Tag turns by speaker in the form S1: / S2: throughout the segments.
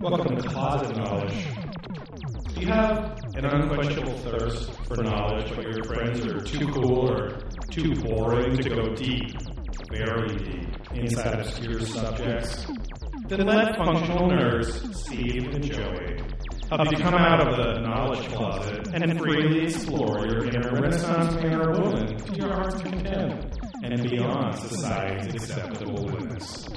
S1: Welcome to Closet Knowledge. Do you have an unquenchable thirst for knowledge, but your friends are too cool or too boring to go deep, very deep, inside obscure subjects? Then let functional nerds Steve and Joey help you come out of the knowledge closet and freely explore your inner Renaissance man or woman to your heart's content and beyond society's acceptable limits.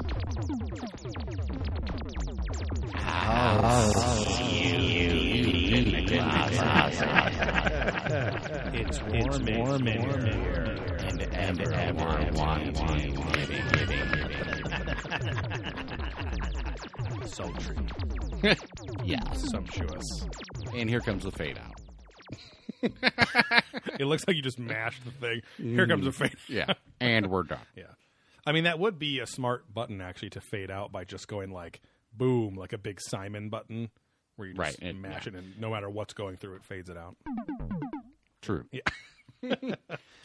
S2: It's warm, it's warm in here. And ever, ever wanting, giving, giving, giving. Sultry.
S3: Yeah.
S2: Sumptuous.
S3: And here comes the fade out.
S2: It looks like you just mashed the thing. Here comes a fade.
S3: Yeah. and we're done.
S2: Yeah. I mean, that would be a smart button, actually, to fade out by just going like boom, like a big Simon button where you just
S3: Right, it-
S2: mash
S3: yeah.
S2: it and no matter what's going through, it fades it out.
S3: True.
S2: Yeah.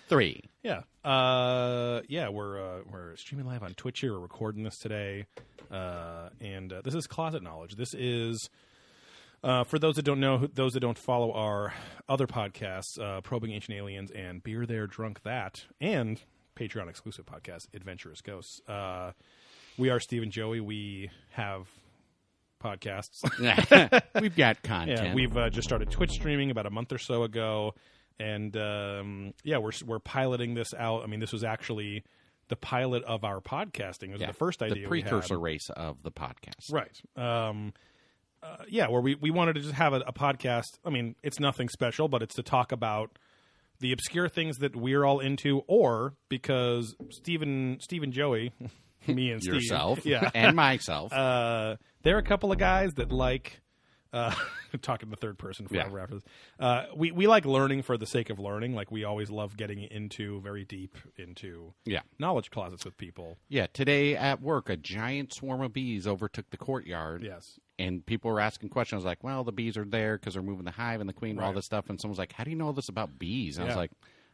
S3: Three.
S2: Yeah. Uh, yeah, we're uh, we're streaming live on Twitch here. We're recording this today, uh, and uh, this is Closet Knowledge. This is uh, for those that don't know, who- those that don't follow our other podcasts, uh, Probing Ancient Aliens and Beer There, Drunk That, and Patreon exclusive podcast Adventurous Ghosts. Uh, we are Steve and Joey. We have podcasts.
S3: We've got content.
S2: Yeah, we've uh, just started Twitch streaming about a month or so ago, and um, yeah, we're we're piloting this out. I mean, this was actually the pilot of our podcasting. It was
S3: Yeah.
S2: the first idea,
S3: The
S2: we had.
S3: precursor race of the podcast.
S2: right? Um, uh, yeah, where we we wanted to just have a, a podcast. I mean, it's nothing special, but it's to talk about the obscure things that we're all into, or because Stephen Stephen Joey, me and Steve,
S3: Yourself
S2: yeah,
S3: and myself.
S2: uh, there are a couple of guys that like uh, talking to the third person
S3: Yeah.
S2: forever after this. Uh, we we like learning for the sake of learning. Like we always love getting into very deep into
S3: yeah.
S2: knowledge closets with people.
S3: Yeah. Today at work, a giant swarm of bees overtook the courtyard.
S2: Yes.
S3: And people were asking questions like, well, the bees are there because they're moving the hive and the queen and all
S2: Right.
S3: this stuff. And someone's like, how do you know all this about bees? And I was
S2: Yeah.
S3: like,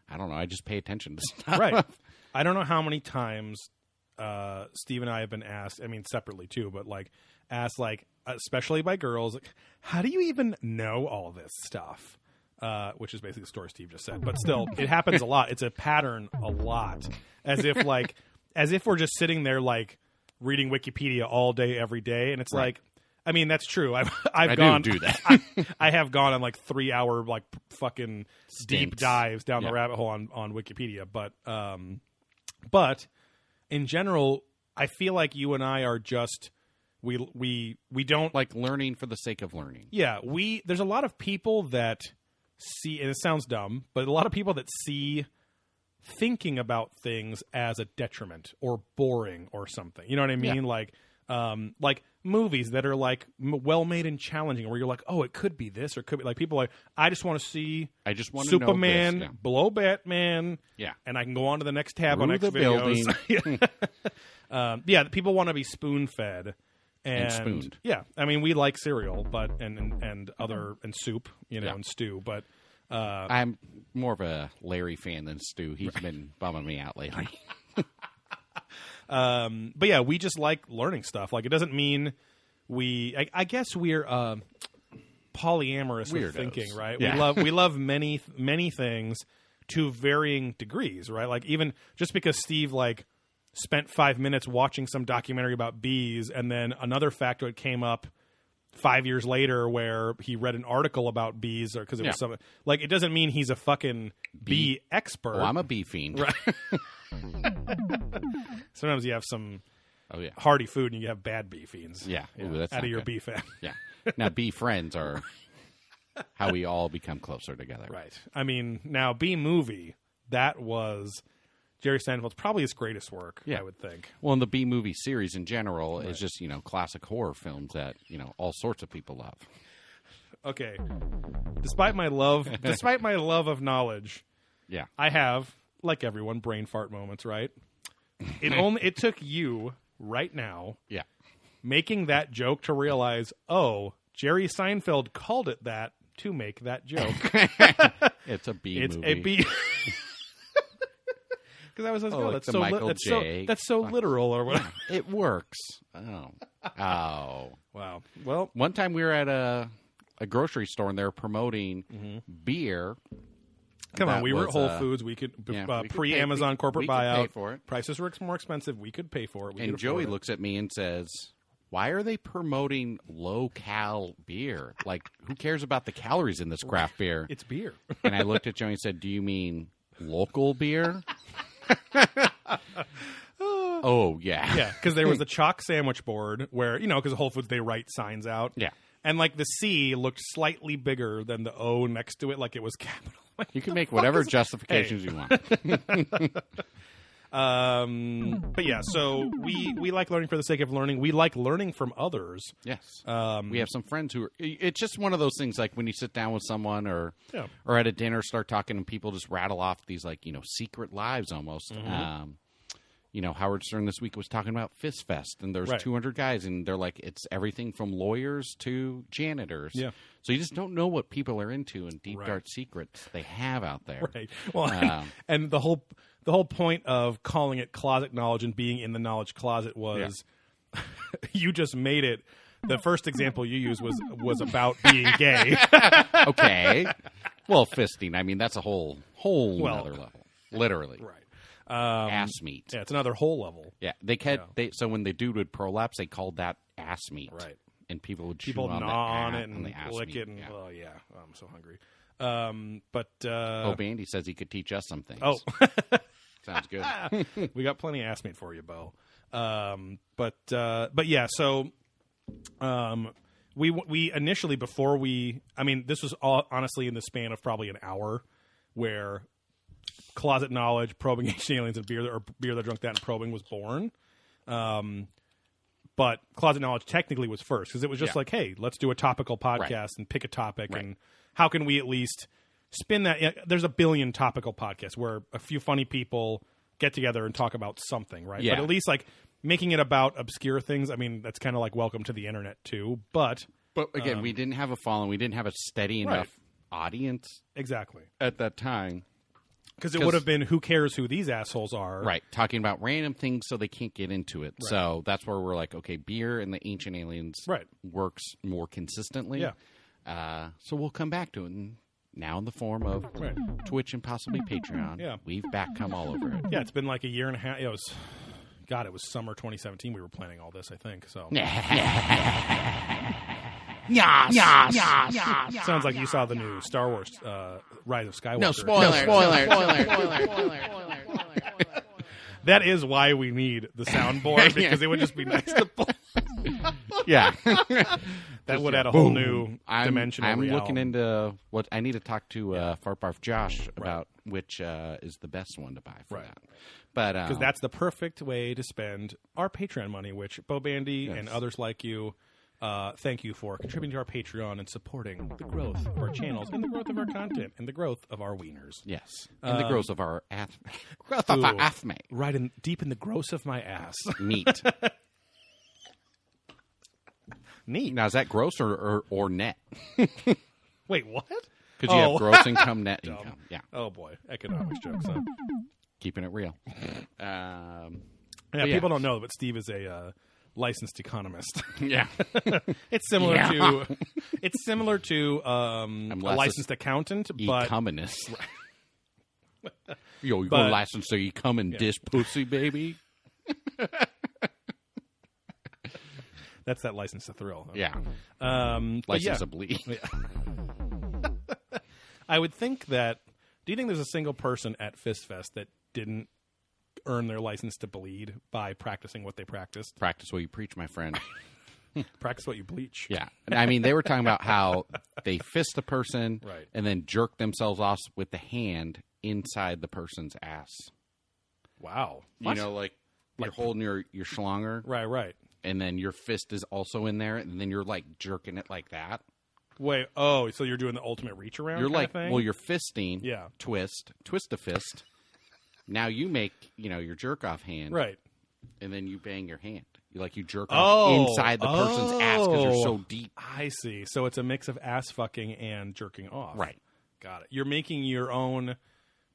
S3: I don't know. I just pay attention to stuff.
S2: Right. I don't know how many times uh, Steve and I have been asked. I mean, separately too, but like asked like especially by girls, like, how do you even know all this stuff? Uh, which is basically the story Steve just said, but still, it happens a lot. It's a pattern a lot, as if like, as if we're just sitting there like reading Wikipedia all day every day, and it's like, I mean, that's true. I've I've
S3: I do
S2: gone
S3: do that.
S2: I, I have gone on like three hour like fucking deep
S3: Stints.
S2: dives down
S3: Yeah.
S2: the rabbit hole on on Wikipedia, but um, but in general, I feel like you and I are just we we we don't
S3: like learning for the sake of learning.
S2: yeah we there's a lot of people that see and it sounds dumb, but a lot of people that see thinking about things as a detriment or boring or something. You know what I mean? Like um like movies that are like m- well made and challenging where you're like, "Oh, it could be this or it could be like people are like I just want to see
S3: I just want to know.
S2: Superman
S3: this.
S2: blow Batman."
S3: Yeah.
S2: and I can go on to the next tab on
S3: Through
S2: X
S3: the
S2: videos. yeah. um, yeah, people want to be spoon fed and,
S3: spooned.
S2: Yeah, I mean we like cereal, but and and, and other and soup, you know,
S3: Yeah.
S2: and stew, but uh,
S3: I'm more of a Larry fan than Stu. He's been bumming me out lately.
S2: um, but yeah, we just like learning stuff. Like it doesn't mean we. I, I guess we're uh,
S3: Weirdos.
S2: polyamorous with thinking, right?
S3: Yeah.
S2: We love we love many many things to varying degrees, right? Like even just because Steve like spent five minutes watching some documentary about bees, and then another factoid came up five years later where he read an article about bees, or because it
S3: Yeah.
S2: was something like it doesn't mean he's a fucking bee, expert.
S3: Well, Oh, I'm a bee fiend.
S2: Sometimes you have some
S3: Oh yeah,
S2: hearty food and you have bad bee fiends.
S3: Yeah. Ooh, that's
S2: out
S3: not
S2: of your
S3: good.
S2: bee fan.
S3: yeah. Now bee friends are how we all become closer together.
S2: right. I mean, now bee movie that was Jerry Seinfeld's probably his greatest work.
S3: Yeah.
S2: I would think.
S3: Well, in the bee movie series in general is just you know classic horror films that you know all sorts of people love.
S2: Okay. Despite my love, despite my love of knowledge,
S3: Yeah.
S2: I have, like everyone, brain fart moments. Right. It only it took you right now
S3: Yeah.
S2: making that joke to realize, oh, Jerry Seinfeld called it that to make that joke.
S3: It's a bee
S2: It's
S3: movie.
S2: a B. Because I was like,
S3: Oh,
S2: oh,
S3: like
S2: that's
S3: the
S2: so, li-
S3: Michael
S2: that's so
S3: J.
S2: that's so literal or whatever.
S3: It works. Oh. Oh.
S2: Wow. Well,
S3: One time we were at a a grocery store and they were promoting
S2: Mm-hmm.
S3: beer.
S2: come on.
S3: That
S2: We were at
S3: was,
S2: Whole
S3: uh,
S2: Foods. We could b-
S3: yeah,
S2: uh,
S3: we could pay-
S2: pre Amazon
S3: we-
S2: corporate
S3: we could pay
S2: buyout.
S3: for it.
S2: Prices were ex- more expensive. We could pay for it. We could
S3: And
S2: afford
S3: Joey
S2: it.
S3: looks at me and says, "Why are they promoting low cal beer? Like, who cares about the calories in this craft beer?"
S2: It's beer.
S3: and I looked at Joey and said, "Do you mean local beer?" oh yeah,
S2: Yeah, because there was a chalk sandwich board where you know because Whole Foods they write signs out.
S3: Yeah.
S2: and like the C looked slightly bigger than the O next to it, like it was capital.
S3: You can make whatever justifications you want.
S2: Um, but yeah, so we we like learning for the sake of learning. We like learning from others.
S3: Yes.
S2: Um,
S3: we have some friends who are i- it's just one of those things like when you sit down with someone or
S2: Yeah.
S3: or at a dinner start talking and people just rattle off these like you know secret lives almost
S2: Mm-hmm.
S3: um you know howard stern this week was talking about fist fest and there's
S2: Right.
S3: 200 guys and they're like it's everything from lawyers to janitors
S2: Yeah.
S3: so you just don't know what people are into and deep
S2: Right.
S3: dark secrets they have out there
S2: Right. Well,
S3: Um,
S2: and the whole the whole point of calling it closet knowledge and being in the knowledge closet was you just made it. The first example you used was was about being gay.
S3: okay well fisting i mean that's a whole whole
S2: Well-
S3: other level literally
S2: right. Um,
S3: ass meat
S2: yeah, it's another whole level.
S3: Yeah, they kept they so when the dude would prolapse, they called that ass meat.
S2: Right.
S3: And people would chew
S2: people
S3: on, the
S2: gnaw on
S3: a-
S2: it and
S3: the ass
S2: lick
S3: meat,
S2: it and
S3: yeah.
S2: oh yeah oh, i'm so hungry um but
S3: oh,
S2: uh
S3: Bandy says he could teach us some things.
S2: oh,
S3: sounds good.
S2: we got plenty of ass meat for you bo um but uh but yeah so um we we initially before we i mean this was all honestly in the span of probably an hour where closet knowledge probing ancient aliens and beer that- or beer that drunk that and probing was born um but closet knowledge technically was first because it was just
S3: Yeah.
S2: like hey let's do a topical podcast and pick a topic and how can we at least spin that yeah, there's a billion topical podcasts where a few funny people get together and talk about something right
S3: Yeah.
S2: but at least like making it about obscure things i mean that's kind of like welcome to the internet too but
S3: But again, we didn't have a following. We didn't have a steady
S2: Um, Right.
S3: enough audience
S2: exactly
S3: at that time.
S2: because it
S3: 'Cause-
S2: would have been who cares who these assholes are
S3: Right, talking about random things so they can't get into it. So that's where we're like, okay, beer and the ancient aliens
S2: Right.
S3: works more consistently.
S2: Yeah.
S3: Uh, so we'll come back to it. And now in the form of
S2: Right.
S3: Twitch and possibly Patreon.
S2: Yeah.
S3: We've back come all over it.
S2: Yeah, it's been like a year and a half. It was, God, it was summer 2017. We were planning all this, I think. So
S3: Yes. Yes. Yes.
S2: sounds like you saw the new Star Wars uh, Rise of Skywalker.
S3: spoiler.
S2: That is why we need the soundboard because it would just be nice to. Play.
S3: yeah.
S2: That would
S3: yeah,
S2: add a whole
S3: boom.
S2: new
S3: I'm,
S2: dimensional.
S3: I'm
S2: realm.
S3: looking into what I need to talk to uh, Fart Barf Josh about which uh, is the best one to buy for
S2: Right.
S3: that. But um,
S2: because that's the perfect way to spend our Patreon money, which Bo Bandy and others like you. Uh, thank you for contributing to our Patreon and supporting the growth of our channels and the growth of our content and the growth of our wieners.
S3: yes, and the growth of our ath- growth of
S2: Um, Ooh.
S3: our athme
S2: Right in deep in the gross of my ass.
S3: meat.
S2: Neat.
S3: now is that gross or or, or net?
S2: Wait, what?
S3: Because you
S2: Oh.
S3: have gross income, net income. Yeah,
S2: Oh boy, economics jokes. Huh?
S3: keeping it real. Um, yeah.
S2: Yeah, people don't know, but Steve is a uh, licensed economist.
S3: yeah.
S2: it's similar
S3: Yeah.
S2: to it's similar to um, a
S3: I'm licensed-
S2: licensed accountant, but
S3: communist. Yo, you
S2: But-
S3: gonna license so you come and dish pussy, baby?
S2: that's that license to thrill.
S3: Yeah,
S2: Um, but yeah,
S3: license to bleed.
S2: I would think that. Do you think there's a single person at Fist Fest that didn't earn their license to bleed by practicing what they practiced?
S3: Practice what you preach, my friend.
S2: Practice what you bleach.
S3: Yeah, and I mean they were talking about how they fist the person,
S2: Right.
S3: and then jerk themselves off with the hand inside the person's ass.
S2: Wow.
S3: You know, like you're holding your your schlonger,
S2: Right. Right.
S3: and then your fist is also in there, and then you're like jerking it like that.
S2: Wait. Oh, so you're doing the ultimate reach around?
S3: You're
S2: kinda
S3: like,
S2: thing?
S3: well, you're fisting.
S2: Yeah.
S3: Twist, twist a fist. Now you make, you know, your jerk off hand,
S2: right.
S3: And then you bang your hand. You like you jerk
S2: Oh.
S3: off inside the person's ass because
S2: Oh.
S3: you're so deep.
S2: I see. So it's a mix of ass fucking and jerking off.
S3: Right.
S2: Got it. You're making your own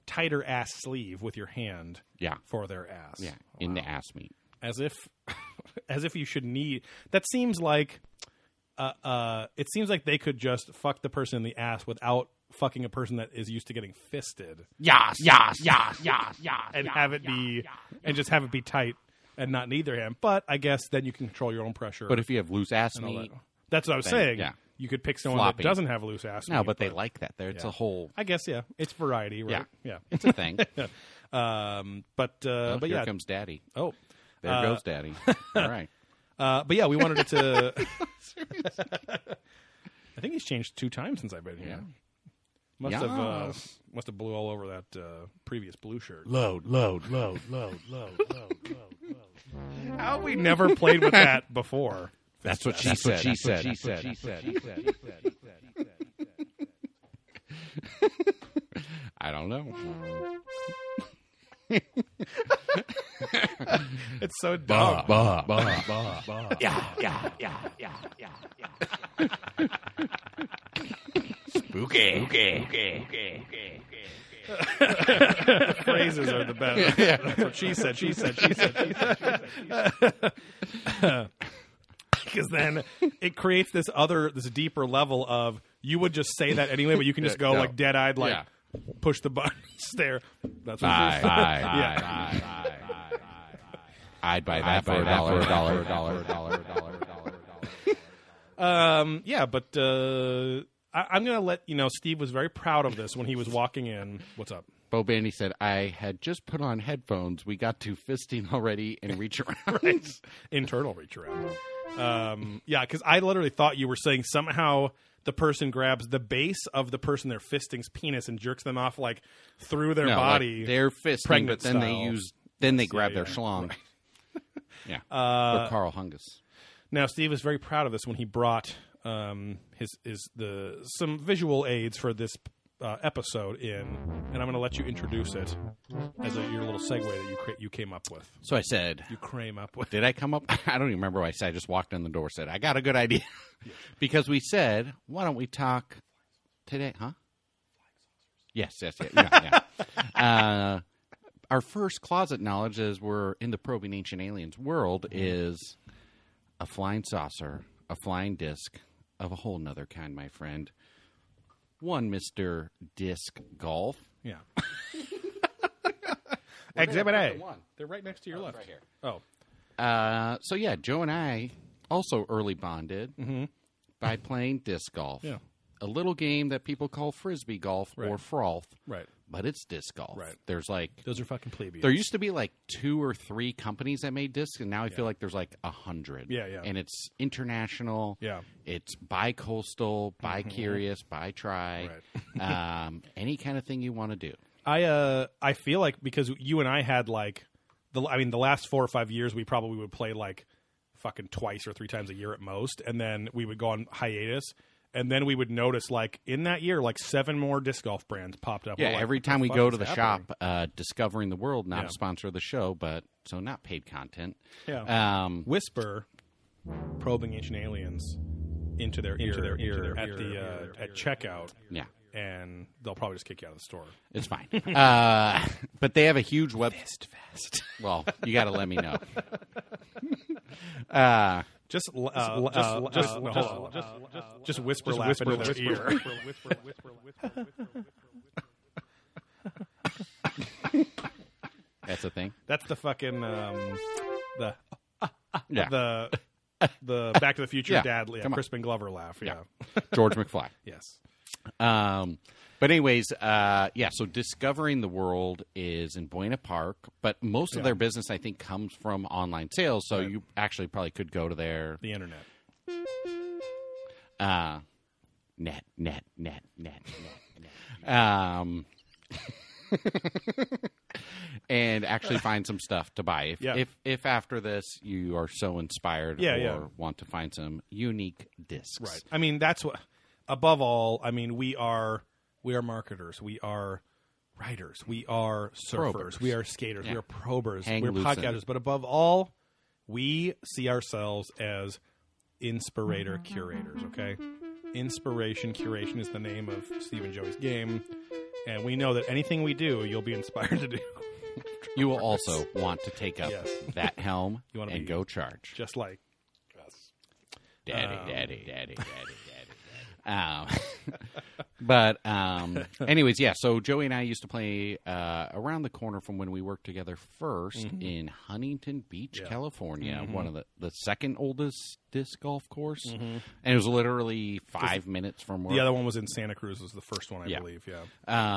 S2: tighter ass sleeve with your hand
S3: Yeah,
S2: for their ass.
S3: yeah, in the ass meat.
S2: As if as if you should need that seems like uh, uh, it seems like they could just fuck the person in the ass without fucking a person that is used to getting fisted
S3: Yas, yas, yas, yas, yas.
S2: and
S3: yas,
S2: have it
S3: yas,
S2: be
S3: yas.
S2: and just have it be tight and not in either hand. But I guess then you can control your own pressure.
S3: But if you have loose ass
S2: and all
S3: meat,
S2: that. that's what I was
S3: then,
S2: saying.
S3: yeah.
S2: You could pick someone
S3: Floppy.
S2: that doesn't have a loose ass.
S3: no,
S2: meat,
S3: but they like that. There, it's
S2: Yeah.
S3: a whole,
S2: I guess yeah, it's variety, right? Yeah,
S3: it's a thing.
S2: Um, but uh,
S3: Oh,
S2: but
S3: here
S2: yeah.
S3: comes Daddy.
S2: Oh,
S3: There
S2: Uh,
S3: goes Daddy. All right.
S2: uh, but yeah, we wanted it to. I think he's changed two times since I've been here.
S3: Yeah.
S2: Must have uh,
S3: Yes.
S2: must have blew all over that uh, previous blue shirt.
S4: Load, load, load, load, load, load, load, load.
S2: How we never played with that before.
S3: That's what she
S4: That's
S3: said.
S4: what she
S3: That's
S4: said.
S3: what she said. That's what she said. I don't know.
S2: It's so
S4: Bah,
S2: dumb.
S4: bah, bah, bah, bah.
S3: Yeah, yeah, yeah, yeah, yeah, yeah. Spooky. Spooky.
S2: Phrases are the best. That's what she said. She said. She said. She said. Because then it creates this other, this deeper level of you would just say that anyway, but you can just go
S3: Yeah, no.
S2: like dead eyed, like
S3: Yeah.
S2: push the button, stare. That's what she
S3: Aye, aye,
S2: said.
S3: aye, aye, aye, aye, aye. I'd buy that for a dollar, dollar, dollar, dollar, dollar, dollar.
S2: Um, yeah, but uh, I, I'm gonna let you know. Steve was very proud of this when he was walking in. What's up?
S3: Bo Bandy said, I had just put on headphones. We got to fisting already and reach around.
S2: internal reach around. Um, yeah, because I literally thought you were saying somehow the person grabs the base of the person they're fisting's penis and jerks them off like through their
S3: No, like,
S2: body.
S3: they're fist, but
S2: pregnant
S3: then they
S2: style.
S3: use, then they grab their
S2: yeah.
S3: schlong. Yeah, uh, or Carl Hungus.
S2: now Steve was very proud of this when he brought um, his his the some visual aids for this uh, episode in, and I'm going to let you introduce it as a, your little segue that you cra- you came up with.
S3: So I said,
S2: You crame up with.
S3: did I come up? I don't even remember what I said. I just walked in the door, said, I got a good idea. because we said, why don't we talk today, huh? Yes, yes, yes. Yeah, yeah. uh, our first closet knowledge as we're in the probing ancient aliens world is a flying saucer, a flying disc of a whole nother kind, my friend. One, Mr. Disc Golf.
S2: Yeah. Exhibit
S3: they're the
S2: A.
S3: one.
S2: They're right next to your left.
S3: right here.
S2: Oh,
S3: Uh, so yeah, Joe and I also early bonded by playing disc golf.
S2: Mm-hmm. Yeah.
S3: A little game that people call frisbee golf or froth,
S2: right.
S3: but it's disc golf.
S2: Right.
S3: There's like
S2: Those are fucking plebeians.
S3: there used to be like two or three companies that made discs, and now I feel like there's like a hundred.
S2: Yeah, yeah.
S3: And it's international.
S2: Yeah. Mm-hmm.
S3: It's bi-coastal, bi-curious, bi-try, um, any kind of thing you want to do.
S2: I uh I feel like because you and I had like the I mean the last 4 or 5 years we probably would play like fucking twice or three times a year at most and then we would go on hiatus and then we would notice like in that year like seven more disc golf brands popped up.
S3: Yeah,
S2: We're like,
S3: every
S2: "What
S3: time we
S2: fuck
S3: go
S2: is
S3: to the
S2: happening?"
S3: shop, uh, discovering the world, not
S2: Yeah.
S3: a sponsor of the show, but so not paid content.
S2: Yeah.
S3: Um,
S2: Whisper probing ancient aliens into their ear, at the uh, at checkout
S3: yeah,
S2: and they'll probably just kick you out of the store.
S3: it's fine. uh, but they have a huge web. Well, you got to let me know. uh,
S2: Just l- uh, just uh, just no, hold on. just whisper laugh into their ear.
S3: that's a thing.
S2: That's the fucking um, the
S3: Yeah,
S2: the the Back to the Future
S3: Yeah,
S2: dad, yeah,
S3: come on.
S2: Crispin Glover laugh. Yeah.
S3: George McFly.
S2: Yes.
S3: Um, but anyways, uh, yeah. So discovering the world is in Buena Park, but most of their business, I think, comes from online sales. So you actually probably could go to their
S2: The internet.
S3: uh, net, net, net, net, net, net. Um, and actually find some stuff to buy. If,
S2: Yeah.
S3: if if after this you are so inspired
S2: Yeah,
S3: or
S2: yeah.
S3: want to find some unique discs,
S2: Right. I mean, that's what. Above all, I mean, we are we are marketers. We are writers. We are surfers.
S3: Probers.
S2: We are skaters. We
S3: Yeah.
S2: are probers.
S3: Hang
S2: we're
S3: loose in
S2: podcasters.
S3: it.
S2: But above all, we see ourselves as inspirator curators. Okay. Inspiration curation is the name of Steve and Joey's game, and we know that anything we do, you'll be inspired to do.
S3: You will also want to take up
S2: Yes.
S3: that helm
S2: You wanna
S3: and
S2: be-
S3: go charge.
S2: Just like
S3: daddy, daddy, daddy, daddy, daddy, daddy. Um, but um, anyways, yeah. So Joey and I used to play uh, around the corner from when we worked together 1st in Huntington Beach, California, one of the the second oldest disc golf course, and it was literally five minutes from where.
S2: The other one was in Santa Cruz. Was the first one, I
S3: Yeah.
S2: believe. Yeah.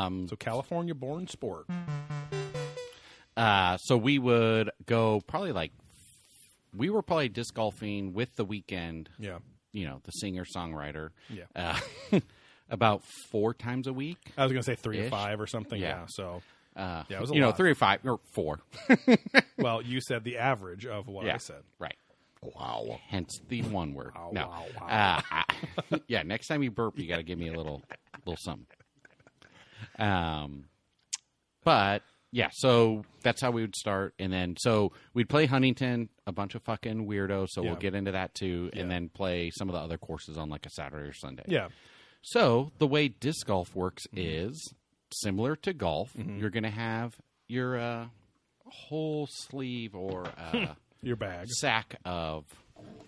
S3: um,
S2: So California born sport.
S3: Uh, so we would go probably like we were probably disc golfing with the weekend.
S2: Yeah.
S3: You know, the singer songwriter.
S2: Yeah.
S3: Uh, about four times a week.
S2: I was gonna say three to
S3: Ish.
S2: five or something. Yeah.
S3: Yeah.
S2: so,
S3: Uh,
S2: Yeah, it was a
S3: you know
S2: lot.
S3: three or five or four.
S2: well, you said the average of what
S3: Yeah.
S2: I said.
S3: right. Wow. Hence the one word.
S2: Wow,
S3: no.
S2: wow,
S3: Uh, yeah. Next time you burp, you got to give me a little little something. Um, but yeah, so that's how we would start, and then so we'd play Huntington, a bunch of fucking weirdos. So
S2: Yeah.
S3: we'll get into that too,
S2: Yeah.
S3: and then play some of the other courses on like a Saturday or Sunday.
S2: Yeah.
S3: So the way disc golf works is similar to golf.
S2: Mm-hmm.
S3: You're going to have your uh, whole sleeve or uh,
S2: Your bag.
S3: sack of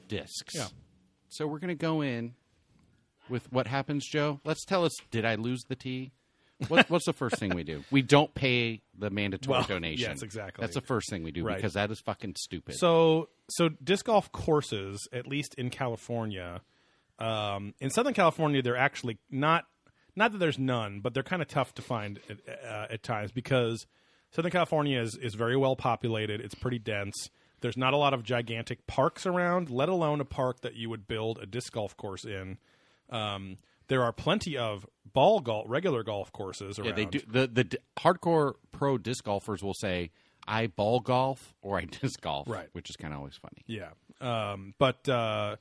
S3: discs.
S2: Yeah.
S3: So we're going to go in with what happens, Joe. Let's tell us. Did I lose the tee? What, what's the first thing we do? We don't pay the mandatory
S2: Well,
S3: donation.
S2: yes, exactly.
S3: That's the first thing we do
S2: Right.
S3: because that is fucking stupid.
S2: So, so disc golf courses, at least in California, um, in Southern California, they're actually not not that there's none, but they're kind of tough to find at, uh, at times because Southern California is is very well populated. It's pretty dense. There's not a lot of gigantic parks around, let alone a park that you would build a disc golf course in. Um, there are plenty of ball golf, regular golf courses around.
S3: Yeah, they do. The the d- hardcore pro disc golfers will say, "I ball golf" or "I disc golf,"
S2: Right.
S3: Which is kind of always funny.
S2: Yeah. Um, but uh,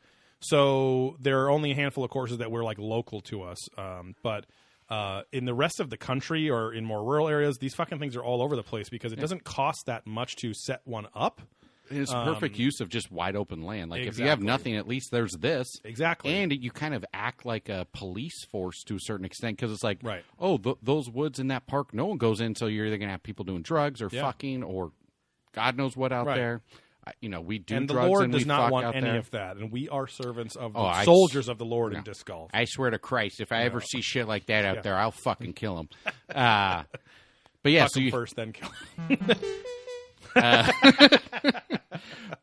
S2: so there are only a handful of courses that were like local to us. Um, but uh, in the rest of the country or in more rural areas, these fucking things are all over the place because it doesn't cost that much to set one up.
S3: And It's perfect use of just wide open land. Like if you have
S2: Exactly.
S3: nothing, at least there's this.
S2: Exactly.
S3: And you kind of act like a police force to a certain extent because it's like,
S2: Right.
S3: oh, th- those woods in that park, no one goes in. So you're either going to have people doing drugs or
S2: Yeah.
S3: fucking or God knows what out
S2: Right.
S3: there. I, you know, we do
S2: and the
S3: drugs
S2: Lord
S3: and
S2: does
S3: we
S2: not
S3: fuck
S2: want
S3: out
S2: any
S3: there.
S2: of that. And we are servants of the
S3: Oh, I-
S2: soldiers of the Lord in disc golf.
S3: I swear to Christ, if I ever see shit like that out there, I'll fucking kill him. Uh, but yeah,
S2: Fuck
S3: so
S2: 'em
S3: you,
S2: first, then kill 'em.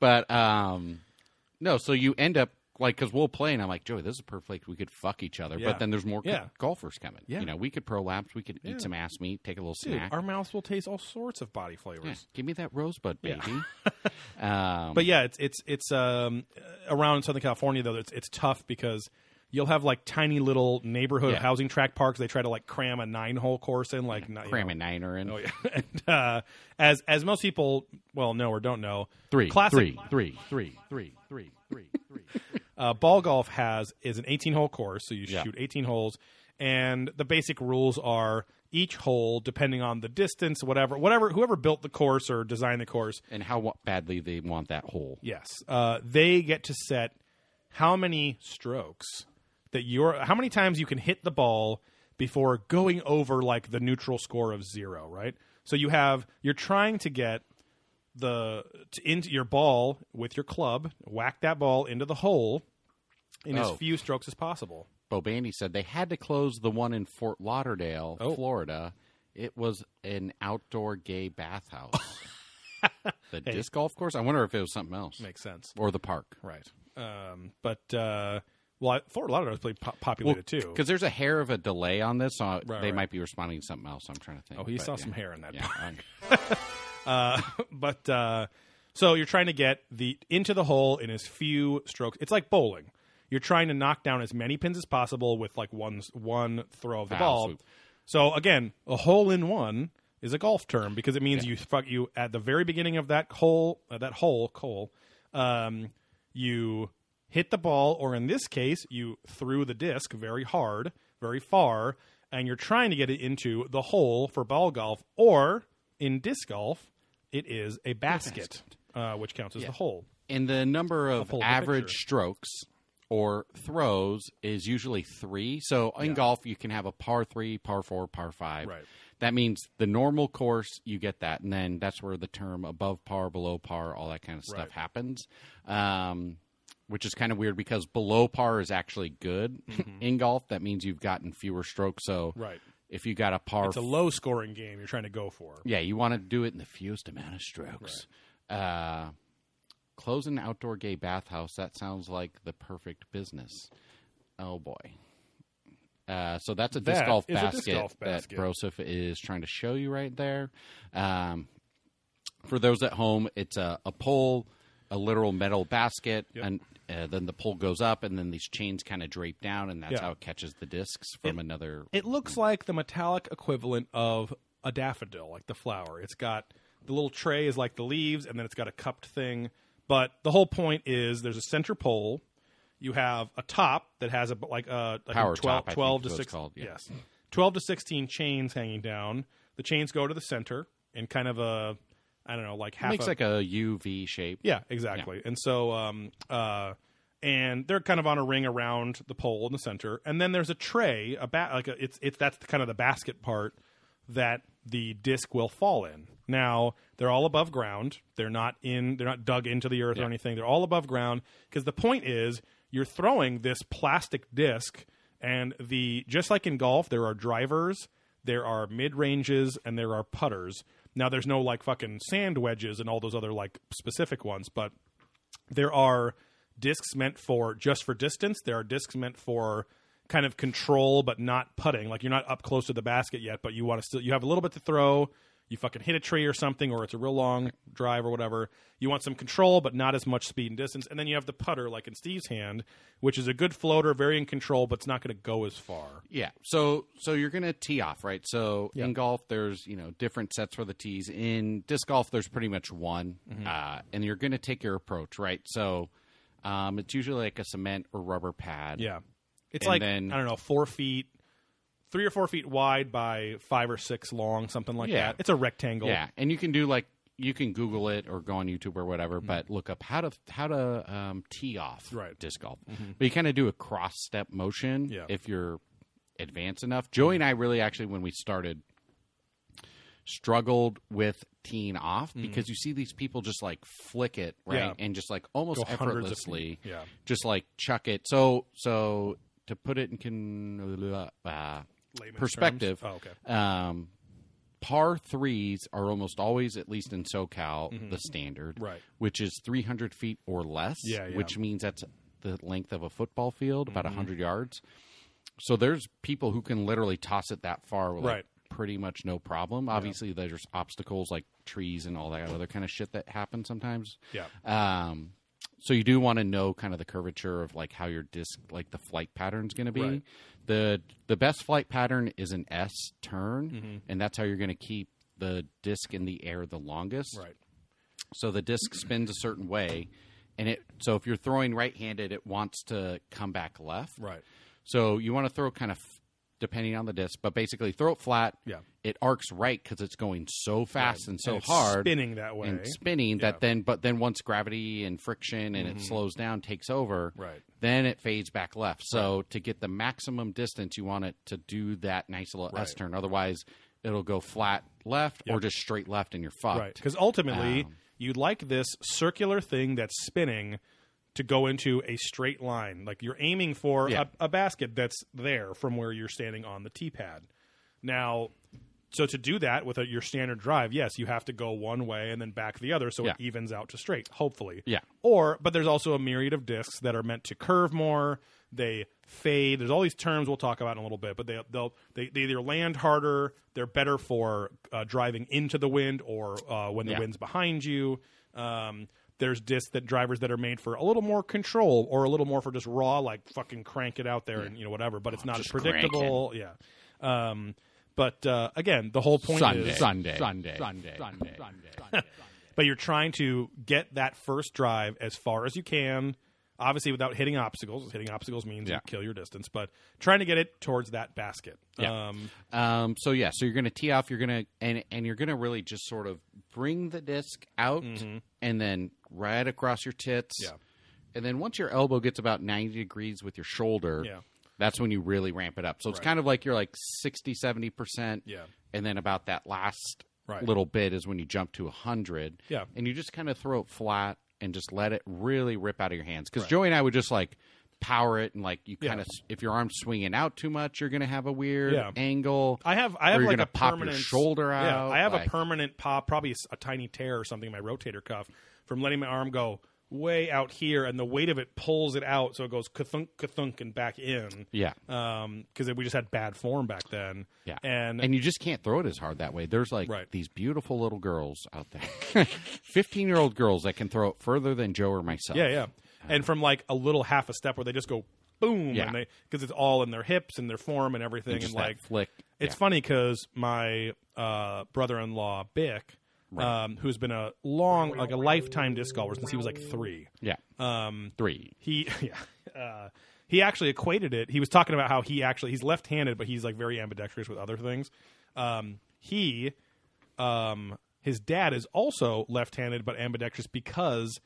S3: but um, no, so you end up like because we'll play, and I'm like, Joey, this is perfect. We could fuck each other,
S2: Yeah.
S3: but then there's more
S2: Yeah.
S3: co- golfers coming.
S2: Yeah.
S3: You know, we could prolapse, we could eat some ass meat, take a little
S2: Dude,
S3: snack.
S2: our mouths will taste all sorts of body flavors.
S3: Yeah, Give me that rosebud, baby. um,
S2: But yeah, it's it's it's um around Southern California though. It's it's tough because you'll have like tiny little neighborhood
S3: Yeah.
S2: housing tract parks. They try to like cram a nine hole course in, like not, you
S3: cram
S2: know.
S3: a niner in
S2: Oh yeah, and uh, as as most people well know or don't know,
S3: three,
S2: classic
S3: three, three, three, three, three, three, three.
S2: uh, ball golf has is an 18 hole course so you
S3: Yeah.
S2: shoot 18 holes and the basic rules are each hole depending on the distance whatever whatever whoever built the course or designed the course
S3: and how wa- badly they want that hole.
S2: Yes. Uh, they get to set how many strokes that you're, how many times you can hit the ball before going over like the neutral score of zero, right? So you have, you're trying to get the, to into your ball with your club, whack that ball into the hole in as
S3: Oh.
S2: few strokes as possible.
S3: Bobandy said they had to close the one in Fort Lauderdale,
S2: Oh.
S3: Florida. It was an outdoor gay bathhouse. the disc golf course? I wonder if it was something else.
S2: Makes sense.
S3: Or the park.
S2: Right. Um, but, uh, well, I, Fort Lauderdale is pretty po- populated too.
S3: Because there's a hair of a delay on this, so they
S2: right.
S3: might be responding to something else. I'm trying to think.
S2: Oh, he
S3: but
S2: saw
S3: yeah.
S2: some hair in that.
S3: Yeah, I'm-
S2: but uh, so you're trying to get the into the hole in as few strokes. It's like bowling. You're trying to knock down as many pins as possible with like one one throw of the
S3: Foul
S2: ball.
S3: swoop.
S2: So again, a hole in one is a golf term because it means you fuck you at the very beginning of that hole uh, that hole hole, um, you hit the ball or in this case you threw the disc very hard, very far, and you're trying to get it into the hole for ball golf or in disc golf it is a basket, Uh, which counts as the hole.
S3: and the number of
S2: pull up a
S3: average
S2: picture.
S3: strokes or throws is usually three. So in golf, you can have a par three, par four, par five.
S2: Right.
S3: That means the normal course, you get that. And then that's where the term above par, below par, all that kind of stuff
S2: Right.
S3: happens. Um, which is kind of weird because below par is actually good in golf. That means you've gotten fewer strokes. So
S2: Mm-hmm. Right.
S3: if you got a par
S2: It's a low scoring game you're trying to go for.
S3: yeah, you want to do it in the fewest amount of strokes. Uh, close an outdoor gay bathhouse. That sounds like the perfect business. Oh boy. Uh, so that's a disc
S2: That
S3: golf
S2: is a disc
S3: basket
S2: golf
S3: that
S2: basket.
S3: Brosif is trying to show you right there. Um, for those at home, it's a, a pole, a literal metal basket, and uh, then the pole goes up, and then these chains kind of drape down, and that's
S2: Yeah.
S3: how it catches the discs from another.
S2: It looks like the metallic equivalent of a daffodil, like the flower. It's got the little tray is like the leaves, and then it's got a cupped thing. But the whole point is there's a center pole. You have a top that has a like uh, a like
S3: Power
S2: a 12,
S3: top, I think
S2: 12
S3: is what
S2: to
S3: it's
S2: six,
S3: called, yeah.
S2: yes, twelve to sixteen chains hanging down. The chains go to the center in kind of a I don't know like half
S3: makes
S2: a,
S3: like a UV shape.
S2: yeah, exactly. And so, um, uh, and they're kind of on a ring around the pole in the center, and then there's a tray, a ba- like a, it's it's that's the, kind of the basket part that the disc will fall in. Now they're all above ground. They're not in. They're not dug into the earth or anything. They're all above ground because the point is you're throwing this plastic disc, and the just like in golf, there are drivers there are mid ranges and there are putters. Now there's no like fucking sand wedges and all those other like specific ones, but there are discs meant for just for distance. There are discs meant for kind of control, but not putting. Like you're not up close to the basket yet, but you want to still you have a little bit to throw. You fucking hit a tree or something, or it's a real long drive or whatever. You want some control, but not as much speed and distance. And then you have the putter, like in Steve's hand, which is a good floater, very in control, but it's not going to go as far.
S3: Yeah. So so you're gonna tee off, right? So in golf, there's you know different sets for the tees. In disc golf, there's pretty much one, uh, and you're gonna take your approach, right? So um, it's usually like a cement or rubber pad.
S2: Yeah. It's
S3: And
S2: like
S3: then-
S2: I don't know, four feet three or four feet wide by five or six long, something like
S3: Yeah.
S2: that. It's a rectangle.
S3: Yeah, and you can do like you can Google it or go on YouTube or whatever, but look up how to how to um, tee off
S2: Mm-hmm. Right. Mm-hmm.
S3: disc golf. But you kind of do a cross step motion
S2: Yeah.
S3: if you're advanced enough. Joey and I really actually when we started struggled with teeing off because you see these people just like flick it right
S2: Mm-hmm. Yeah.
S3: and just like almost
S2: Go hundreds of
S3: effortlessly
S2: feet. Yeah.
S3: just like chuck it. So so to put it in can uh,
S2: Layman's
S3: perspective.
S2: terms. Oh, okay.
S3: Um, par threes are almost always, at least in SoCal, the standard,
S2: Mm-hmm. Right.
S3: Which is 300 feet or less,
S2: Yeah, Mm-hmm. yeah.
S3: which means that's the length of a football field, about 100 yards. So there's people who can literally toss it that far, with, like,
S2: Right.
S3: Pretty much no problem. Obviously, there's obstacles like trees and all that other kind of shit that happens sometimes.
S2: Yeah.
S3: Um, so you do want to know kind of the curvature of like how your disc, like the flight pattern's going to be.
S2: Right.
S3: the The best flight pattern is an S turn,
S2: Mm-hmm.
S3: and that's how you're going to keep the disc in the air the longest.
S2: Right.
S3: So the disc spins a certain way, and it. So if you're throwing right handed, it wants to come back left.
S2: Right.
S3: So you want to throw kind of depending on the disc, but basically throw it flat.
S2: Yeah.
S3: It arcs right because it's going so fast and so
S2: And it's
S3: hard
S2: Spinning that way.
S3: and spinning
S2: Yeah. Mm-hmm.
S3: that then but then once gravity and friction and it slows down takes over
S2: Right.
S3: then it fades back left so to get the maximum distance you want it to do that nice little s
S2: Right.
S3: turn otherwise it'll go flat left or just straight left and you're fucked
S2: right. Because ultimately you'd like this circular thing that's spinning to go into a straight line. Like you're aiming for
S3: Yeah.
S2: a, a basket that's there from where you're standing on the tee pad. Now so to do that with a, your standard drive, yes, you have to go one way and then back the other, so it
S3: Yeah.
S2: evens out to straight. Hopefully,
S3: Yeah.
S2: Or, but there's also a myriad of discs that are meant to curve more. They fade. There's all these terms we'll talk about in a little bit, but they they'll, they they either land harder. They're better for uh, driving into the wind or uh, when the
S3: Yeah.
S2: wind's behind you. Um, there's discs that drivers that are made for a little more control or a little more for just raw, like fucking crank it out there and you know whatever. But it's not
S3: Oh,
S2: as
S3: just crank it.
S2: predictable. Yeah. Um, but uh, again, the whole point
S3: sunday
S2: is
S3: sunday sunday sunday sunday
S2: but you're trying to get that first drive as far as you can, obviously without hitting obstacles. Hitting obstacles means
S3: Yeah.
S2: you kill your distance, but trying to get it towards that basket.
S3: Yeah.
S2: Um,
S3: Um, so yeah, so you're gonna tee off. You're gonna and and you're gonna really just sort of bring the disc out and then right across your tits.
S2: Mm-hmm. Yeah.
S3: And then once your elbow gets about ninety degrees with your shoulder,
S2: Yeah.
S3: that's when you really ramp it up. So it's kind of like you're like 60, 70 percent.
S2: Yeah.
S3: And then about that last
S2: Right.
S3: little bit is when you jump to hundred.
S2: Yeah.
S3: And you just kind of throw it flat and just let it really rip out of your hands. Because Joey and I would just like power it and like you
S2: Yeah.
S3: kind of if your arm's swinging out too much, you're gonna have a weird
S2: Yeah.
S3: angle.
S2: I have I
S3: Or
S2: have
S3: you're
S2: like
S3: gonna
S2: a
S3: pop your
S2: permanent
S3: shoulder
S2: Yeah,
S3: out,
S2: I have
S3: like-
S2: a permanent pop, probably a s- a tiny tear or something in my rotator cuff from letting my arm go way out here, and the weight of it pulls it out, so it goes kathunk kathunk and back in.
S3: yeah,
S2: Um, because we just had bad form back then.
S3: yeah,
S2: and,
S3: and you just can't throw it as hard that way. There's like
S2: Right.
S3: these beautiful little girls out there, fifteen year old girls that can throw it further than Joe or myself.
S2: yeah, yeah, and from like a little half a step where they just go boom,
S3: Yeah.
S2: and they because it's all in their hips and their form and everything, and,
S3: just
S2: like
S3: that flick.
S2: It's
S3: yeah.
S2: funny 'cause funny because my uh, brother-in-law Bick, um, who's been a long, like a lifetime disc golfer since he was like three,
S3: yeah, um, three.
S2: he yeah, uh, he actually equated it. He was talking about how he actually he's left-handed, but he's like very ambidextrous with other things. Um, he, um, his dad is also left-handed but ambidextrous because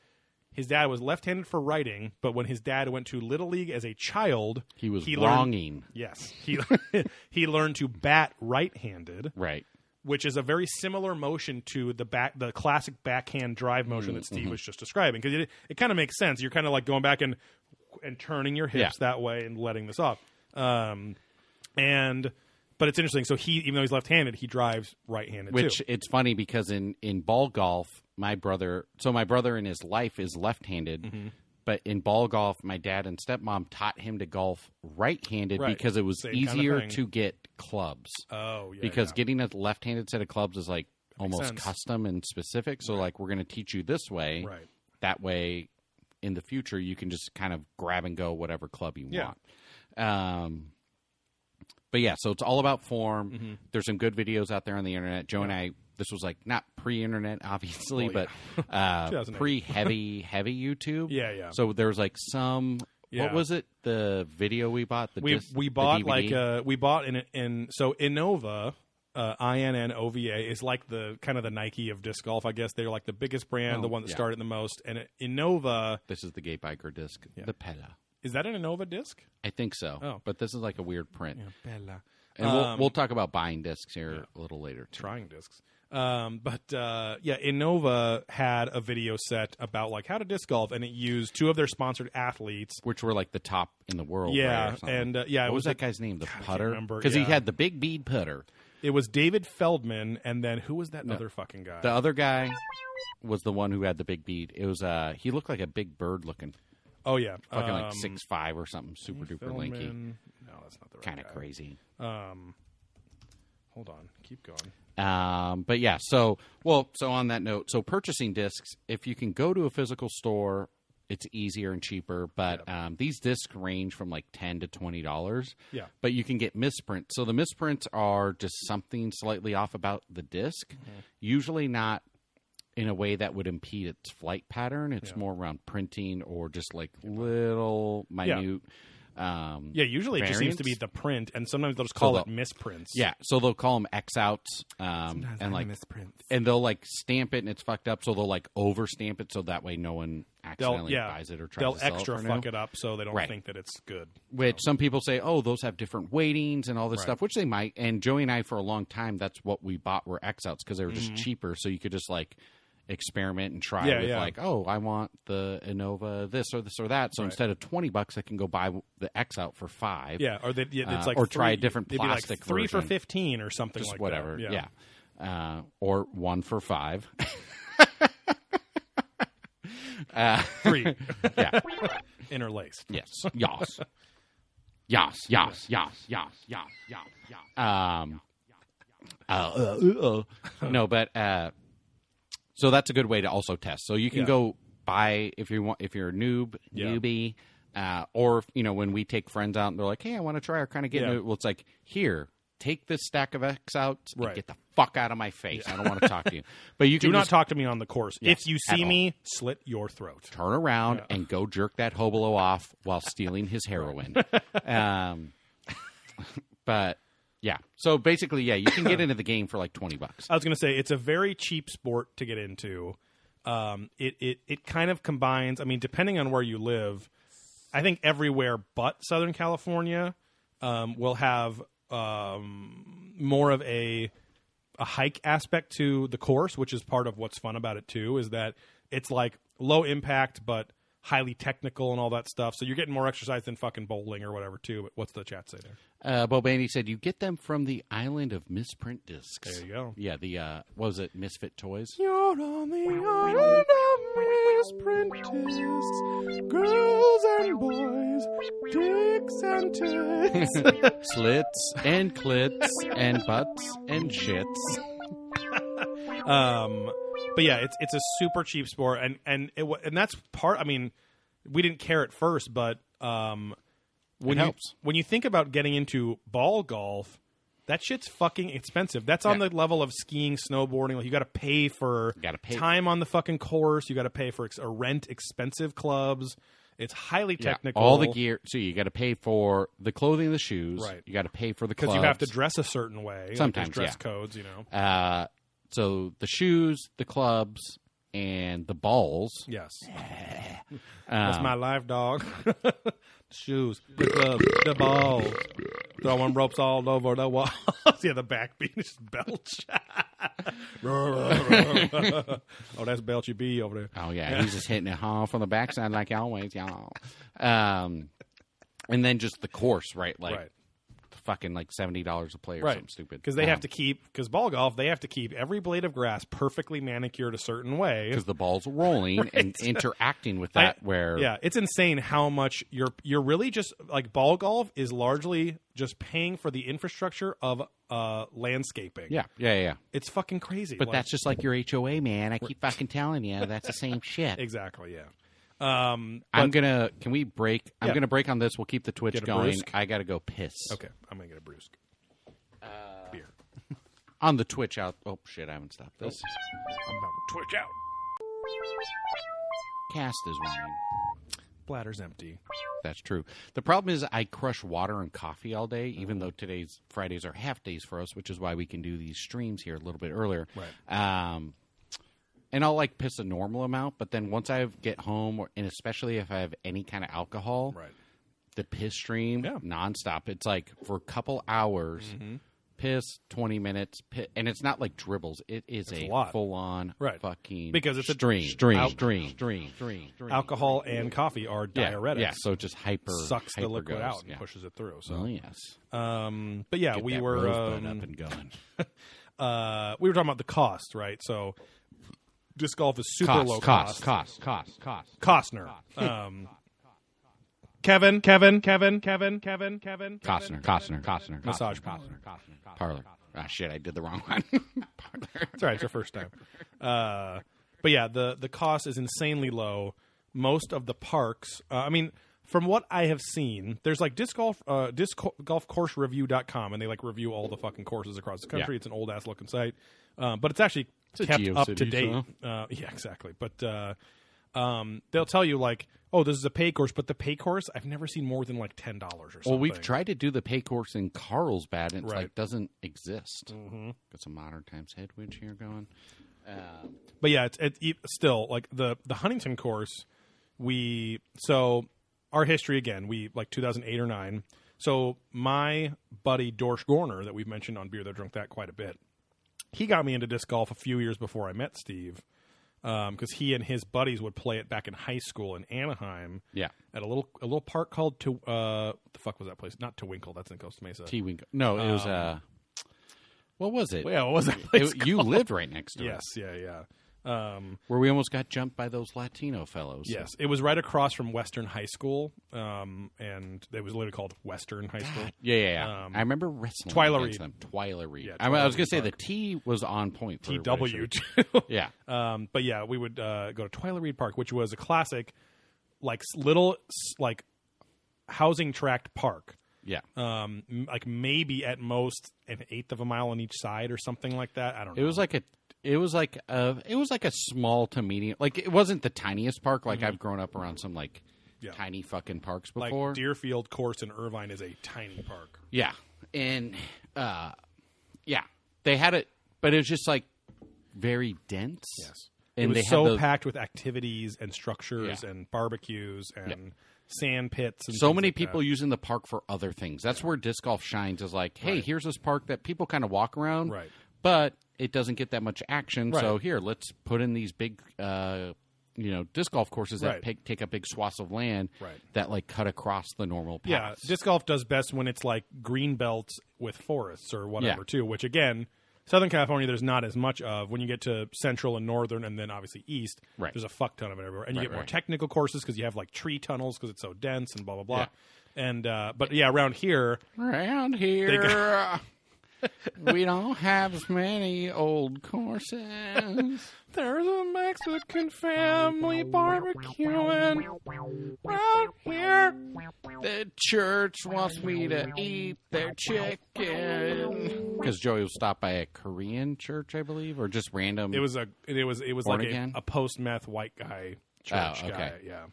S2: his dad was left-handed for writing, but when his dad went to little league as a child,
S3: He was
S2: learned-
S3: wronging.
S2: Yes, he he learned to bat right-handed,
S3: Right.
S2: which is a very similar motion to the back the classic backhand drive motion
S3: Mm-hmm,
S2: that Steve was just describing because it, it kind of makes sense. You're kind of like going back and and turning your hips that way and letting this off. Um, and but it's interesting. So he, even though he's left-handed, he drives right-handed
S3: Which
S2: too.
S3: it's funny because in in ball golf, my brother. So my brother in his life is left-handed,
S2: Mm-hmm.
S3: but in ball golf, my dad and stepmom taught him to golf right-handed
S2: Right.
S3: because it was
S2: Same kinda
S3: easier
S2: thing.
S3: to get clubs.
S2: Oh, yeah.
S3: because
S2: yeah.
S3: getting a left-handed set of clubs is like almost
S2: sense.
S3: custom and specific. So like we're going to teach you this way.
S2: Right.
S3: That way, in the future, you can just kind of grab and go whatever club you
S2: Yeah.
S3: want. Um. But yeah, so it's all about form.
S2: Mm-hmm.
S3: There's some good videos out there on the internet. Joe and I, this was like not pre-internet, obviously,
S2: Well,
S3: but uh,
S2: 2008.
S3: pre-heavy, heavy YouTube.
S2: Yeah, yeah.
S3: So there was like some. What
S2: Yeah.
S3: was it? The video we bought. The
S2: we
S3: disc-
S2: we
S3: the
S2: bought
S3: DVD?
S2: like uh we bought in in so Innova uh, I N N O V A is like the kind of the Nike of disc golf, I guess. They're like the biggest brand, the one
S3: Oh,
S2: that
S3: yeah.
S2: started the most. And it- Innova
S3: this is the gay biker disc, the Pella.
S2: is that an Innova disc?
S3: I think so.
S2: Oh. Um,
S3: But this is like a weird print.
S2: Bella.
S3: And we'll, we'll talk about buying discs here a little later.
S2: trying discs. Um, but uh, yeah, Innova had a video set about like how to disc golf, and it used two of their sponsored athletes.
S3: Which were like the top in the world. right,
S2: Yeah,
S3: or something.
S2: and uh, yeah,
S3: what
S2: it
S3: was
S2: was
S3: that guy's name? The putter?
S2: remember,
S3: Because
S2: yeah.
S3: he had the big bead putter.
S2: it was David Feldman, and then who was that other fucking guy?
S3: The other guy was the one who had the big bead. It was uh he looked like a big bird looking,
S2: oh yeah,
S3: fucking like
S2: Um,
S3: six five or something, super duper linky,
S2: Feldman. No, that's not the right
S3: kind of
S2: guy.
S3: crazy.
S2: Hold on, keep going.
S3: Um, but yeah, so well, so on that note, so purchasing discs, if you can go to a physical store, it's easier and cheaper. But um, these discs range from like ten to twenty dollars.
S2: Yeah.
S3: but you can get misprints. So the misprints are just something slightly off about the disk
S2: Mm-hmm.
S3: usually not in a way that would impede its flight pattern. It's more around printing or just like little minute. Um,
S2: Yeah, usually it just seems to be
S3: variants.
S2: the print, and sometimes they'll just call it
S3: the-
S2: misprints.
S3: Yeah, so they'll call them X outs, um, and like
S2: misprints.
S3: and they'll like stamp it and it's fucked up, so they'll like overstamp it so that way no one accidentally
S2: They'll yeah,
S3: buys it or tries
S2: they'll
S3: to sell
S2: extra
S3: it for
S2: fuck
S3: now.
S2: it up so they don't
S3: Right.
S2: think that it's good.
S3: Which some people say, oh, those have different weightings and all this stuff, which they might. And Joey and I, for a long time, that's what we bought were X outs because they were just cheaper, so you could just like experiment and try
S2: Mm-hmm. Yeah,
S3: with
S2: yeah.
S3: like, oh, I want the Innova this or this or that. So instead of twenty bucks, I can go buy the X out for five.
S2: Yeah, or they, yeah, it's
S3: Uh,
S2: like
S3: or try a
S2: three-
S3: different
S2: it'd be like
S3: plastic
S2: three for
S3: version.
S2: fifteen or something
S3: just
S2: like
S3: whatever.
S2: that.
S3: yeah. Uh, or one for five.
S2: three
S3: yeah.
S2: interlaced.
S3: Yes. Yas. Yas. Yas. Yas. Yas. Yas. Yas. Yas. Um. uh, uh, uh. no, but uh, so that's a good way to also test. So you can
S2: Yeah.
S3: go buy if you want if you're a noob
S2: Yeah.
S3: newbie. Uh, or you know when we take friends out and they're like, "Hey, I want to try," or kind of get
S2: Yeah.
S3: into it. Well, it's like, "Here, take this stack of X out and
S2: Right.
S3: get the fuck out of my face. I don't want to talk to you." But you
S2: Do
S3: can
S2: not
S3: just
S2: talk to me on the course.
S3: Yes,
S2: if you
S3: at
S2: see
S3: all.
S2: me, slit your throat.
S3: turn around and go jerk that hobolo off while stealing his heroin. um, but yeah, so basically, yeah, you can get into the game for like twenty bucks.
S2: I was going to say it's a very cheap sport to get into. Um, it it it kind of combines. I mean, depending on where you live, I think everywhere but Southern California um, will have um, more of a a hike aspect to the course, which is part of what's fun about it too. Is that it's like low impact but highly technical and all that stuff. So you're getting more exercise than fucking bowling or whatever too. But what's the chat say there?
S3: Uh, Bobaney said, "You get them from the island of misprint discs."
S2: There you go.
S3: Yeah, the uh, what was it? Misfit Toys.
S2: You're on the island of misprintists, girls and boys, dicks and tits.
S3: Slits and clits and butts and shits.
S2: Um, but yeah, it's it's a super cheap sport, and and it, wa- and that's part. I mean, we didn't care at first, but um, when
S3: It
S2: you
S3: helps.
S2: when you think about getting into ball golf, that shit's fucking expensive. That's on
S3: Yeah.
S2: the level of skiing, snowboarding. Like you got to pay for
S3: Gotta pay.
S2: time on the fucking course. You got to pay for ex- or rent expensive clubs. It's highly
S3: Yeah,
S2: technical.
S3: all the gear. So you got to pay for the clothing, the shoes.
S2: Right.
S3: You got to pay for the
S2: because
S3: clubs.
S2: you have to dress a certain way. like there's
S3: Sometimes,
S2: dress
S3: yeah.
S2: codes, you know.
S3: Uh, so the shoes, the clubs, and the balls.
S2: Yes, that's
S3: Um,
S2: my life, dog. Shoes, the clubs, the balls, throwing ropes all over the walls. yeah, the back beat is belch. oh, that's Belchy B over there.
S3: Oh yeah, he's just hitting it hard from the backside like always, y'all. Um, and then just the course, right? Like
S2: Right.
S3: fucking like seventy dollars a play or something stupid.
S2: Because they have to keep because ball golf they have to keep every blade of grass perfectly manicured a certain way.
S3: because Um, the ball's rolling and interacting with that.
S2: I-
S3: where
S2: yeah it's insane how much you're you're really just like ball golf is largely just paying for the infrastructure of uh landscaping
S3: yeah, yeah, yeah.
S2: it's fucking crazy
S3: But
S2: like-
S3: that's just like your HOA, man. I keep fucking telling you, that's the same shit.
S2: exactly yeah um
S3: I'm gonna. Can we break? I'm
S2: Yeah.
S3: gonna break on this. We'll keep the Twitch
S2: Get a
S3: going.
S2: brewsk.
S3: I gotta go piss.
S2: okay i'm gonna get a brewsk beer
S3: On the Twitch out. Oh shit! I haven't stopped this.
S2: i'm about to twitch out
S3: Cast is running.
S2: bladder's empty
S3: That's true. The problem is I crush water and coffee all day, even though today's Fridays are half days for us, which is why we can do these streams here a little bit earlier. Right. Um, and I'll like piss a normal amount, but then once I get home, or, and especially if I have any kind of alcohol,
S2: right
S3: the piss stream
S2: Yeah. Mm-hmm.
S3: nonstop. It's like for a couple hours, piss twenty minutes, pi and it's not like dribbles. It is
S2: a
S3: a,
S2: lot.
S3: full on
S2: Right.
S3: fucking
S2: Because it's a
S3: stream,
S2: sh-
S3: stream,
S2: al-
S3: stream, stream, stream, stream.
S2: alcohol and coffee are
S3: Yeah,
S2: diuretics
S3: Yeah, so it just hyper
S2: sucks the
S3: hyper
S2: liquid
S3: goes.
S2: out and
S3: yeah.
S2: pushes it through so
S3: Oh yes,
S2: um but yeah
S3: Get
S2: we
S3: that
S2: were
S3: rosebud
S2: um,
S3: up and going.
S2: uh, we were talking about the cost, right? So disc golf is super
S3: Cost,
S2: low
S3: cost,
S2: cost.
S3: cost, cost, cost.
S2: Costner. Um, Kevin, Kevin, Kevin, Kevin, Kevin, Kevin.
S3: Costner, Costner, Costner,
S2: Massage
S3: Costner, Costner, parlor. Ah, shit, I did the wrong one. parlor.
S2: It's all right. It's our first time. Uh, but yeah, the the cost is insanely low. Most of the parks, uh, I mean, from what I have seen, there's like disc golf, uh, disc co- golf course review.com, and they like review all the fucking courses across the country.
S3: Yeah.
S2: It's an old ass looking site, um, but it's actually kept up to
S3: GeoCities,
S2: date. Uh, yeah, exactly. But uh, um, they'll tell you like, oh, this is a pay course, but the pay course I've never seen more than like ten dollars or something.
S3: Well, we've tried to do the pay course in Carlsbad, and it's
S2: Right. Mm-hmm.
S3: like doesn't exist. Got some modern times headwind here going.
S2: but yeah, it's, it's e- still like the the Huntington course. We so our history again. We like 2008 or nine. So my buddy Dorsch Gorner that we've mentioned on Beer That Drunk That quite a bit. He got me into disc golf a few years before I met Steve, because he and his buddies would play it back in high school in Anaheim.
S3: Yeah.
S2: at a little a little park called to uh, what the fuck was that place? Not to Winkle. That's in Costa Mesa.
S3: T Wing. No, it was.
S2: Um,
S3: Uh, what was it?
S2: yeah, what was that place?
S3: It- you lived right next to
S2: yes,
S3: us,
S2: yeah, yeah. Um,
S3: where we almost got jumped by those Latino fellows.
S2: Yes, it was right across from Western High School, um, and it was literally called Western High School.
S3: Yeah, yeah, yeah.
S2: Um,
S3: I remember wrestling
S2: Twiler
S3: against
S2: Reed.
S3: them. Twyler Reed.
S2: Yeah,
S3: I, mean, I was
S2: Twyler
S3: going to say
S2: Reed
S3: the T was on point. for
S2: TW
S3: Richard.
S2: E too.
S3: Yeah,
S2: um, but yeah, we would uh, go to Twyla Reed Park, which was a classic, like s- little s- like housing tract park.
S3: yeah.
S2: Um, m- like maybe at most an eighth of a mile on each side or something like that. I don't know.
S3: It was like a it was like a it was like a small to medium like it wasn't the tiniest park like I've grown up around some like
S2: Mm-hmm. Yeah.
S3: tiny fucking parks
S2: like
S3: before.
S2: Deerfield Course in Irvine is a tiny park.
S3: yeah. And uh yeah, they had it but it was just like very dense.
S2: Yes.
S3: And
S2: it was
S3: they
S2: so
S3: had those,
S2: packed with activities and structures
S3: Yeah.
S2: and barbecues and sand pits. And
S3: so
S2: things
S3: many
S2: like
S3: people
S2: that.
S3: using the park for other things. That's where disc golf shines is like, hey, here's this park that people kind of walk around.
S2: Right.
S3: But it doesn't get that much action. So
S2: Right.
S3: here, let's put in these big uh you know disc golf courses that
S2: Right.
S3: pick, take up big swaths of land
S2: Right.
S3: that like cut across the normal
S2: Yeah,
S3: paths.
S2: disc golf does best when it's like green belts with forests or whatever
S3: Yeah.
S2: too. Which again, Southern California, there's not as much of. When you get to Central and Northern, and then obviously East,
S3: Right.
S2: there's a fuck ton of it everywhere, and you
S3: Right,
S2: get more
S3: right.
S2: technical courses because you have like tree tunnels because it's so dense and blah blah blah.
S3: Yeah.
S2: And uh, but yeah, around here,
S3: Around here, we don't have as many old courses. Oh,
S2: There's a Mexican family barbecuing right here.
S3: the church wants me to eat their chicken. Because Joey was stopped by a Korean church, I believe, or just random.
S2: It was a it was it was
S3: Born
S2: like a,
S3: again?
S2: a post meth white guy
S3: Oh,
S2: church guy.
S3: okay.
S2: Yeah.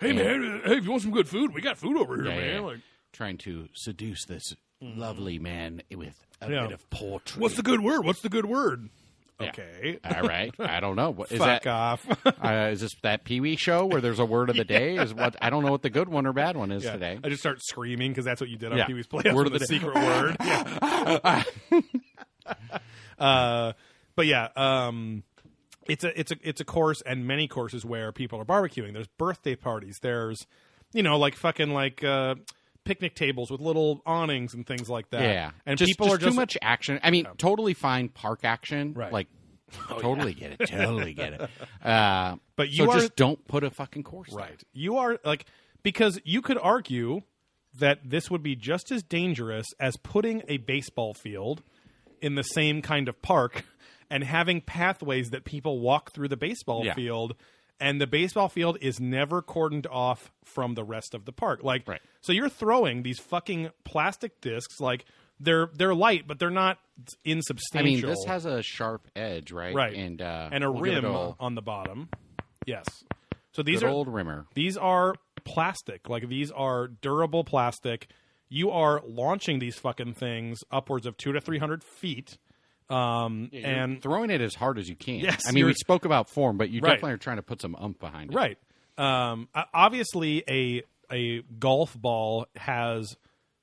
S2: Hey man, hey, if you want some good food, we got food over here,
S3: Yeah,
S2: man.
S3: yeah.
S2: Like,
S3: trying to seduce this lovely man with a
S2: Mm-hmm. Yeah.
S3: bit of poetry.
S2: what's the good word? What's the good word?
S3: Yeah.
S2: Okay.
S3: All right, I don't know. What is
S2: Fuck
S3: that?
S2: off.
S3: Uh, is this that Pee Wee show where there's a word of the day? Is what I don't know what the good one or bad one is
S2: Yeah.
S3: today.
S2: I just start screaming because that's what you did on
S3: Yeah.
S2: Pee Wee's Playhouse
S3: Word of
S2: with the
S3: the day.
S2: secret word. Yeah. uh, but yeah, um, it's a it's a it's a course and many courses where people are barbecuing. There's birthday parties. There's you know like fucking like uh, picnic tables with little awnings and things like that.
S3: Yeah,
S2: and
S3: Just-
S2: people
S3: just
S2: are just
S3: too much action. I mean, totally fine park action.
S2: Right.
S3: Like, totally get it. Totally get it. Uh,
S2: But
S3: so
S2: you are-
S3: just don't put a fucking course. there.
S2: Right. You are like because you could argue that this would be just as dangerous as putting a baseball field in the same kind of park and having pathways that people walk through the baseball
S3: Yeah.
S2: field and the baseball field is never cordoned off from the rest of the park. Like
S3: Right.
S2: so you're throwing these fucking plastic discs like they're they're light but they're not
S3: I
S2: insubstantial.
S3: mean, this has a sharp edge, right?
S2: right
S3: And uh,
S2: and a
S3: we'll give it
S2: rim
S3: all-
S2: on the bottom. Yes. So these
S3: good
S2: are
S3: old rimmer.
S2: these are plastic. Like these are durable plastic. You are launching these fucking things upwards of two to three hundred feet. Um, and
S3: Throwing it as hard as you can.
S2: Yes,
S3: I mean,
S2: you're-
S3: we spoke about form, but you
S2: Right.
S3: definitely are trying to put some umph behind it.
S2: right, um, o- obviously a a golf ball has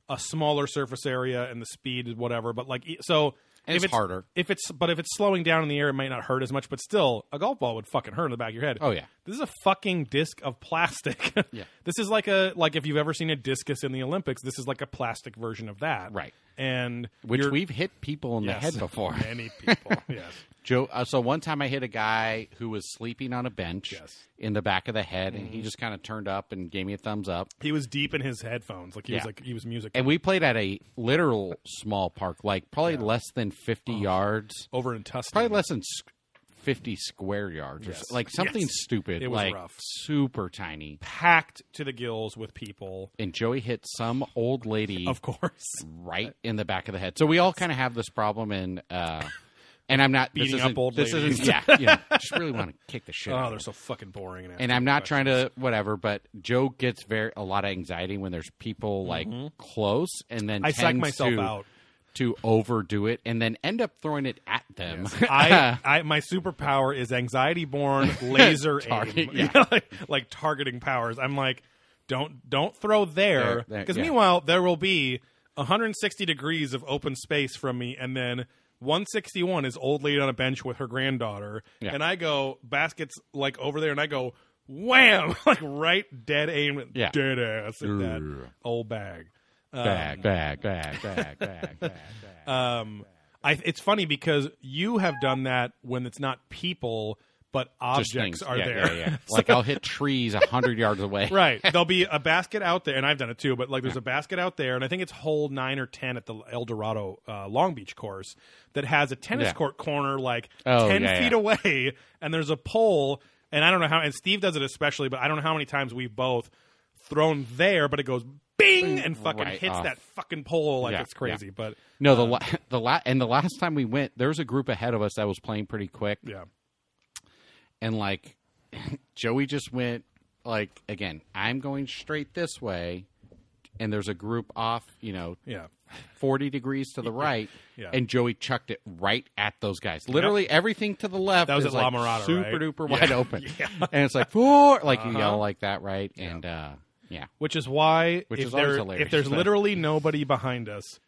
S2: a smaller surface area and the speed is whatever. But like e- so.
S3: And
S2: if
S3: it's harder.
S2: If it's but if it's slowing down in the air, it might not hurt as much. But still, a golf ball would fucking hurt in the back of your head.
S3: Oh, yeah.
S2: this is a fucking disc of plastic.
S3: Yeah.
S2: this is like a like if you've ever seen a discus in the Olympics, this is like a plastic version of that.
S3: Right.
S2: And
S3: Which
S2: you're-
S3: we've hit people in
S2: Yes.
S3: the head before.
S2: many people. yes.
S3: Joe. Uh, so one time I hit a guy who was sleeping on a bench
S2: Yes. Mm-hmm.
S3: in the back of the head, and he just kind of turned up and gave me a thumbs up.
S2: He was deep in his headphones, like he was
S3: Yeah.
S2: like he was music
S3: And we played at a literal small park, like probably less than fifty
S2: Oh.
S3: yards,
S2: over in Tustin.
S3: probably less than s- fifty square yards, or
S2: Mm-hmm. Yes.
S3: s- like something
S2: Yes.
S3: stupid,
S2: It was
S3: like
S2: rough.
S3: super tiny.
S2: packed to the gills with people,
S3: And Joey hit some old lady
S2: of course.
S3: right in the back of the head. So we all kind of have this problem, and uh, and I'm not this
S2: Beating up
S3: isn't-
S2: old
S3: this
S2: ladies.
S3: Isn't, yeah, yeah, just really want to kick the shit. out
S2: Oh,
S3: of
S2: they're
S3: them.
S2: so fucking boring. And,
S3: and I'm not trying to whatever, but Joe gets very a lot of anxiety when there's people like close, and then
S2: Mm-hmm. I psych
S3: tends
S2: myself
S3: to,
S2: out.
S3: to overdo it, and then end up throwing it at them.
S2: I, I my superpower is anxiety born laser
S3: Target,
S2: aim,
S3: yeah.
S2: like, like targeting powers. I'm like, don't don't throw there
S3: There, there,
S2: because
S3: yeah.
S2: meanwhile there will be 160 degrees of open space from me, and then 161 is old lady on a bench with her granddaughter,
S3: Yeah.
S2: and I go baskets like over there, and I go wham like right dead aim,
S3: Yeah.
S2: dead ass at that
S3: Grr.
S2: old bag.
S3: back, back, back, back, back, back, back.
S2: Um, I, it's funny because you have done that when it's not people, but
S3: Just
S2: objects
S3: things.
S2: are
S3: yeah,
S2: there.
S3: Yeah, yeah. Like I'll hit trees a hundred yards away.
S2: right. There'll be a basket out there, and I've done it too. But like, there's a basket out there, and I think it's hole nine or ten at the El Dorado uh, Long Beach course that has a tennis
S3: Yeah.
S2: court corner like
S3: Oh,
S2: ten
S3: yeah,
S2: feet
S3: yeah.
S2: away, and there's a pole. And I don't know how, and Steve does it especially, but I don't know how many times we've both thrown there, but it goes bing and fucking
S3: Right
S2: hits
S3: off.
S2: that fucking pole like
S3: Yeah,
S2: it's crazy. But
S3: No, the la- the la- and the last time we went, there was a group ahead of us that was playing pretty quick,
S2: yeah,
S3: and like Joey just went like again. I'm going straight this way, and there's a group off, you know,
S2: yeah,
S3: 40 degrees to the right,
S2: Yeah.
S3: and Joey chucked it right at those guys. Literally everything to the left
S2: That was
S3: is
S2: at La
S3: like
S2: Mirada,
S3: super
S2: right?
S3: duper
S2: Yeah. Uh-huh.
S3: wide open. And it's like, four, like you yell like that, right? And uh, yeah.
S2: Which is why
S3: Which
S2: if,
S3: is always
S2: there,
S3: hilarious,
S2: if there's
S3: but-
S2: literally nobody behind us,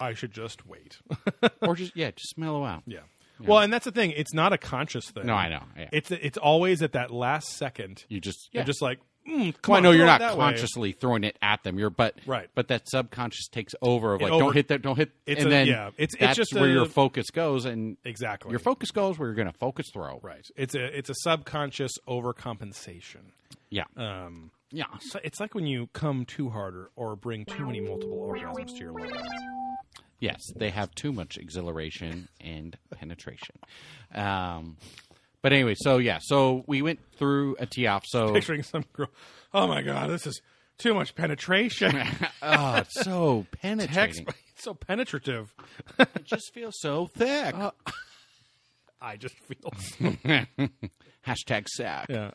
S2: I should just wait.
S3: Or just, yeah, just mellow out.
S2: yeah. Well, and that's the thing. It's not a conscious thing.
S3: No, I know, yeah.
S2: It's it's always at that last second.
S3: You just
S2: You're
S3: yeah.
S2: just like, mm,
S3: Well,
S2: come
S3: I
S2: on,
S3: know
S2: throw
S3: you're
S2: it
S3: not
S2: that way.
S3: consciously throwing it at them. You're but
S2: Right.
S3: but that subconscious takes over of
S2: It
S3: like
S2: over-
S3: don't hit that, don't hit,
S2: It's
S3: and
S2: a-
S3: then
S2: yeah, it's- it's
S3: that's
S2: just
S3: where
S2: a-
S3: your focus goes, and
S2: Exactly.
S3: your focus goes where you're going to focus throw.
S2: right. It's a it's a subconscious overcompensation.
S3: Yeah.
S2: Um,
S3: yeah.
S2: so it's like when you come too hard or, or bring too many multiple orgasms to your lips.
S3: Yes, they have too much exhilaration and penetration. Um, but anyway, so yeah, so we went through a tee off. So
S2: Picturing some girl. Oh my god, this is too much penetration.
S3: oh, it's so penetrating.
S2: Text, it's so penetrative.
S3: It just feels so thick.
S2: I just feel.
S3: Hashtag sack.
S2: Yeah.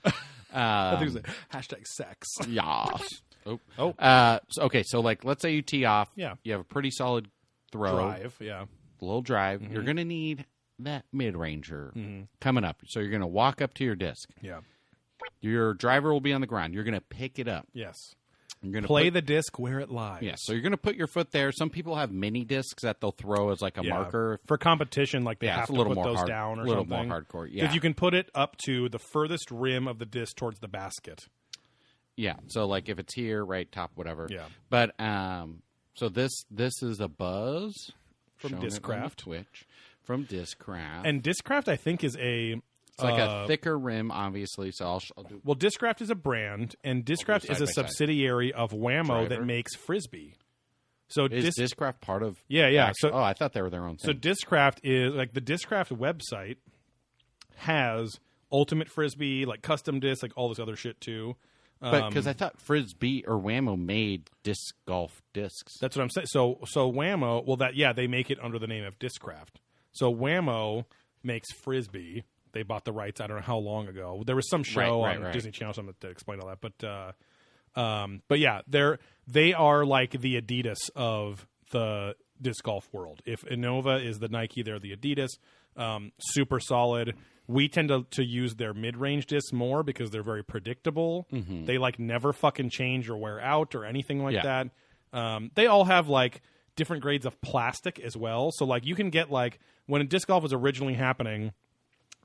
S2: I think it was a hashtag sex.
S3: Yas. Oh.
S2: Oh.
S3: Uh, so- okay, so like, let's say you tee off.
S2: Yeah.
S3: You have a pretty solid throw,
S2: Drive. Mm-hmm. Yeah.
S3: little drive. You're gonna need that mid ranger coming up. So you're gonna walk up to your disc.
S2: Mm-hmm. Yeah.
S3: Your driver will be on the ground. You're gonna pick it up.
S2: Yes.
S3: You're gonna
S2: Play
S3: Put,
S2: the disc where it lies.
S3: yeah. So you're gonna put your foot there. Some people have mini discs that they'll throw as like a
S2: Yeah.
S3: marker.
S2: for competition. Like they
S3: Yeah,
S2: have
S3: it's a
S2: to
S3: little
S2: put
S3: more
S2: those
S3: hard-
S2: down or
S3: little more
S2: something.
S3: hardcore,
S2: 'Cause
S3: yeah.
S2: you can put it up to the furthest rim of the disc towards the basket.
S3: Yeah. So like if it's here, right top, whatever.
S2: Yeah.
S3: But um, so this this is a buzz
S2: From
S3: Shown it on the
S2: Discraft.
S3: Twitch from Discraft.
S2: And discraft, I think, is a
S3: It's like
S2: uh,
S3: a thicker rim, obviously. So I'll, sh- I'll do.
S2: well. Discraft is a brand, and Discraft
S3: side
S2: is a
S3: by side.
S2: subsidiary of Whammo
S3: Driver.
S2: that makes frisbee. So
S3: Is
S2: Disc-
S3: Discraft part of?
S2: Yeah, yeah.
S3: Actu-
S2: So-
S3: oh, I thought they were their own
S2: So
S3: thing.
S2: Discraft is like the Discraft website has ultimate frisbee, like custom disc, like all this other shit too. um,
S3: but because I thought Frisbee or Whammo made disc golf discs.
S2: That's what I'm saying. So so Whammo, well that yeah, they make it under the name of Discraft. So Whammo makes frisbee. They bought the rights. I don't know how long ago. There was some show
S3: Right, right,
S2: on
S3: right.
S2: Disney Channel something to explain all that. But uh, um, but yeah, they're they are like the Adidas of the disc golf world. If Innova is the Nike, they're the Adidas. Um, super solid. We tend to, to use their mid range discs more because they're very predictable. They like never fucking change or wear out or anything like
S3: Mm-hmm. Yeah.
S2: that that. Um, they all have like different grades of plastic as well. So like you can get like when disc golf was originally happening,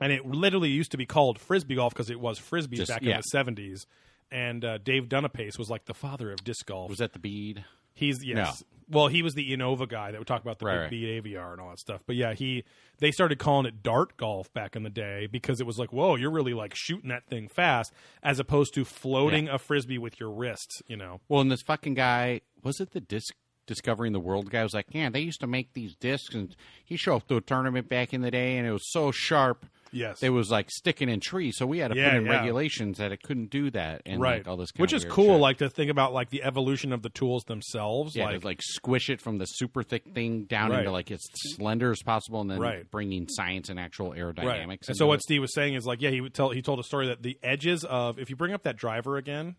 S2: and it literally used to be called frisbee golf because it was frisbees
S3: Just-
S2: back
S3: yeah.
S2: in the seventies. And uh, Dave Dunapace was like the father of disc golf.
S3: Was that the bead?
S2: He's yes. Well, he was the Innova guy that would talk about the
S3: Right,
S2: big beat AVR and all that stuff. But yeah, he they started calling it dart golf back in the day because it was like, whoa, you're really like shooting that thing fast, as opposed to floating a frisbee with your wrist. You know,
S3: Well, and this fucking guy was it the disc discovering the world guy was like, yeah, they used to make these discs, and he showed up to a tournament back in the day, and it was so sharp.
S2: Yes.
S3: it was like sticking in trees, so we had to
S2: Yeah,
S3: put in
S2: yeah.
S3: regulations that it couldn't do that, and
S2: right
S3: like, all this, kind
S2: which
S3: of
S2: is
S3: weird
S2: cool
S3: shit.
S2: like to think about like the evolution of the tools themselves
S3: Yeah,
S2: like,
S3: to like squish it from the super thick thing down
S2: Right.
S3: into like as slender as possible, and then
S2: Right.
S3: bringing science and actual aerodynamics.
S2: right and
S3: into
S2: so what
S3: it.
S2: steve was saying is like yeah he would tell he told a story that the edges of if you bring up that driver again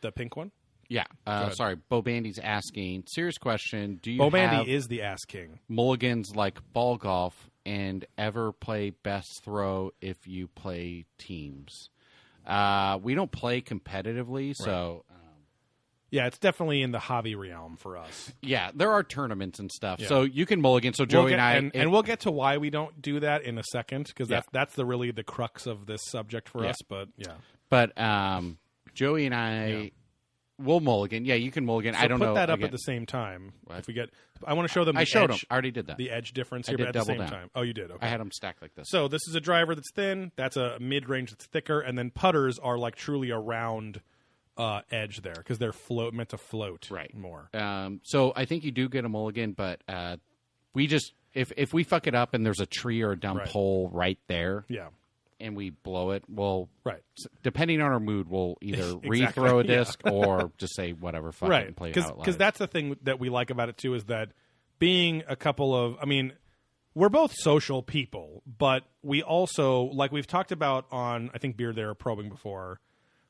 S2: the pink one
S3: Yeah, uh, sorry, Bo Bandy's asking serious question. Do you
S2: bo
S3: have
S2: bandy is the ass king
S3: mulligans like ball golf and ever play best throw if you play teams? Uh, we don't play competitively, so
S2: yeah it's definitely in the hobby realm for us
S3: yeah, there are tournaments and stuff. So you can mulligan. So Joey
S2: We'll get-
S3: and I,
S2: and,
S3: it-
S2: and we'll get to why we don't do that in a second because
S3: Yeah.
S2: that's that's the really the crux of this subject for
S3: Yeah.
S2: us but yeah
S3: but um, Joey and I. Will mulligan? Yeah, you can mulligan. I
S2: So
S3: don't
S2: put
S3: know.
S2: that up
S3: again.
S2: at the same time if we get i want to show them
S3: I
S2: the
S3: showed
S2: edge,
S3: him. I already did that.
S2: the edge difference
S3: I
S2: here
S3: did
S2: but at the
S3: double
S2: same
S3: down.
S2: time oh you did okay
S3: I had them stacked like this.
S2: So this is a driver that's thin. That's a mid range that's thicker, and then putters are like truly a round uh, edge there because they're float meant to float
S3: Right.
S2: more.
S3: Um, so I think you do get a mulligan, but uh, we just if if we fuck it up and there's a tree or a dumb
S2: Right.
S3: pole right there,
S2: Yeah,
S3: and we blow it, well,
S2: right,
S3: s- depending on our mood, we'll either
S2: Exactly,
S3: rethrow a
S2: yeah.
S3: disc or just say whatever, fuck it,
S2: right.
S3: and play it
S2: Because
S3: out loud.
S2: that's the thing that we like about it too is that being a couple of I mean we're both social people, but we also like we've talked about on I think Beard there probing before.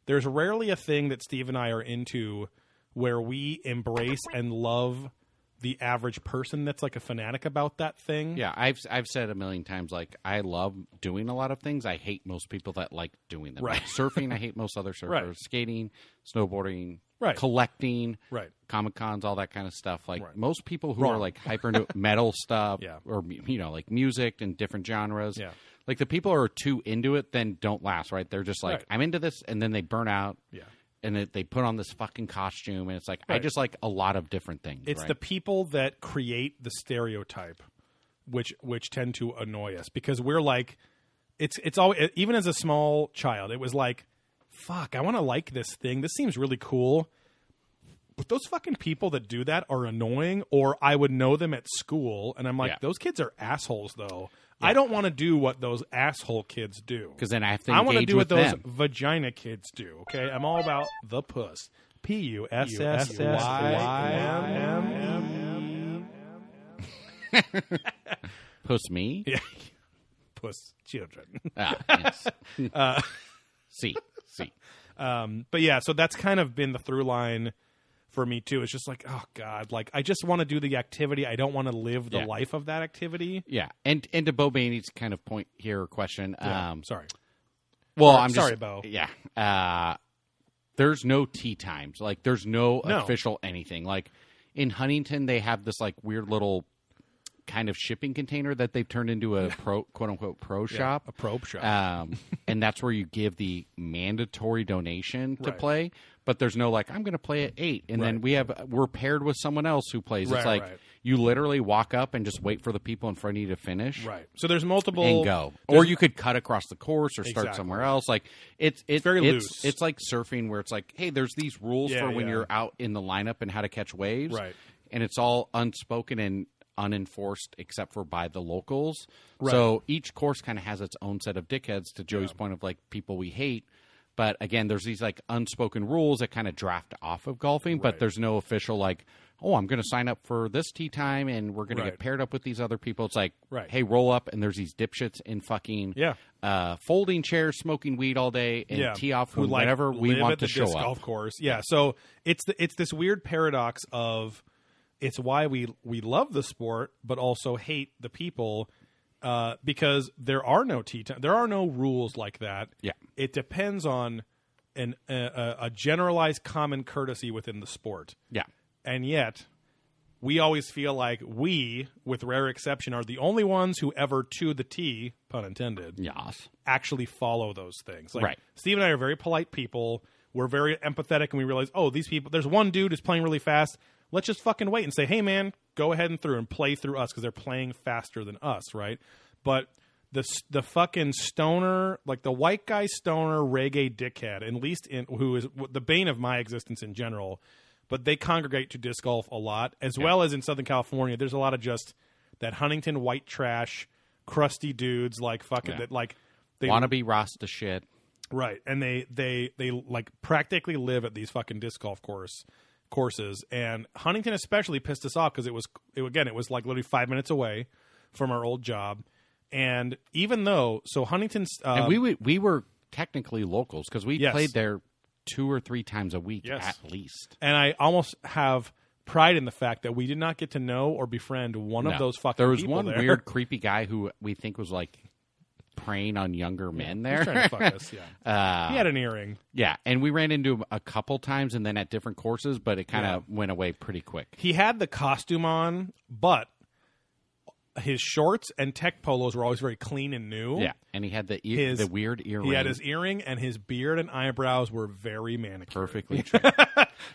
S2: There's rarely a thing that Steve and I are into where we embrace and love the average person that's like a fanatic about that thing.
S3: yeah, I've I've said a million times like I love doing a lot of things. I hate most people that like doing them.
S2: Right.
S3: Like surfing, I hate most other surfers.
S2: Right.
S3: Skating, snowboarding,
S2: Right.
S3: collecting,
S2: Right.
S3: Comic Cons, all that kind of stuff. Like
S2: Right.
S3: most people who are
S2: Wrong.
S3: like hyper into metal stuff,
S2: Yeah.
S3: or you know, like music and different genres.
S2: Yeah.
S3: Like the people who are too into it, then don't last. Right? They're just like,
S2: Right.
S3: I'm into this, and then they burn out.
S2: Yeah.
S3: And it, they put on this fucking costume, and it's like I
S2: Right.
S3: just like a lot of different things.
S2: It's
S3: right?
S2: the people that create the stereotype, which which tend to annoy us because we're like, it's it's all even as a small child, it was like, fuck, I want to like this thing. This seems really cool. But those fucking people that do that are annoying, or I would know them at school, and I'm like,
S3: Yeah.
S2: those kids are assholes, though. I don't want to do what those asshole kids do.
S3: because then I have to.
S2: I want to
S3: engage
S2: do what
S3: with
S2: those
S3: them.
S2: vagina kids do. Okay, I'm all about the puss. P U S S S Y M M.
S3: Puss me.
S2: Yeah, puss children.
S3: Ah, yes. see, see.
S2: Um, but yeah, so that's kind of been the through line for me too. It's just like, oh god, like I just want to do the activity. I don't want to live the
S3: Yeah.
S2: life of that activity.
S3: Yeah, and and to Bo Bainey's kind of point here or question. Um,
S2: Sorry.
S3: well,
S2: Sorry-
S3: I'm just-
S2: sorry, Bo.
S3: Yeah, uh, there's no tea times. Like, there's no,
S2: No.
S3: official anything. Like in Huntington, they have this like weird little kind of shipping container that they've turned into a pro quote unquote pro shop.
S2: a probe shop.
S3: Um, and that's where you give the mandatory donation to
S2: Right.
S3: play, but there's no like I'm going to play at eight, and then
S2: Right.
S3: we have uh, we're paired with someone else who plays.
S2: Right,
S3: it's like
S2: right.
S3: you literally walk up and just wait for the people in front of you to finish,
S2: Right. So there's multiple
S3: and go. Or you could cut across the course or start
S2: Exactly.
S3: somewhere else. Like it's it's
S2: very
S3: it's,
S2: loose.
S3: It's like surfing where it's like, hey, there's these rules
S2: Yeah,
S3: for when
S2: yeah.
S3: you're out in the lineup and how to catch waves,
S2: Right.
S3: And it's all unspoken and unenforced except for by the locals. So each course kind of has its own set of dickheads. To Joey's point of like people we hate. But again, there's these like unspoken rules that kind of draft off of golfing, but there's no official like, oh, I'm going to sign up for this tea time and we're going to
S2: Right.
S3: get paired up with these other people. It's like,
S2: Right.
S3: hey, roll up, and there's these dipshits in fucking
S2: Yeah.
S3: uh, folding chairs, smoking weed all day, and tee off
S2: who,
S3: when,
S2: like,
S3: whenever we
S2: live
S3: want
S2: at
S3: to
S2: the
S3: show
S2: disc
S3: up.
S2: Golf course, yeah. So it's the, it's this weird paradox of it's why we we love the sport but also hate the people uh, because there are no tea time, there are no rules like that.
S3: Yeah.
S2: it depends on an a- a, a generalized common courtesy within the sport,
S3: Yeah,
S2: and yet. We always feel like we, with rare exception, are the only ones who ever to the T, pun intended,
S3: yes,
S2: actually follow those things. Like
S3: Right.
S2: Steve and I are very polite people. We're very empathetic, and we realize, oh, these people. There's one dude who's playing really fast. Let's just fucking wait and say, hey man, go ahead and through and play through us because they're playing faster than us, right? But the s- the fucking stoner, like the white guy stoner reggae dickhead, at least in who is w- the bane of my existence in general. But they congregate to disc golf a lot, as well as in Southern California. There's a lot of just that Huntington white trash, crusty dudes like fucking
S3: Yeah.
S2: that like they
S3: want to be Rasta shit.
S2: right and they they they like practically live at these fucking disc golf course courses and huntington especially pissed us off because it was it, again it was like literally five minutes away from our old job and even though so huntington's uh,
S3: and we would, we were technically locals because we
S2: Yes.
S3: played there two or three times a week
S2: Yes.
S3: at least.
S2: and i almost have pride in the fact that we did not get to know or befriend one
S3: No.
S2: of those fucking
S3: there was
S2: people
S3: one
S2: there.
S3: weird creepy guy who we think was like preying on younger men there.
S2: trying to fuck us yeah
S3: Uh,
S2: he had an earring
S3: yeah, and we ran into him a couple times, and then at different courses, but it kind of went away pretty quick.
S2: he had the costume on, but his shorts and tech polos were always very clean and new.
S3: Yeah, and he had the ear,
S2: His-
S3: the weird earring.
S2: He had his earring and his beard and eyebrows were very manicured.
S3: perfectly true.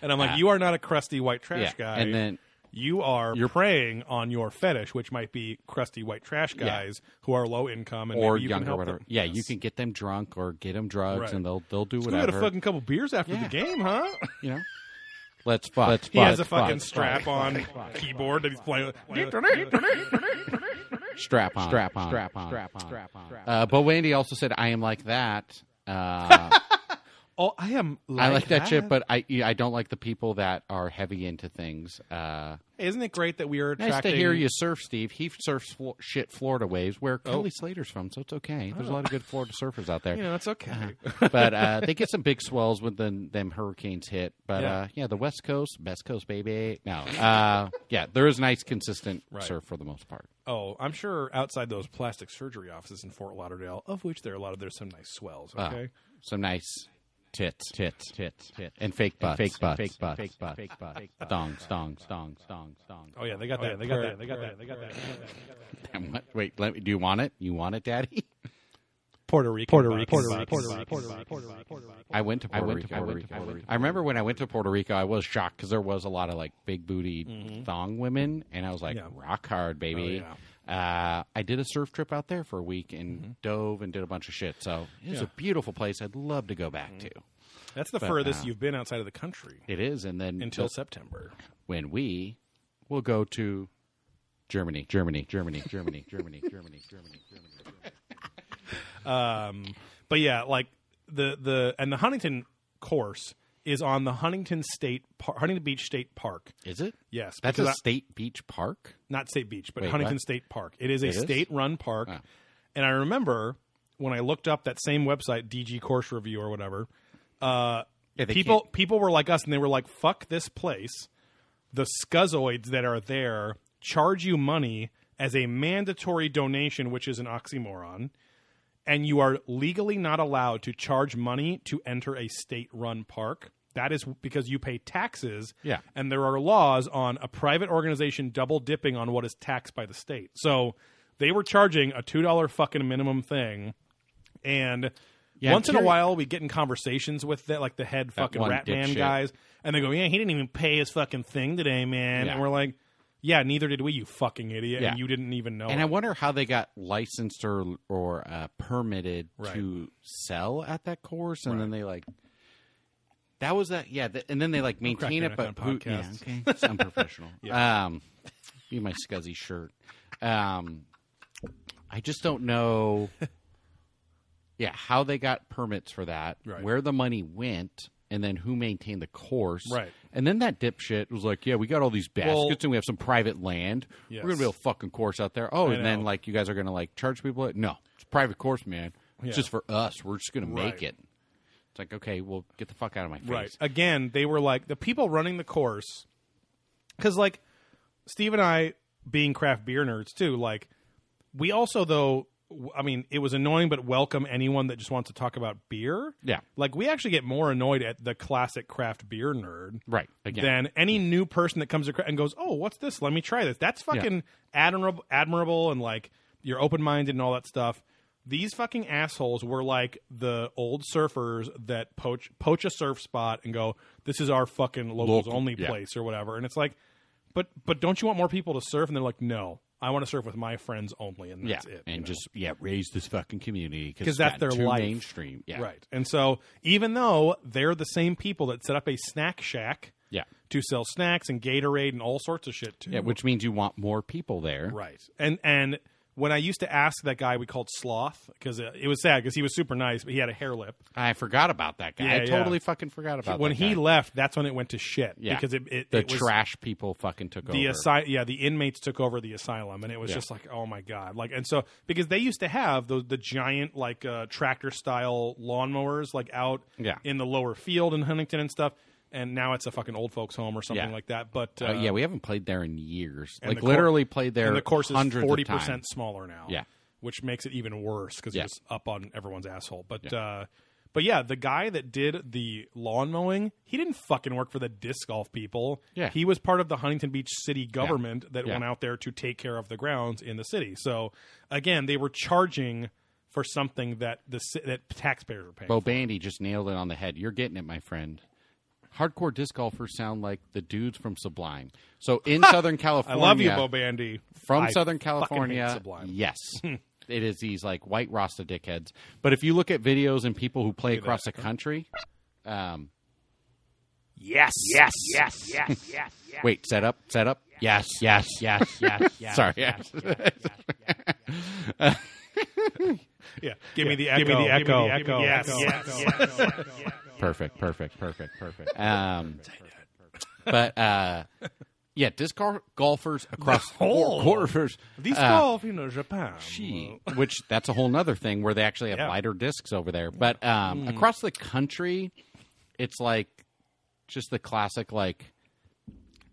S2: And I'm like, you are not a crusty white trash guy.
S3: Ah. and then
S2: you are preying on your fetish, which might be crusty white trash guys who are low income and
S3: or
S2: maybe you can
S3: younger,
S2: help
S3: whatever.
S2: Them.
S3: Yeah, you can get them drunk or get them drugs,
S2: Right.
S3: and they'll they'll do
S2: You had a
S3: whatever.
S2: fucking couple beers after
S3: Yeah.
S2: the game, huh?
S3: you know, let's fuck. Let's
S2: He
S3: fuck,
S2: has a
S3: fuck,
S2: fucking
S3: fuck,
S2: strap on keyboard that he's playing with.
S3: strap on, strap on, strap on, strap on. Strap on. Uh, but Wendy also said, "I am like that." Uh,
S2: Oh, I am. Like
S3: I like that shit, but I yeah, I don't like the people that are heavy into things. Uh,
S2: isn't it great that we are
S3: nice
S2: attracting?
S3: to hear you surf, Steve. He surfs flo- shit Florida waves, where Kelly Slater's from, so it's okay. There's a lot of good Florida surfers out there.
S2: Oh. You know, it's okay.
S3: but uh, they get some big swells when the, them hurricanes hit. But
S2: Yeah.
S3: yeah. Uh, yeah, the West Coast, best coast, baby. No, uh, yeah, there is nice, consistent
S2: Right.
S3: surf for the most part.
S2: Oh, I'm sure outside those plastic surgery offices in Fort Lauderdale, of which there are a lot of there's some nice swells.
S3: Uh,
S2: Okay,
S3: Some nice tits, tits, tits, tits, and fake butts, fake butts, fake butts, fake butts, fake butts, dongs, dongs, dongs, dongs, dongs.
S2: Oh yeah, they got that. they got that. They got that. They got that.
S3: And what- Wait, let me, do you want it? You want it, Daddy?
S2: Puerto Rican. Puerto Rican. Puerto Rican. Puerto Rican.
S3: I went to Puerto Rico. I, went to Puerto Rico. I remember when I went to Puerto Rico, I was shocked because there was a lot of like big booty thong women, and I was like,
S2: Yeah.
S3: rock hard, baby.
S2: Oh,
S3: uh, I did a surf trip out there for a week and dove and did a bunch of shit. So it was
S2: Yeah.
S3: a beautiful place. I'd love to go back to.
S2: That's the furthest you've been outside of the country
S3: It is, and then
S2: until September.
S3: when we will go to Germany, Germany, Germany, Germany, Germany, Germany, Germany, Germany.
S2: Um, but yeah, like the the and the Huntington course is on the Huntington State Par- Huntington Beach State Park.
S3: Is it?
S2: Yes,
S3: That's a
S2: because I-
S3: state beach park.
S2: not State Beach, but
S3: Wait,
S2: Huntington
S3: what?
S2: State Park. It is a
S3: It is?
S2: state run park. And I remember when I looked up that same website, DG Course Review or whatever, uh,
S3: Yeah, they
S2: people people were like us and they were like, fuck this place. The scuzzoids that are there charge you money as a mandatory donation, which is an oxymoron. And you are legally not allowed to charge money to enter a state run park. That is because you pay taxes
S3: Yeah.
S2: and there are laws on a private organization double dipping on what is taxed by the state. So they were charging a two dollar fucking minimum thing, and
S3: Yeah,
S2: once
S3: I'm
S2: in a
S3: curi-
S2: while we get in conversations with the, like the head fucking
S3: one
S2: rat man
S3: dipshit.
S2: guys, and they go, "Yeah, he didn't even pay his fucking thing today, man,"
S3: Yeah.
S2: and we're like. Yeah, neither did we, you fucking idiot,
S3: Yeah.
S2: and you didn't even know.
S3: And I
S2: it."
S3: wonder how they got licensed or or uh, permitted to sell at that course, and then they like that was that yeah, th- and then they like maintain it,
S2: cracking
S3: but
S2: back on
S3: who, yeah,
S2: podcasts.
S3: okay, it's unprofessional. Um, be my scuzzy shirt. Um, I just don't know. Yeah, how they got permits for that,
S2: Right.
S3: where the money went, and then who maintained the course,
S2: Right.
S3: And then that dipshit was like, "Yeah, we got all these baskets,
S2: Well-
S3: and we have some private land. We're gonna
S2: Yes.
S3: be able to fucking course out there. Oh,
S2: I
S3: and then
S2: know.
S3: like you guys are gonna like charge people. it? No, it's a private course, man. It's
S2: Yeah.
S3: just for us. We're just gonna make
S2: Right.
S3: it. It's like okay, well, get the fuck out of my face.
S2: Right. Again, they were like the people running the course, because like Steve and I, being craft beer nerds too, like we also though, w- I mean, it was annoying, but welcome anyone that just wants to talk about beer.
S3: Yeah.
S2: Like we actually get more annoyed at the classic craft beer nerd.
S3: Right. Again.
S2: Than any new person that comes across and goes, "Oh, what's this? Let me try this." That's fucking admirable, admirable, and like you're open minded and all that stuff. These fucking assholes were like the old surfers that poach poach a surf spot and go, "This is our fucking locals
S3: Local,
S2: only
S3: yeah.
S2: place" or whatever. And it's like, but but don't you want more people to surf? And they're like, "No, I want to surf with my friends only," and
S3: yeah.
S2: that's it. you
S3: and
S2: know?
S3: just yeah, raise this fucking community
S2: 'Cause
S3: it's
S2: that's
S3: gotten
S2: their
S3: too
S2: life.
S3: mainstream. Yeah.
S2: Right. And so even though they're the same people that set up a snack shack
S3: Yeah.
S2: to sell snacks and Gatorade and all sorts of shit too.
S3: Yeah. Which means you want more people there.
S2: right. And and when I used to ask that guy we called Sloth because it, it was sad because he was super nice but he had a hair lip.
S3: I forgot about that guy.
S2: Yeah,
S3: I
S2: yeah.
S3: totally fucking forgot about
S2: when
S3: that
S2: he
S3: guy.
S2: left, that's when it went to shit
S3: Yeah.
S2: because it it,
S3: the
S2: it was
S3: trash people fucking took over.
S2: the asylum. Yeah, the inmates took over the asylum and it was
S3: Yeah.
S2: just like oh my god. Like and so because they used to have those the giant like uh, tractor style lawnmowers like out
S3: Yeah.
S2: in the lower field in Huntington and stuff. And now it's a fucking old folks home or something
S3: Yeah.
S2: like that. But uh,
S3: Uh, yeah, we haven't played there in years.
S2: and
S3: Like
S2: the cor-
S3: literally played there.
S2: and the course is
S3: hundreds of
S2: forty
S3: times.
S2: percent smaller now.
S3: Yeah.
S2: which makes it even worse because
S3: Yeah.
S2: it was up on everyone's asshole. But uh, but yeah, the guy that did the lawn mowing, he didn't fucking work for the disc golf people.
S3: Yeah.
S2: he was part of the Huntington Beach city government that
S3: Yeah.
S2: went out there to take care of the grounds in the city. So again, they were charging for something that the ci- that taxpayers were paying.
S3: Bo Bandy just nailed it on the head. You're getting it, my friend. Hardcore disc golfers sound like the dudes from Sublime. So in Southern
S2: I
S3: California,
S2: love you, Bo Bandy.
S3: from
S2: I
S3: Southern
S2: fucking hate
S3: California,
S2: Sublime.
S3: yes, it is these like white Rasta dickheads. But if you look at videos and people who play across the country, um,
S4: Yes. Yes. Yes. Yes. Yes. Yes.
S3: wait, set up, set up, yes, yes, yes, yes.
S4: yes,
S3: Sorry,
S4: yes,
S3: yes.
S4: yes, yes, yes, yes.
S2: Yeah, give me the echo. Give me the echo. Give me the echo.
S4: Yes,
S2: echo.
S4: yes, yes, yes, yes.
S3: perfect, perfect, perfect, perfect. Um, but uh, yeah, disc gol- golfers across
S2: whole-
S3: golfers.
S2: These
S3: uh,
S2: golf, you know, Japan.
S3: Gee, which that's a whole nother thing where they actually have
S2: Mm. Yeah. Mm.
S3: lighter discs over there. But um, across the country, it's like just the classic like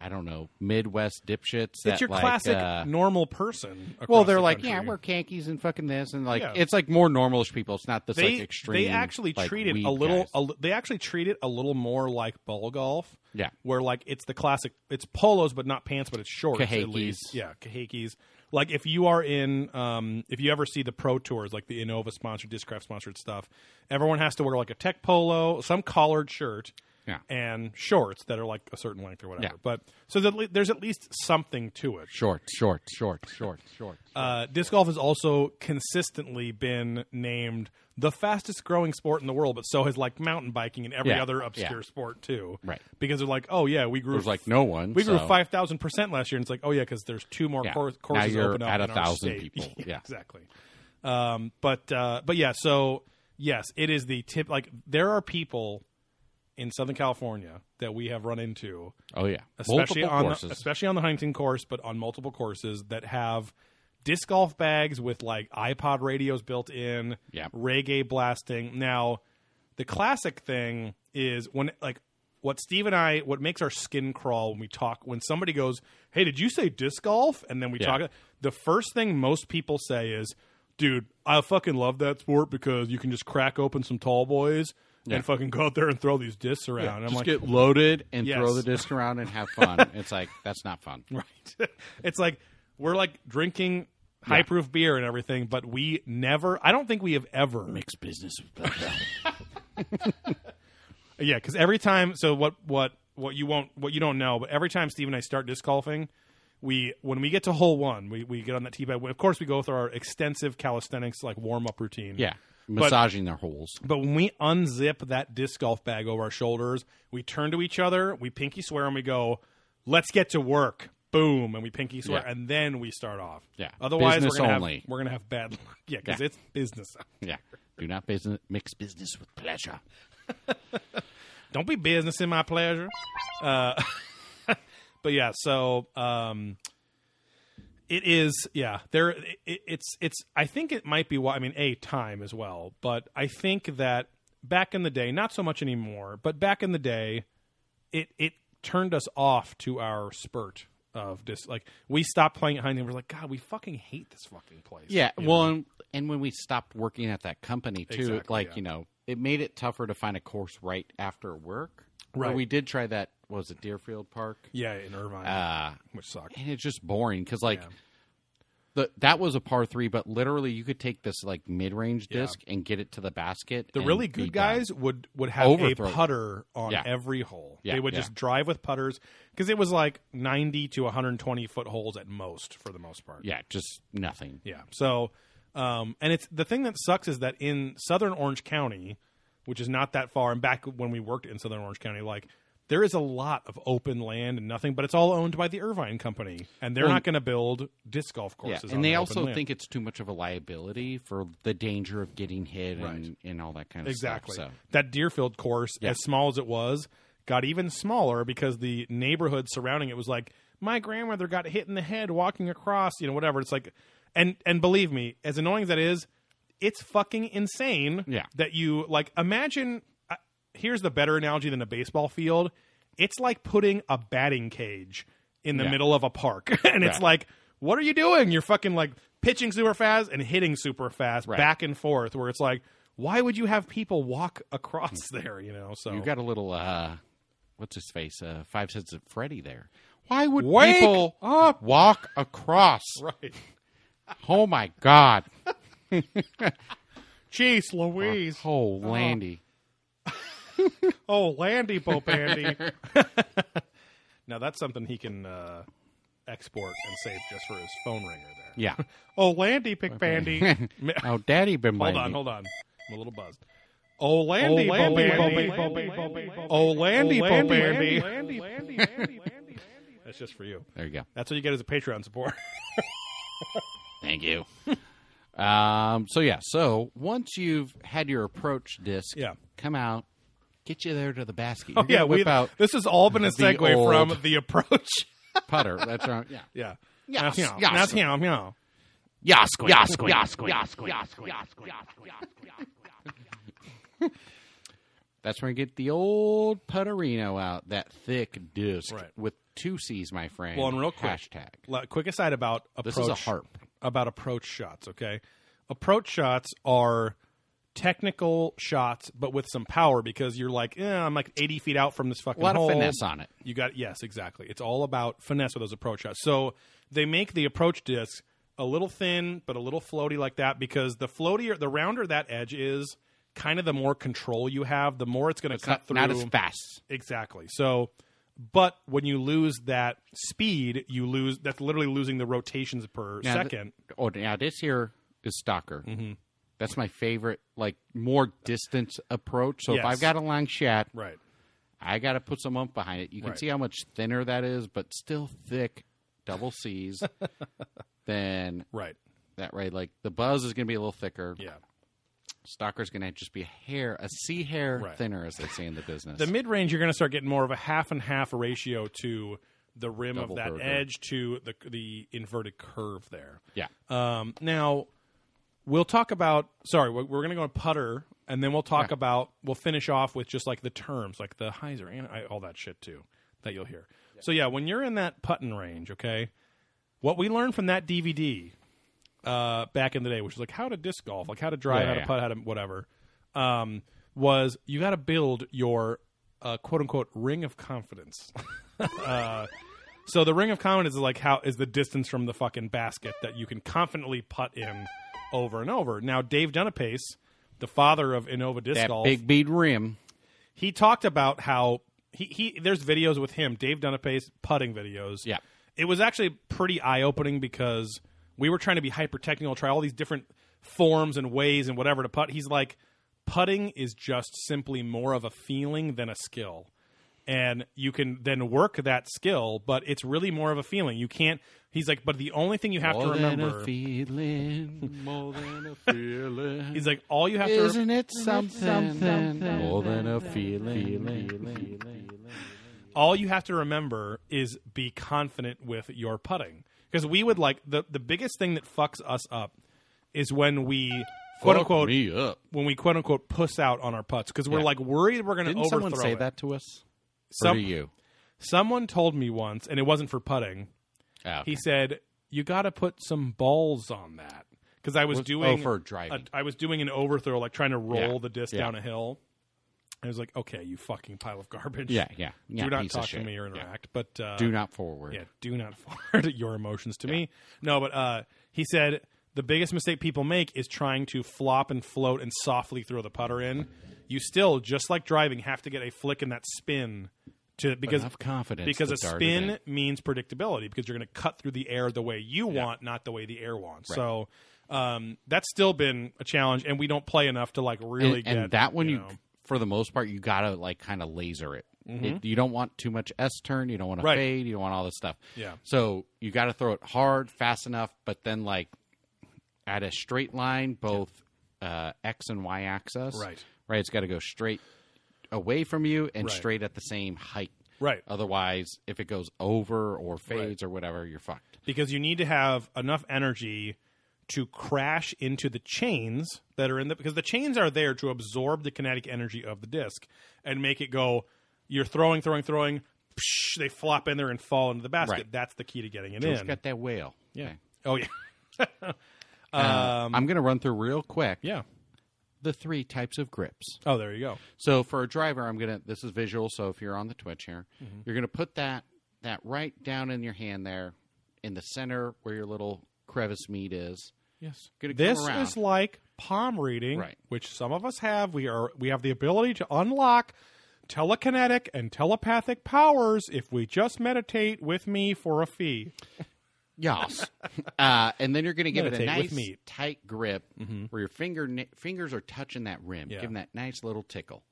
S3: I don't know Midwest dipshits. that,
S2: it's your
S3: like,
S2: classic
S3: uh,
S2: normal person.
S3: well,
S2: across
S3: they're
S2: the
S3: like, yeah,
S2: country.
S3: we're Yankees and fucking this, and like
S2: Yeah.
S3: it's like more normalish people. It's not this
S2: they
S3: like extreme.
S2: they actually
S3: like,
S2: treat it
S3: weed
S2: a little.
S3: guys.
S2: A, li- they actually treat it a little more like ball golf.
S3: Yeah.
S2: where like it's the classic. It's polos, but not pants, but it's shorts. At
S3: Cajiques.
S2: least, yeah, kahakis. Like if you are in, um, if you ever see the pro tours, like the Innova sponsored, Discraft sponsored stuff, everyone has to wear like a tech polo, some collared shirt,
S3: Yeah.
S2: and shorts that are like a certain length or whatever.
S3: Yeah.
S2: But so that le- there's at least something to it.
S3: short, short, short, short, short.
S2: Uh, disc golf has also consistently been named the fastest growing sport in the world, but so has like mountain biking and every
S3: Yeah,
S2: other obscure
S3: yeah.
S2: sport too.
S3: Right.
S2: Because they're like, oh yeah, we grew
S3: There's like no one.
S2: we grew
S3: so-
S2: five thousand percent last year, and it's like, oh yeah, because there's two more
S3: Yeah.
S2: cour-
S3: Now
S2: courses
S3: you're
S2: open up
S3: at
S2: in
S3: a
S2: our
S3: thousand
S2: state.
S3: people. Yeah.
S2: exactly. Um, but uh, but yeah, so yes, it is the tip. Like there are people in Southern California that we have run into
S3: Oh yeah,
S2: especially
S3: Multiple
S2: on
S3: courses.
S2: The, especially on the Huntington course, but on multiple courses that have disc golf bags with like iPod radios built in,
S3: Yep.
S2: reggae blasting. Now, the classic thing is when like what Steve and I what makes our skin crawl when we talk when somebody goes, "Hey, did you say disc golf?" and then we
S3: Yeah.
S2: talk the first thing most people say is, "Dude, I fucking love that sport because you can just crack open some tall boys."
S3: Yeah.
S2: And fucking go out there and throw these discs around. And I'm
S3: Just
S2: like,
S3: get loaded and
S2: Yes.
S3: throw the disc around and have fun. it's like that's not fun.
S2: Right. it's like we're like drinking high proof beer and everything, but we never I don't think we have ever
S4: Mixed business with bad guy.
S2: Yeah, because every time so what what what you won't what you don't know, but every time Steve and I start disc golfing, we when we get to hole one, we, we get on that tee bag. Of course we go through our extensive calisthenics like warm up routine.
S3: Yeah, massaging their holes.
S2: But when we unzip that disc golf bag over our shoulders, we turn to each other, we pinky swear, and we go, "Let's get to work." Boom, and we pinky swear,
S3: Yeah.
S2: and then we start off.
S3: Yeah.
S2: Otherwise,
S3: Business
S2: we're gonna have
S3: only.
S2: we're gonna have bad luck. Yeah, because
S3: Yeah.
S2: it's business.
S3: Yeah, do not business mix business with pleasure.
S2: Don't be business in my pleasure. Uh, but yeah, so um, it is. Yeah, there. It, it's. It's. I think it might be why. I mean, a time as well. But I think that back in the day, not so much anymore. But back in the day, it it turned us off to our spurt of dis Like we stopped playing at Huntington. We're like, God, we fucking hate this fucking place.
S3: Yeah,
S2: You
S3: well,
S2: know?
S3: and, and when we stopped working at that company too,
S2: Exactly,
S3: like
S2: yeah.
S3: you know, it made it tougher to find a course right after work.
S2: Right.
S3: Or we did try that. what was it Deerfield Park?
S2: yeah, in Irvine,
S3: Uh,
S2: which sucked.
S3: and it's just boring because like
S2: Yeah.
S3: the that was a par three, but literally you could take this like mid range disc and get it to the basket.
S2: The
S3: and
S2: really
S3: be
S2: good
S3: done.
S2: guys would would have
S3: Overthrow.
S2: a putter on
S3: Yeah.
S2: every hole.
S3: Yeah,
S2: they would
S3: yeah.
S2: just drive with putters because it was like ninety to one hundred twenty foot holes at most for the most part.
S3: yeah, just nothing.
S2: Yeah. So, um, and it's the thing that sucks is that in Southern Orange County, which is not that far, and back when we worked in Southern Orange County, like there is a lot of open land and nothing, but it's all owned by the Irvine Company, and they're
S3: Well,
S2: not going to build disc golf
S3: Yeah,
S2: courses. on
S3: and they
S2: that
S3: also
S2: open land.
S3: think it's too much of a liability for the danger of getting hit and, and all that kind of
S2: Exactly.
S3: stuff.
S2: That Deerfield course,
S3: Yeah.
S2: as small as it was, got even smaller because the neighborhood surrounding it was like, my grandmother got hit in the head walking across, you know, whatever. It's like, and and believe me, as annoying as that is, it's fucking insane.
S3: Yeah.
S2: That you like imagine. Uh, here's the better analogy than a baseball field. It's like putting a batting cage in the
S3: Yeah.
S2: middle of a park, and it's
S3: Yeah.
S2: like, what are you doing? You're fucking like pitching super fast and hitting super fast
S3: Right.
S2: back and forth where it's like why would you have people walk across there you know so
S3: So you got a little uh, what's his face? Uh, Five Cents at Freddy there. Why would
S2: Wake
S3: people
S2: up!
S3: walk across?
S2: right
S3: Oh my god!
S2: jeez Uh-huh. louise
S3: Oh, Landy.
S2: oh landy bopandy now that's something he can uh, export and save just for his phone ringer there
S3: Yeah.
S2: oh landy pick bandy
S3: oh, Daddy been
S2: hold on hold on i'm a little buzzed oh landy
S4: Oh, Landy,
S2: bopandy
S4: Bo- Bo- Bo- Bo- Bo-
S2: oh landy
S4: Landy,
S2: bopandy that's just for you
S3: There you go.
S2: that's what you get as a patreon support
S3: Thank you. um, so yeah, so once you've had your approach disc,
S2: Yeah. Oh,
S3: come out, get you there to the basket. You're
S2: yeah
S3: gonna whip
S2: we
S3: out
S2: this has all been a
S3: the
S2: segue
S3: old-
S2: from the approach
S3: putter. That's right. Yeah.
S2: Yeah.
S3: Yes,
S2: That's him.
S3: yes.
S2: That's him. Yeah.
S3: Yasquin. Yasquin. Yasquin. Yasquin. That's where I get the old Putterino out, that thick disc
S2: Right.
S3: with two C's, my friend.
S2: Well, and real quick,
S3: hashtag.
S2: la- quick aside about approach.
S3: This is a harp.
S2: About approach shots, okay? Approach shots are technical shots, but with some power because you're like, eh, I'm like 80 feet out from this fucking
S3: A lot
S2: hole.
S3: of finesse on it.
S2: You got yes, exactly. It's all about finesse with those approach shots. So they make the approach disc a little thin but a little floaty like that because the floatier, the rounder that edge is, kind of the more control you have, the more it's going to cut
S3: Not, not
S2: through.
S3: as fast.
S2: Exactly. So, but when you lose that speed, you lose. That's literally losing the rotations per
S3: Now, th-
S2: second.
S3: oh, now this here is Stalker.
S2: Mm-hmm.
S3: That's my favorite, like more distance approach. So
S2: Yes.
S3: if I've got a long shot,
S2: right.
S3: I got to put some ump behind it. You can
S2: Right.
S3: see how much thinner that is, but still thick, double C's. than
S2: Right.
S3: that right, like the buzz is going to be a little thicker.
S2: Yeah.
S3: Stalker's going to just be a hair, a sea hair
S2: Right.
S3: thinner, as they say in the business.
S2: The mid range, you're going to start getting more of a half and half ratio to the rim
S3: Double
S2: of that
S3: burger.
S2: edge to the the inverted curve there.
S3: yeah,
S2: Um, now, we'll talk about. Sorry, we're, we're going to go on putter, and then we'll talk about. We'll finish off with just like the terms, like the hyzer and I, all that shit too that you'll hear. So yeah, when you're in that putting range, okay, what we learned from that DVD uh, back in the day, which was like how to disc golf, like how to drive,
S3: Yeah,
S2: how to
S3: yeah.
S2: putt, how to whatever, um, was you got to build your uh, quote unquote ring of confidence. So the ring of confidence is like how is the distance from the fucking basket that you can confidently putt in over and over. Now Dave Dunapace, the father of Innova disc
S3: that
S2: golf,
S3: big bead rim.
S2: he talked about how he, he there's videos with him, Dave Dunapace putting videos.
S3: Yeah.
S2: It was actually pretty eye opening because we were trying to be hyper technical, try all these different forms and ways and whatever to putt. He's like, putting is just simply more of a feeling than a skill. And you can then work that skill, but it's really more of a feeling. You can't. He's like, but the only thing you have to
S3: More than
S2: remember.
S3: a feeling, more than a feeling.
S2: He's like, all you have to.
S3: Isn't it something, more than a feeling?
S2: all you have to remember is be confident with your putting because we would like the the biggest thing that fucks us up is when we quote
S3: Fuck
S2: unquote
S3: me up.
S2: when we quote unquote puss out on our putts because we're
S3: Yeah.
S2: like worried we're going to
S3: Didn't
S2: overthrow
S3: someone say
S2: it.
S3: that to us?
S2: Some-
S3: or to you?
S2: Someone told me once, and it wasn't for putting.
S3: Oh,
S2: He said you got to put some balls on that because I was
S3: Was-
S2: doing
S3: oh, for
S2: a,
S3: driving.
S2: I was doing an overthrow like trying to roll
S3: Yeah.
S2: the disc
S3: Yeah.
S2: down a hill. I was like, okay, you fucking pile of garbage.
S3: yeah, yeah, yeah.
S2: Do not
S3: piece of
S2: talk to
S3: shit.
S2: me or
S3: Yeah.
S2: interact. But uh,
S3: Do not forward.
S2: Yeah, do not forward your emotions to me. No, but uh, he said the biggest mistake people make is trying to flop and float and softly throw the putter in. You still, just like driving, have to get a flick in that spin to because
S3: Enough confidence
S2: because
S3: to
S2: a
S3: dart it
S2: spin
S3: in.
S2: means predictability because you're going to cut through the air the way you want, not the way the air wants. So um, that's still been a challenge, and we don't play enough to like
S3: And,
S2: really get
S3: and that one, you,
S2: know. Mm-hmm.
S3: for the most part, you gotta like kind of laser it. It- You don't want too much S turn. You don't want to
S2: Right.
S3: fade. You don't want all this stuff.
S2: Yeah.
S3: So you got to throw it hard, fast enough, but then like at a straight line, both uh, X and Y axis.
S2: Right.
S3: Right. It's got to go straight away from you and
S2: Right.
S3: straight at the same height.
S2: Right.
S3: Otherwise, if it goes over or fades or whatever, you're fucked.
S2: because you need to have enough energy to crash into the chains that are in the because the chains are there to absorb the kinetic energy of the disc and make it go you're throwing throwing throwing psh, they flop in there and fall into the basket
S3: Right.
S2: that's the key to getting it
S3: Joe's
S2: in
S3: got that whale.
S2: yeah
S3: Okay.
S2: oh yeah Um,
S3: Uh, I'm gonna run through real quick.
S2: yeah
S3: The three types of grips.
S2: oh there you go
S3: So for a driver, I'm gonna. This is visual. So if you're on the Twitch here,
S2: Mm-hmm.
S3: you're gonna put that that right down in your hand there, in the center where your little crevice meat is.
S2: yes
S3: Gonna come
S2: this
S3: around.
S2: is like palm reading
S3: Right.
S2: which some of us have we are we have the ability to unlock telekinetic and telepathic powers if we just meditate with me for a fee
S3: Yes. uh, and then you're gonna give it a
S2: Meditate with
S3: nice
S2: meat. Mm-hmm.
S3: tight grip where your finger ni- fingers are touching that rim,
S2: Yeah. Mm-hmm.
S3: giving that nice little tickle.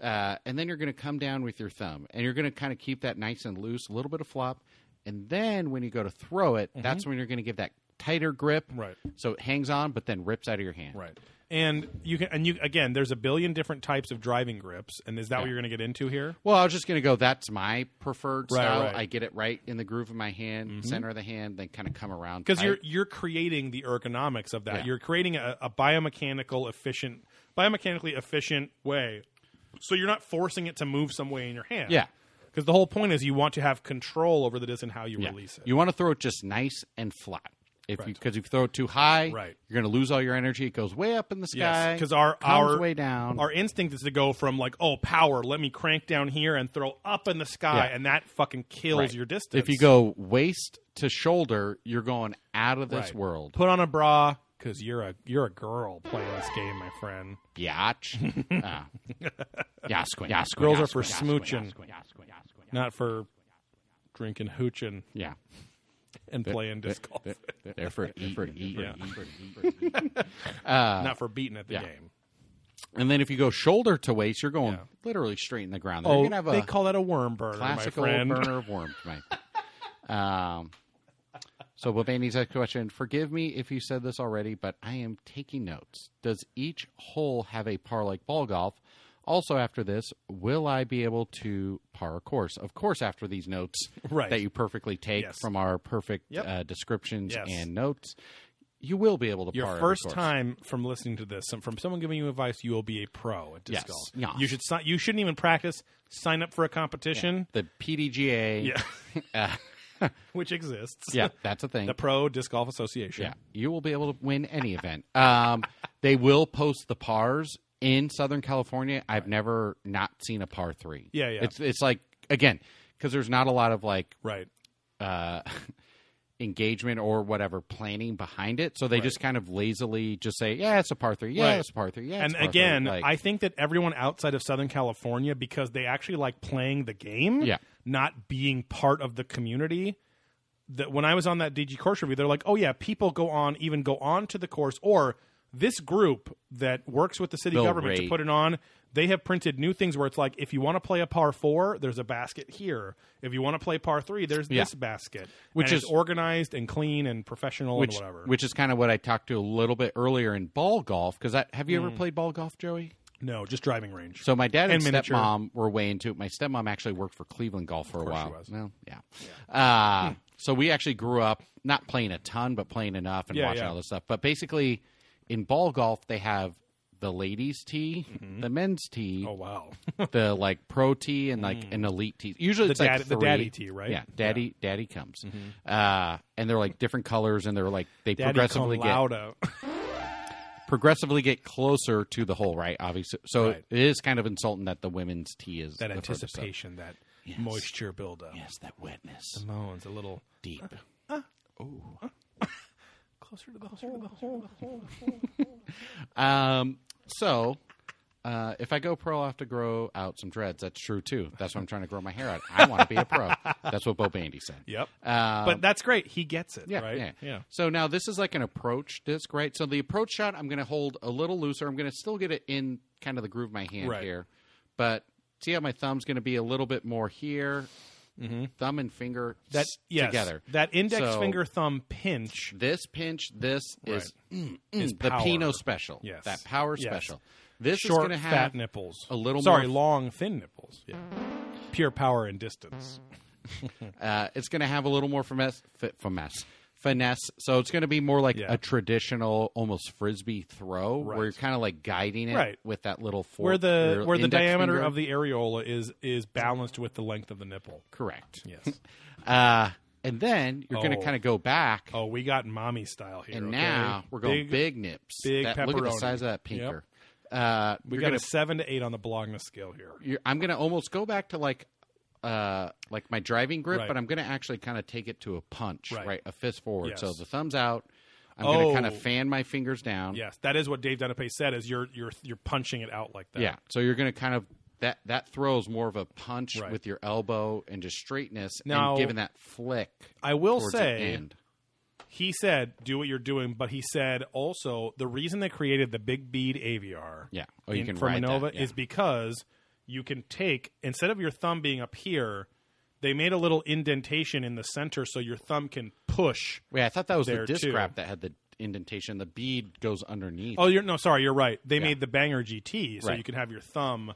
S3: Uh, and then you're gonna come down with your thumb, and you're gonna kind of keep that nice and loose, a little bit of flop. And then when you go to throw it, that's when you're gonna give that tighter grip,
S2: Mm-hmm. Right.
S3: So it hangs on, but then rips out of your hand,
S2: Right. And you can and you again there's a billion different types of driving grips and is that what you're going to get into here?
S3: Well, I was just going to go. That's my preferred
S2: Right,
S3: style.
S2: right.
S3: I get it right in the groove of my hand, center of the hand, then kind of come around.
S2: Cuz
S3: tight.
S2: you're you're creating the ergonomics of that.
S3: Yeah.
S2: You're creating a, a biomechanical efficient biomechanically efficient way So you're not forcing it to move some way in your hand.
S3: Yeah.
S2: Because the whole point is you want to have control over the disc and how you release it.
S3: You want to throw it just nice and flat. If you
S2: Right.
S3: because if you throw it too high,
S2: Right.
S3: you're going to lose all your energy. It goes way up in the sky.
S2: Yes, because our
S3: comes
S2: our
S3: way down.
S2: Our instinct is to go from like, oh, power. Let me crank down here and throw up in the sky,
S3: Yeah.
S2: and that fucking kills
S3: Right.
S2: your distance.
S3: if you go waist to shoulder, you're going out of this
S2: Right.
S3: world.
S2: put on a bra, because you're a you're a girl playing this game, my friend.
S3: Biatch. Ah. Yasquin. Yasquin.
S2: Girls are for
S3: Yasquin.
S2: smooching.
S3: Yasquin. Yasquin. Yasquin.
S2: Not for drinking hooching
S3: Yeah.
S2: and playing disc golf.
S3: They're for they're for eating.
S2: Not for beating at the
S3: uh, yeah.
S2: game.
S3: And then if you go shoulder to waist, you're going literally straight in the ground. you're
S2: Oh,
S3: gonna have
S2: they
S3: a
S2: call that a worm burner,
S3: classic
S2: my
S3: old
S2: friend.
S3: burner of worms, mate. um, so Bavani's next question: Forgive me if you said this already, but I am taking notes. Does each hole have a par like ball golf? Also, after this, will I be able to par a course? Of course, after these notes
S2: Right.
S3: that you perfectly take
S2: Yes.
S3: from our perfect
S2: Yep.
S3: uh, descriptions
S2: Yes.
S3: and notes, you will be able to par
S2: Your
S3: every
S2: first
S3: course.
S2: time from listening to this, some- from someone giving you advice, you will be a pro at disc
S3: Yes.
S2: golf.
S3: Yes.
S2: You should si- you shouldn't even practice. Sign up for a competition,
S3: The PDGA,
S2: Yeah.
S3: uh,
S2: which exists.
S3: yeah, that's a thing.
S2: the Pro Disc Golf Association.
S3: Yeah, you will be able to win any event. Um, they will post the pars in Southern California. I've never not seen a par three.
S2: Yeah, yeah.
S3: It's it's like again because there's not a lot of like
S2: Right.
S3: uh, engagement or whatever planning behind it, so they just kind of lazily just say, "Yeah, it's a par three. Yeah,
S2: Right.
S3: it's a par three. Yeah." it's
S2: And
S3: a par
S2: again,
S3: three. Like,
S2: I think that everyone outside of Southern California, because they actually like playing the game,
S3: Yeah.
S2: not being part of the community. That when I was on that DG course review, they're like, "Oh yeah, people go on, even go on to the course, or this group that works with the city
S3: They'll
S2: government to
S3: rate.
S2: put it on." They have printed new things where it's like, if you want to play a par four, there's a basket here. If you want to play par three, there's
S3: Yeah.
S2: this basket,
S3: Which
S2: And it's
S3: is-
S2: organized and clean and professional
S3: which
S2: and whatever.
S3: which is kind of what I talked to a little bit earlier in ball golf. Because have you
S2: Mm.
S3: ever played ball golf, Joey?
S2: no, just driving range.
S3: So my dad and,
S2: And miniature.
S3: stepmom were way into it. My stepmom actually worked for Cleveland Golf for a while.
S2: she was.
S3: Well, yeah. Uh, so we actually grew up not playing a ton, but playing enough and
S2: Yeah,
S3: watching
S2: yeah.
S3: all this stuff. But basically, in ball golf, they have the ladies' tee, the men's tee,
S2: Mm-hmm. oh wow,
S3: the like pro tee, and like an elite tee. Usually, it's like
S2: daddy- the
S3: three.
S2: daddy tee, right? Mm-hmm.
S3: Yeah, daddy, daddy comes, uh, and they're like different colors, and they're like they
S2: Daddy come
S3: progressively get
S2: loud out.
S3: progressively get closer to the hole, right? Obviously, so
S2: Right.
S3: it is kind of insulting that the women's tee is
S2: that
S3: the furthest up.
S2: anticipation, that moisture buildup.
S3: Yes, that wetness,
S2: Moans a little Uh,
S3: deep.
S2: closer to the hole.
S3: Um, so, uh, if I go pro, I have to grow out some dreads. That's true too. That's why I'm trying to grow my hair out. I want to be a pro. That's what Bo Bandy said.
S2: Yep.
S3: Um,
S2: but that's great. He gets it,
S3: Yeah,
S2: right?
S3: yeah.
S2: yeah.
S3: So now this is like an approach disc, right? So the approach shot, I'm going to hold a little looser. I'm going to still get it in kind of the groove of my hand
S2: Right.
S3: here, but see how my thumb's going to be a little bit more here. Thumb and finger
S2: Mm-hmm. That
S3: s-
S2: yes,
S3: together.
S2: That index
S3: So-
S2: finger thumb pinch.
S3: This pinch, this is, mm, mm,
S2: Is
S3: the
S2: power.
S3: Pinot special.
S2: Yes.
S3: That power
S2: Yes.
S3: special. This is
S2: short,
S3: going to have
S2: fat nipples.
S3: a little
S2: Sorry,
S3: more-
S2: long, thin nipples. Yeah. Pure power and distance.
S3: Mm. Uh, it's going to have a little more finesse, fi- finesse, finesse. So it's going to be more like
S2: Yeah.
S3: a traditional, almost frisbee throw,
S2: Right.
S3: where you're kind of like guiding it
S2: Right.
S3: with that little fork,
S2: Where the
S3: your
S2: where the
S3: index
S2: diameter
S3: finger.
S2: of the areola is is balanced with the length of the nipple.
S3: correct.
S2: Yes.
S3: Uh, and then you're going to
S2: Oh.
S3: kind of go back,
S2: oh, we got mommy style here.
S3: and
S2: okay?
S3: now we're going big,
S2: big.
S3: nips.
S2: big
S3: That- look at the
S2: pepperoni.
S3: size of that
S2: Yep.
S3: pinker. Uh,
S2: we
S3: you're
S2: got
S3: gonna,
S2: a seven to eight on the Bologna scale here.
S3: you're, I'm going to almost go back to like. Uh, like my driving grip,
S2: Right.
S3: but I'm going to actually kind of take it to a punch, right?
S2: Right.
S3: A fist forward.
S2: Yes.
S3: So the thumbs out. I'm going to kind of
S2: Oh.
S3: fan my fingers down.
S2: Yes, that is what Dave Dunapay said. Is you're you're you're punching it out like that.
S3: Yeah. So you're going to kind of that that throws more of a punch
S2: Right.
S3: with your elbow and just straightness
S2: Now-
S3: and giving that flick.
S2: I will
S3: towards the
S2: say
S3: end.
S2: he said do what you're doing, but he said also the reason they created the big bead AVR.
S3: Yeah. Oh, you
S2: in-
S3: can
S2: for
S3: ride that,
S2: Minova
S3: yeah.
S2: is because you can take instead of your thumb being up here, they made a little indentation in the center so your thumb can push.
S3: Wait, I thought that was the
S2: there,
S3: disc
S2: too.
S3: wrap that had the indentation. The bead goes underneath.
S2: Oh, you're no, sorry, you're right. They made the Banger GT so
S3: Right.
S2: you can have your thumb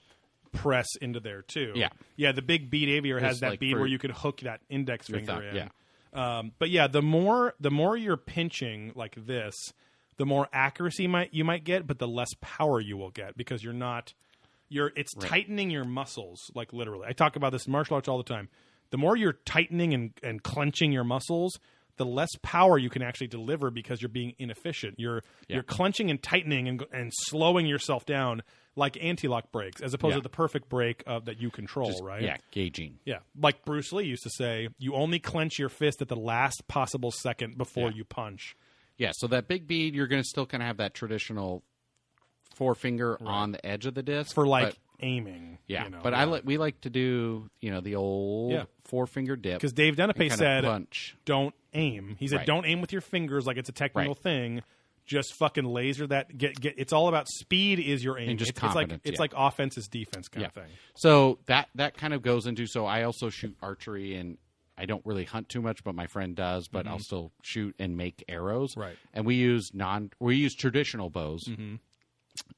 S2: press into there too.
S3: Yeah.
S2: yeah. The big bead aviator has
S3: It's
S2: that
S3: like
S2: bead
S3: for
S2: where you could hook that index finger
S3: thumb,
S2: in.
S3: yeah.
S2: Um, but yeah, the more the more you're pinching like this, the more accuracy might you might get, but the less power you will get because you're not You're it's tightening your muscles, like literally. I talk about this in martial arts all the time. The more you're tightening and, and clenching your muscles, the less power you can actually deliver because you're being inefficient. You're you're clenching and tightening and and slowing yourself down like anti-lock breaks, as opposed
S3: Yeah.
S2: to the perfect break of, that you control, right?
S3: Yeah, gauging.
S2: Yeah, like Bruce Lee used to say, you only clench your fist at the last possible second before you punch.
S3: Yeah, so that big bead, you're going to still kind of have that traditional forefinger on the edge of the disc
S2: for like
S3: but-
S2: aiming.
S3: yeah,
S2: you know,
S3: but I li- we like to do you know the old
S2: Yeah.
S3: forefinger dip
S2: because Dave Denape
S3: kinda
S2: said,
S3: punch.
S2: "Don't aim." He said,
S3: Right.
S2: "Don't aim with your fingers like it's a technical
S3: Right.
S2: thing. Just fucking laser that. Get get. It's all about speed. Is your aim?
S3: And just
S2: it's, it's like
S3: confidence,
S2: it's
S3: yeah.
S2: like offense is defense kind
S3: yeah.
S2: of thing.
S3: So that that kind of goes into so I also shoot archery and I don't really hunt too much, but my friend does. But I'll still shoot and make arrows.
S2: Mm-hmm. Right. Mm-hmm.
S3: And we use non we use traditional bows.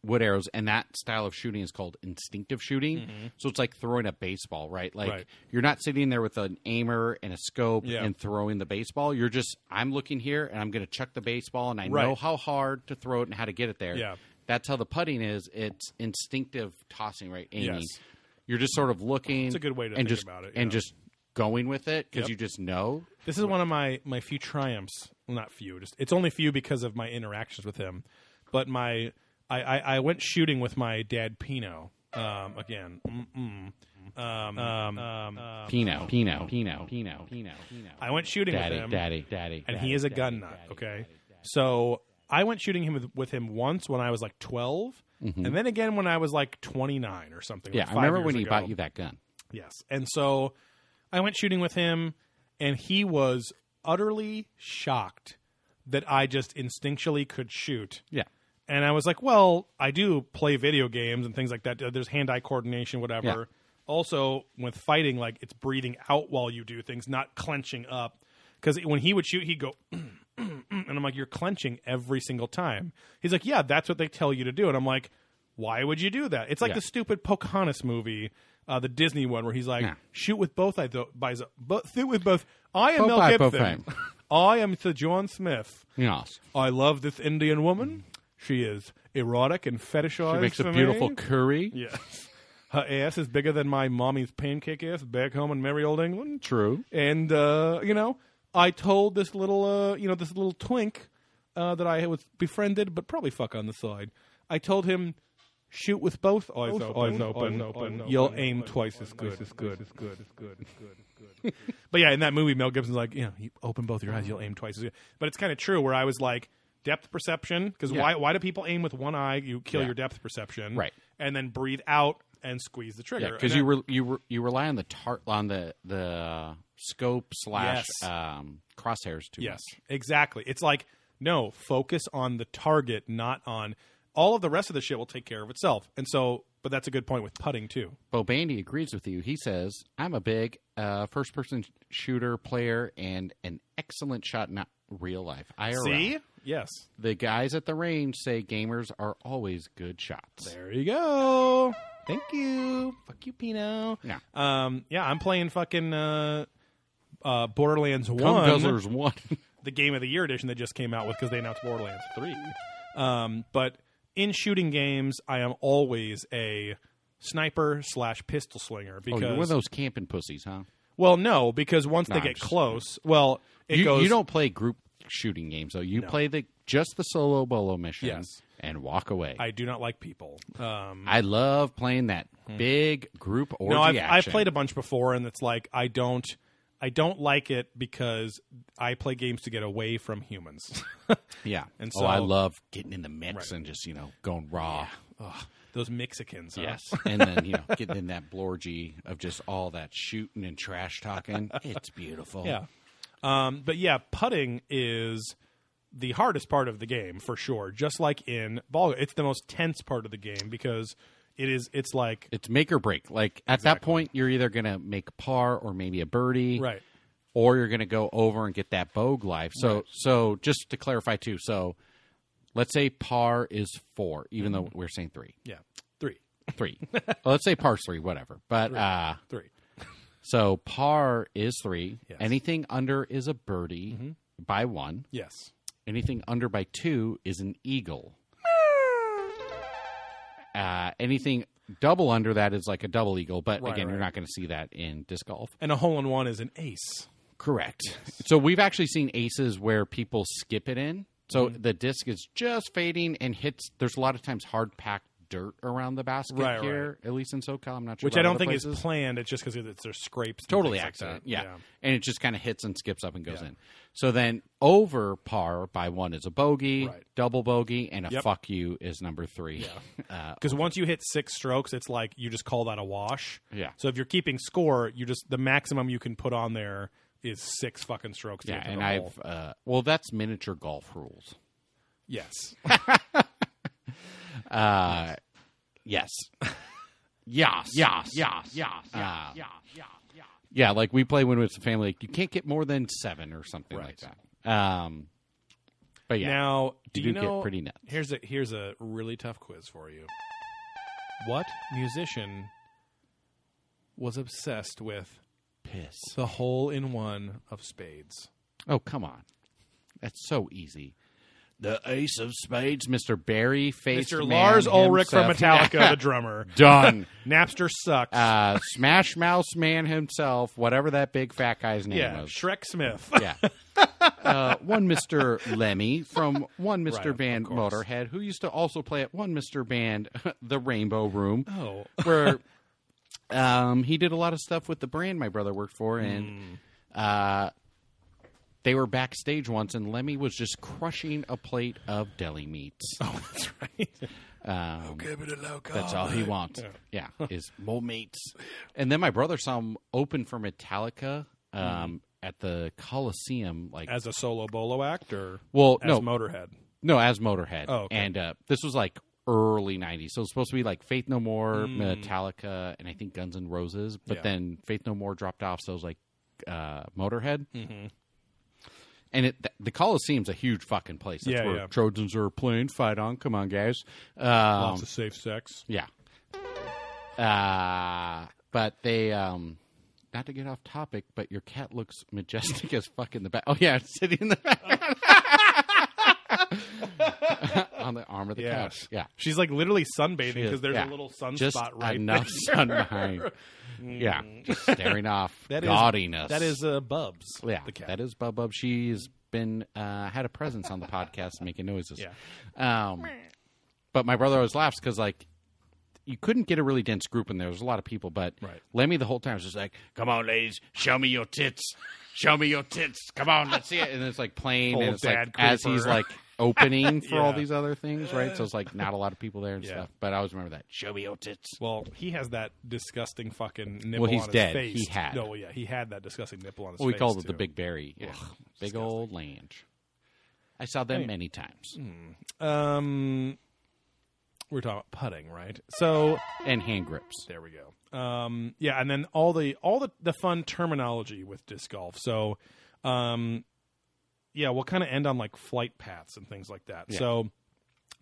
S3: Wood arrows, and that style of shooting is called instinctive shooting. So it's like throwing a baseball, right? Like
S2: Mm-hmm. Right.
S3: you're not sitting there with an aimer and a scope
S2: Yeah.
S3: and throwing the baseball. You're just I'm looking here, and I'm going to chuck the baseball, and I know
S2: Right.
S3: how hard to throw it and how to get it there.
S2: Yeah.
S3: That's how the putting is. It's instinctive tossing, right? Aiming.
S2: Yes.
S3: You're just sort of looking. It's
S2: a good way to
S3: and
S2: think
S3: just,
S2: about it,
S3: And
S2: yeah.
S3: just going with it because
S2: Yep.
S3: you just know.
S2: This is one of my my few triumphs. Well, not few. Just it's only few because of my interactions with him. But my I I, I went shooting with my dad Pino um, again. Mm-mm. Um, um, um,
S3: Pino, Pino, Pino, Pino, Pino, Pino.
S2: I went shooting
S3: Daddy,
S2: with him.
S3: daddy, daddy.
S2: and he is a gun nut. okay, so I went shooting him with, with him once when I was like 12 and then again when I was like twenty nine or something.
S3: Mm-hmm. Yeah,
S2: like
S3: I
S2: five
S3: remember
S2: years
S3: when he
S2: ago.
S3: bought you that gun.
S2: Yes, and so I went shooting with him, and he was utterly shocked that I just instinctually could shoot.
S3: Yeah.
S2: And I was like, well, I do play video games and things like that. There's hand eye coordination, whatever.
S3: Yeah.
S2: Also, with fighting, like it's breathing out while you do things, not clenching up. Because when he would shoot, he'd go, and I'm like, you're clenching every single time. He's like, yeah, that's what they tell you to do. And I'm like, why would you do that? It's like
S3: Yeah.
S2: the stupid Pocahontas movie, uh, the Disney one, where he's like,
S3: Yeah.
S2: shoot with both eyes, by both, shoot with both. I am
S3: Both
S2: Mel
S3: eye, both
S2: Gibson. I am Sir John Smith.
S3: Yes.
S2: I love this Indian woman. She is erotic and fetishized.
S3: She makes
S2: for
S3: a beautiful
S2: me.
S3: curry.
S2: Yes. Her ass is bigger than my mommy's pancake ass back home in merry old England.
S3: True.
S2: And uh, you know, I told this little, uh, you know, this little twink uh, that I was befriended, but probably fuck on the side. I told him, shoot with both eyes open. Eyes open. You'll aim twice as good. as good. As good. As good. As good. But yeah, in that movie, Mel Gibson's like, you know, you open both your eyes, you'll aim twice as good. But it's kind of true. Where I was like, depth perception, because why? Why do people aim with one eye? You kill your depth perception,
S3: Right.
S2: And then breathe out and squeeze the trigger.
S3: Yeah, because
S2: And
S3: you
S2: I-
S3: were you were you rely on the tart on the the scope slash
S2: Yes.
S3: um, crosshairs too
S2: Yes,
S3: much.
S2: exactly. It's like no focus on the target, not on all of the rest of the shit. Will take care of itself. And so, but that's a good point with putting too.
S3: Bo Bandy agrees with you. He says, "I'm a big uh, first person shooter player and an excellent shot, not real life IRL.
S2: See, yes,
S3: The guys at the range say gamers are always good shots.
S2: there you go. Thank you. Fuck you, Pino.
S3: Yeah.
S2: Um. Yeah, I'm playing fucking uh, uh, Borderlands
S3: Come
S2: One.
S3: Guzzlers Oh, one.
S2: the game of the year edition that just came out with because they announced Borderlands Three. Um, but in shooting games, I am always a sniper slash pistol slinger
S3: oh,
S2: because
S3: you're one of those camping pussies, huh?
S2: well, no, because once
S3: No,
S2: they
S3: I'm
S2: get
S3: just-
S2: close, well, it
S3: you,
S2: goes.
S3: you don't play group shooting games though. You play the just the solo bolo mission
S2: Yes.
S3: and walk away.
S2: I do not like people. Um,
S3: I love playing that big group orgy
S2: Hmm. no, I've, I've
S3: action.
S2: played a bunch before, and it's like I don't, I don't like it because I play games to get away from humans.
S3: yeah,
S2: and
S3: oh, I
S2: so-
S3: love getting in the mix and just you know going raw.
S2: Those Mexicans, huh?
S3: Yes, and then you know getting in that blorgy of just all that shooting and trash talking. It's beautiful.
S2: Yeah. Um, but yeah, putting is the hardest part of the game for sure. Just like in ball, it's the most tense part of the game because it is. It's like
S3: it's make or break. Like at that point, you're either gonna make par or maybe a birdie,
S2: right.
S3: or you're going to go over and get that bogue life. So so just to clarify too, so let's say par is four, even though
S2: Mm-hmm.
S3: we're saying three,
S2: Yeah. Three.
S3: three. well, let's say par's three, whatever. But uh,
S2: Three.
S3: so par is three.
S2: Yes. Mm-hmm.
S3: Anything under is a birdie by one.
S2: Yes.
S3: Anything under by two is an eagle. Uh, anything double under that is like a double eagle, but
S2: Ah. Right,
S3: again, you're
S2: right.
S3: not going to see that in disc golf.
S2: And a hole in one is an ace.
S3: Correct. So we've actually seen aces where people skip it in. So
S2: Mm-hmm.
S3: the disc is just fading and hits. There's a lot of times hard packed dirt around the basket
S2: Right,
S3: here, at least in SoCal. I'm not sure,
S2: which
S3: about
S2: I don't
S3: other
S2: think is
S3: places.
S2: planned. It's just because it's there's scrapes. and
S3: totally
S2: things like
S3: accident.
S2: that.
S3: yeah. and it just kind of hits and skips up and goes in. So then over par by one is a bogey,
S2: Right.
S3: double bogey, and a
S2: Yep.
S3: fuck you is number three. Uh,
S2: Because once you hit six strokes, it's like you just call that a wash.
S3: Yeah.
S2: So if you're keeping score, you just the maximum you can put on there is six fucking strokes. To
S3: yeah,
S2: get to
S3: and
S2: the
S3: I've
S2: hole.
S3: uh, well, that's miniature golf rules.
S2: yes,
S3: Uh, yes. Yes. Yes. Yes. Yes. Yeah. Yeah. Yeah. Like we play when it's a family. Like you can't get more than seven or something like that. Um, but yeah,
S2: Now, do
S3: You
S2: you
S3: do get
S2: know?
S3: pretty nuts.
S2: Here's a here's a really tough quiz for you. What musician was obsessed with
S3: piss.
S2: the hole in one of spades?
S3: Oh come on, that's so easy. The Ace of Spades, Mister Barry, faced
S2: Mr.
S3: man
S2: Lars Ulrich from
S3: himself. Yeah.
S2: Metallica, the drummer.
S3: Done.
S2: Napster sucked.
S3: Uh, Smash Mouse Man himself, whatever that big fat guy's name
S2: yeah,
S3: was.
S2: Shrek Smith.
S3: Yeah. Uh, one Mr. Lemmy from one Mr.
S2: Right, of
S3: Band
S2: course.
S3: Motorhead, who used to also play at one Mr. Band, the Rainbow Room,
S2: Oh,
S3: where um, he did a lot of stuff with the brand my brother worked for,
S2: Mm.
S3: and uh, they were backstage once, and Lemmy was just crushing a plate of deli meats.
S2: Oh, that's right.
S3: Um,
S2: Give it a low
S3: that's all he wants. Yeah, is mole mates. And then my brother saw him open for Metallica um, at the Coliseum. Like,
S2: Mm-hmm. As a solo bolo actor,
S3: well,
S2: as
S3: no,
S2: Motorhead.
S3: no, as Motorhead.
S2: Oh, okay.
S3: and uh, this was like early '90s, so it's supposed to be like Faith No More, Metallica, and I think Guns N' Roses. But
S2: Hmm. Yeah.
S3: then Faith No More dropped off, so it was like uh, Motorhead.
S2: Mm-hmm.
S3: And it, th- the Coliseum's a huge fucking place. That's
S2: Yeah,
S3: where
S2: yeah.
S3: Trojans are playing. Fight on, come on, guys. Um,
S2: Lots of safe sex.
S3: Yeah. Uh, but they, um, not to get off topic, but your cat looks majestic as fuck in the back. Oh, yeah, it's sitting in the back. On the arm of the
S2: Yes.
S3: couch. Yeah.
S2: She's like literally sunbathing
S3: is,
S2: because there's
S3: yeah.
S2: a little sunspot
S3: Just
S2: right
S3: enough
S2: there.
S3: sun behind. Yeah. Just staring off.
S2: That is-
S3: gaudiness.
S2: That is uh, Bubs.
S3: yeah,
S2: the cat.
S3: that is Bub Bub. She's been uh, had a presence on the podcast making noises. Yeah. Um, but my brother always laughs because like you couldn't get a really dense group in there. There's a lot of people, but
S2: Right.
S3: Lemmy the whole time was just like, "Come on, ladies, show me your tits, show me your tits. Come on, let's see it." And it's like playing,
S2: Old
S3: and it's like
S2: dad
S3: as
S2: creeper.
S3: he's like opening for all
S2: Yeah.
S3: these other things, right? So it's like not a lot of people there and
S2: Yeah.
S3: stuff. But I always remember that. Show me your tits.
S2: Well, he has that disgusting fucking nipple
S3: he's
S2: on
S3: dead.
S2: his face.
S3: He had.
S2: No, well, yeah, he had that disgusting nipple on his
S3: Well, we
S2: face.
S3: called it the
S2: too.
S3: Big Berry. Yeah. Big old Lange. I saw them many times.
S2: Mm. Um, we're talking about putting, right? So
S3: And hand grips.
S2: There we go. Um, yeah, and then all the all the, the fun terminology with disc golf. So, um, yeah, we'll kind of end on like flight paths and things like that. So,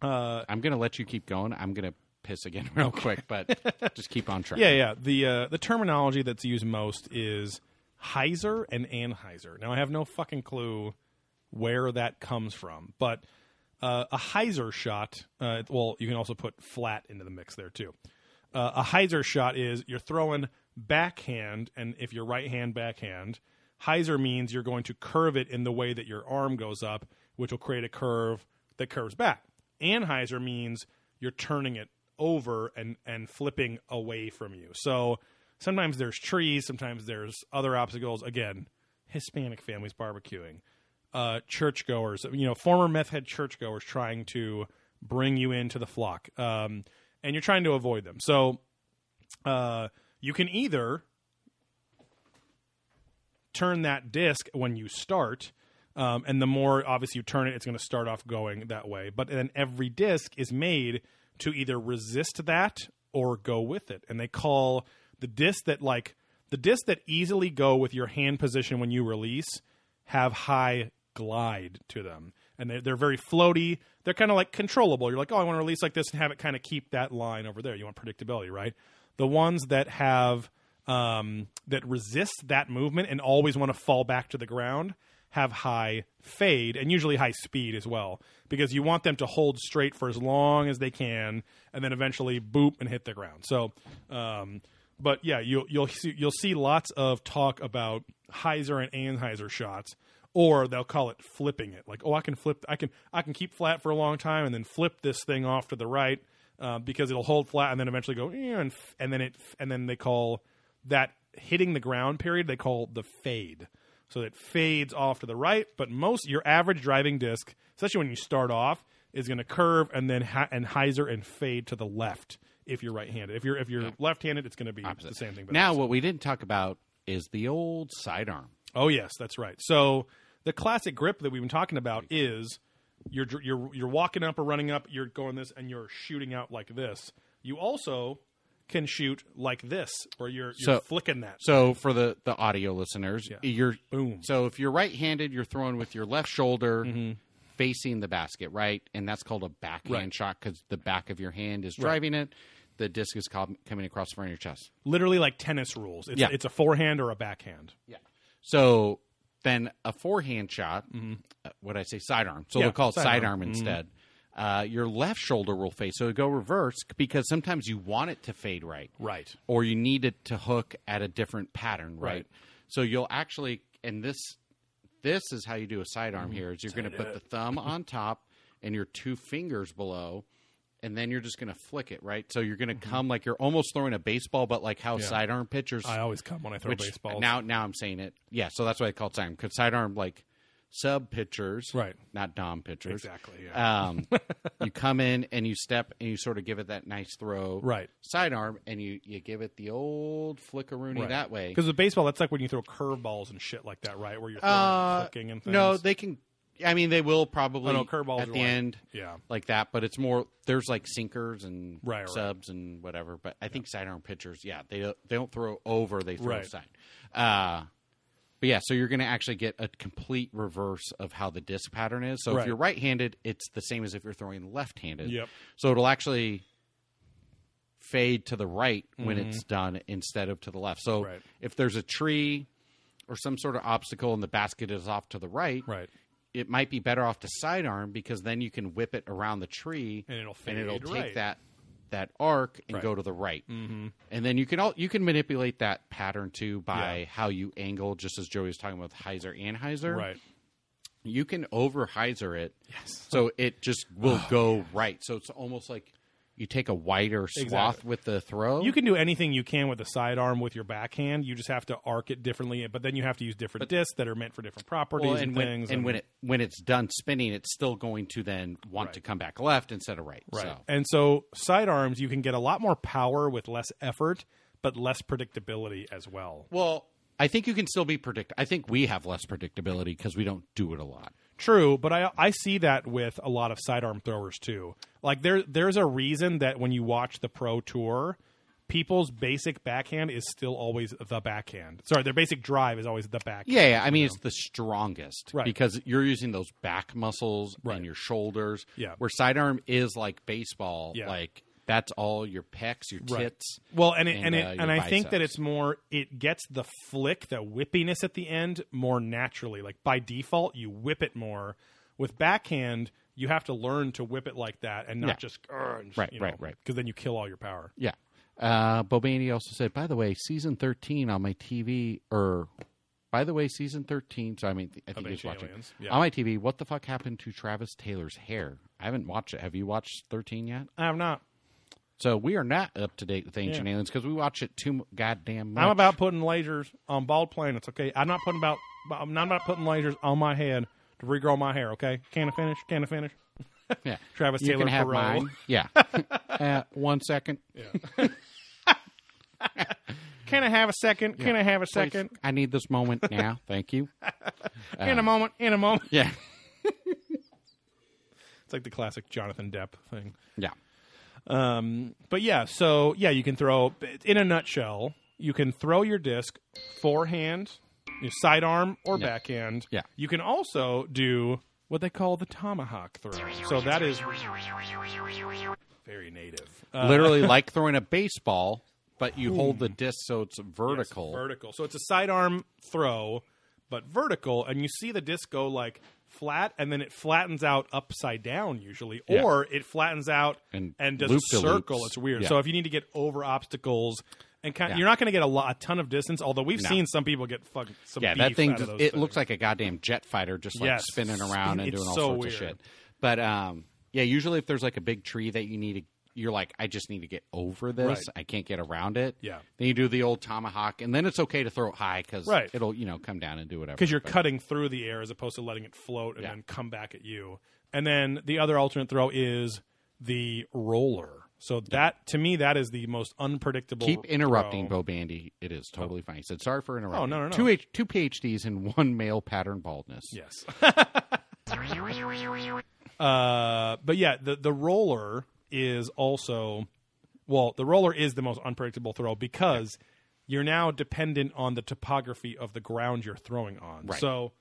S2: uh,
S3: I'm going to let you keep going. I'm going to piss again real quick, but just keep on track.
S2: yeah, yeah. The uh, the terminology that's used most is Heiser and Anheuser. Now, I have no fucking clue where that comes from, but uh, a Heiser shot. Uh, well, you can also put flat into the mix there too. Uh, a Heiser shot is you're throwing backhand, and if you're right hand backhand, Heiser means you're going to curve it in the way that your arm goes up, which will create a curve that curves back. Anheuser means you're turning it over and and flipping away from you. So sometimes there's trees, sometimes there's other obstacles. Again, Hispanic families barbecuing uh, churchgoers, you know, former meth head churchgoers trying to bring you into the flock, um, and you're trying to avoid them. So uh, you can either turn that disc when you start. Um, and the more obviously you turn it, it's going to start off going that way. But then every disc is made to either resist that or go with it. And they call the disc that like the disc that easily go with your hand position when you release have high glide to them. And they're, they're very floaty. They're kind of like controllable. You're like, oh, I want to release like this and have it kind of keep that line over there. You want predictability, right? The ones that have um, that resist that movement and always want to fall back to the ground have high fade and usually high speed as well because you want them to hold straight for as long as they can and then eventually boop and hit the ground. So, um, but yeah, you'll you'll see, you'll see lots of talk about Heiser and Anheuser shots, or they'll call it flipping it. Like, oh, I can flip, I can I can keep flat for a long time and then flip this thing off to the right uh, because it'll hold flat and then eventually go "Eh," and f- and then it and then they call that hitting the ground period they call the fade. So it fades off to the right, but most your average driving disc, especially when you start off, is going to curve and then ha- and hyzer and fade to the left if you're right-handed. If you're if you're left-handed, it's going to be the same thing. But
S3: Now, what we didn't talk about is the old sidearm.
S2: Oh yes, that's right. So the classic grip that we've been talking about is you're dr- you're you're walking up or running up, you're going this, and you're shooting out like this. You also can shoot like this, where you're you're
S3: So-
S2: flicking that.
S3: So for the the audio listeners, you're
S2: Boom. Mm-hmm.
S3: So if you're right-handed, you're throwing with your left shoulder. Facing the basket, right, and that's called a backhand
S2: Right.
S3: shot because the back of your hand is driving it. The disc is com- coming across the front of your chest.
S2: Literally like tennis rules. It's,
S3: Yeah.
S2: it's a forehand or a backhand.
S3: Yeah. So then a forehand shot, uh, what I say, sidearm. So
S2: Yeah,
S3: they'll call it
S2: sidearm. Mm-hmm.
S3: sidearm, instead. Uh, your left shoulder will fade. So go reverse because sometimes you want it to fade right.
S2: Right.
S3: Or you need it to hook at a different pattern, right?
S2: Right.
S3: So you'll actually, and this, this is how you do a
S2: Mm-hmm.
S3: sidearm here is you're going to put the thumb on top and your two fingers below. And then you're just going to flick it, right? So you're going to
S2: Mm-hmm.
S3: come like you're almost throwing a baseball, but like how sidearm pitchers
S2: I always come when I throw
S3: which
S2: baseballs.
S3: Now, now I'm saying it. Yeah, so that's why I call it sidearm because sidearm like sub pitchers,
S2: Right.
S3: Not dom pitchers,
S2: exactly. Yeah.
S3: Um, you come in and you step and you sort of give it that nice throw,
S2: Right.
S3: Sidearm, and you you give it the old flickaroony that way.
S2: Because with baseball, that's like when you throw curveballs and shit like that, right? Where you're throwing
S3: Uh,
S2: and flicking and things.
S3: no, they can. I mean, they will probably
S2: Oh, no, curveballs
S3: at
S2: are
S3: the
S2: like-
S3: end,
S2: yeah.
S3: like that. But it's more there's like sinkers and
S2: Right, right.
S3: subs and whatever. But I think sidearm pitchers, yeah, they don't- they don't throw over, they throw
S2: Right.
S3: side. Uh, but yeah, so you're going to actually get a complete reverse of how the disc pattern is. So
S2: Right.
S3: if you're right-handed, it's the same as if you're throwing left-handed.
S2: Yep.
S3: So it'll actually fade to the right when it's done instead of to the left. So
S2: Mm-hmm. Right.
S3: if there's a tree or some sort of obstacle and the basket is off to the right,
S2: Right.
S3: it might be better off to sidearm because then you can whip it around the tree
S2: And it'll
S3: and it'll
S2: fade
S3: take
S2: right.
S3: that that arc and
S2: Right.
S3: go to the right. Mm-hmm. And then you can all you can manipulate that pattern too by
S2: Yeah.
S3: how you angle, just as Joey was talking about Heiser and Heiser.
S2: Right.
S3: You can over Heiser it. Yes. So it just will
S2: Oh,
S3: go right. So it's almost like you take a wider swath
S2: Exactly.
S3: with the throw.
S2: You can do anything you can with a sidearm with your backhand. You just have to arc it differently, but then you have to use different discs that are meant for different properties
S3: Well,
S2: and,
S3: and when,
S2: things.
S3: and when it when it's done spinning, it's still going to then want to come back left instead of right.
S2: right.
S3: So.
S2: And so sidearms, you can get a lot more power with less effort, but less predictability as well.
S3: Well, I think you can still be predict. I think we have less predictability because we don't do it a lot.
S2: True, but I I see that with a lot of sidearm throwers too. Like there there's a reason that when you watch the pro tour, people's basic backhand is still always the backhand. Sorry, their basic drive is always the backhand.
S3: Yeah, yeah. I mean, it's the strongest
S2: Right.
S3: because you're using those back muscles
S2: Right.
S3: and your shoulders.
S2: Yeah.
S3: Where sidearm is like baseball.
S2: Yeah.
S3: Like that's all your pecs, your
S2: Right.
S3: tits.
S2: Well, and it, and,
S3: and,
S2: it,
S3: uh,
S2: and
S3: your
S2: I think that
S3: biceps.
S2: it's more it gets the flick, the whippiness at the end more naturally. Like by default, you whip it more. With backhand, you have to learn to whip it like that and not
S3: Yeah.
S2: just, "Arr," and just,
S3: Right,
S2: you know,
S3: right, right.
S2: Because then you kill all your power.
S3: Yeah. Uh, Bobani also said, by the way, season 13 on my TV, or by the way, season 13, so I mean, I think he's
S2: Ancient
S3: watching.
S2: Aliens, yeah.
S3: On my TV, what the fuck happened to Travis Taylor's hair? I haven't watched it. Have you watched 13 yet?
S2: I have not.
S3: So we are not up to date with Ancient Aliens because we watch it too m- goddamn much.
S2: I'm about putting lasers on bald planets. Okay, I'm not putting about. I'm not about putting lasers on my head to regrow my hair. Okay, can I finish? Can I finish?
S3: yeah.
S2: Travis
S3: you
S2: Taylor
S3: can have
S2: Perot.
S3: mine. Yeah. uh, one second.
S2: Can I have a second? Can I have a
S3: Please.
S2: second?
S3: I need this moment now. Thank you. Uh.
S2: In a moment. In a moment.
S3: Yeah.
S2: It's like the classic Jonathan Depp thing.
S3: Yeah.
S2: Um, but yeah, so yeah, you can throw. In a nutshell, you can throw your disc forehand, your sidearm, or backhand.
S3: Yeah.
S2: You can also do what they call the tomahawk throw. So that is very native. Uh, Hmm.
S3: Literally like throwing a baseball, but you hold the disc so it's vertical.
S2: vertical. So it's a sidearm throw, but vertical, and you see the disc go like flat, and then it flattens out upside down usually,
S3: Yeah.
S2: or it flattens out
S3: And
S2: and does a
S3: loop-de-loops.
S2: circle. It's weird.
S3: Yeah.
S2: So if you need to get over obstacles. And kind
S3: Yeah.
S2: you're not going to get a, lot, a ton of distance, although we've
S3: No.
S2: seen some people get fucking some
S3: yeah, that
S2: beef
S3: thing
S2: out of
S3: just, it
S2: those things.
S3: looks like a goddamn jet fighter just like
S2: Yes.
S3: spinning around and
S2: It's
S3: doing all
S2: so
S3: sorts
S2: weird.
S3: of shit. But um, yeah, usually if there's like a big tree that you need to, you're like, I just need to get over this.
S2: Right.
S3: I can't get around it.
S2: Yeah.
S3: Then you do the old tomahawk, and then it's okay to throw it high because
S2: Right.
S3: it'll you know come down and do whatever.
S2: because you're
S3: But-
S2: cutting through the air as opposed to letting it float and
S3: Yeah.
S2: then come back at you. And then the other alternate throw is the roller. So that to me that is the most unpredictable.
S3: keep interrupting,
S2: throw.
S3: Bo Bandy. It is totally fine. He said, "Sorry for interrupting."
S2: Oh. no, no, no.
S3: Two H- two PhDs and one male pattern baldness.
S2: Yes. uh, but yeah, the the roller is also well, the roller is the most unpredictable throw because you're now dependent on the topography of the ground you're throwing on.
S3: Right.
S2: So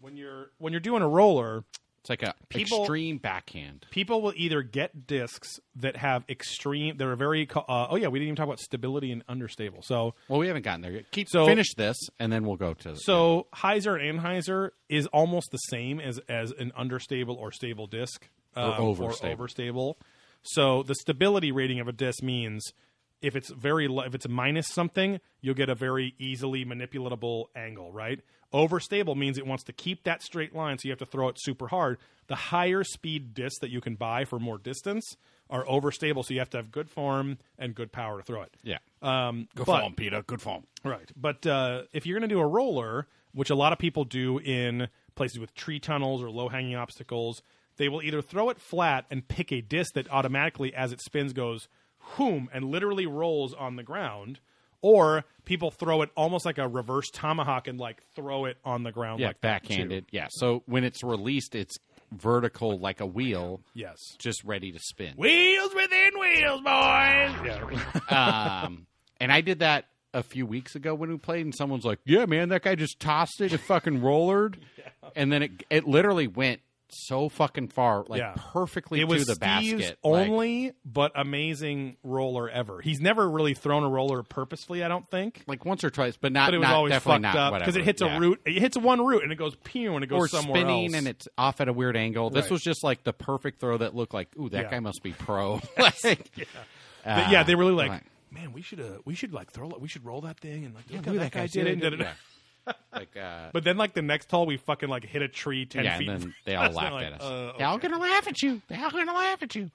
S2: when you're when you're doing a roller,
S3: It's like a
S2: People-
S3: extreme backhand.
S2: people will either get discs that have extreme that are very co- uh, oh yeah we didn't even talk about stability and understable so
S3: Well, we haven't gotten there yet. Keep
S2: So-
S3: finish this, and then we'll go to
S2: so heiser and anheuser is almost the same as as an understable or stable disc um,
S3: overstable.
S2: overstable. so the stability rating of a disc means if it's very lo- if it's minus something you'll get a very easily manipulatable angle right overstable means it wants to keep that straight line so you have to throw it super hard the higher speed discs that you can buy for more distance are overstable so you have to have good form and good power to throw it
S3: yeah.
S2: good
S3: Peter. Good form.
S2: Right. But uh, if you're going to do a roller, which a lot of people do in places with tree tunnels or low hanging obstacles, they will either throw it flat and pick a disc that automatically, as it spins, goes whoom and literally rolls on the ground, or people throw it almost like a reverse tomahawk and like throw it on the ground
S3: Yeah,
S2: like that, too.
S3: backhanded. Yeah. So when it's released, it's vertical like a wheel,
S2: Yes.
S3: just ready to spin.
S4: Wheels within wheels, boys.
S3: Um, and I did that a few weeks ago when we played, and someone's like, "Yeah, man, that guy just tossed it. It fucking rollered, and then it it literally went so fucking far, like
S2: Yeah.
S3: perfectly
S2: it was
S3: to the
S2: Steve's
S3: basket. like-
S2: only but amazing roller ever. He's never really thrown a roller purposefully, I don't think.
S3: like once or twice, but not.
S2: but it was
S3: not,
S2: always
S3: definitely
S2: fucked
S3: not,
S2: up because it
S3: whatever.
S2: hits
S3: Yeah.
S2: a root. It hits one root and it goes pew and it goes
S3: Or
S2: somewhere
S3: spinning
S2: else.
S3: and it's off at a weird angle. This
S2: Right.
S3: was just like the perfect throw that looked like, ooh, that
S2: Yeah.
S3: guy must be pro. like,
S2: But yeah, they really like.
S3: ah, right.
S2: Man, we should uh, we should like throw we should roll that thing and like
S3: Look
S2: look how
S3: at
S2: that, guy did it.
S3: Yeah. like, uh,
S2: But then like the next hole, we fucking like hit a tree ten
S3: yeah,
S2: feet.
S3: and then they all
S2: They're
S3: laughed
S2: like,
S3: at us.
S2: uh,
S3: They're all gonna laugh at you. They're all gonna laugh at you.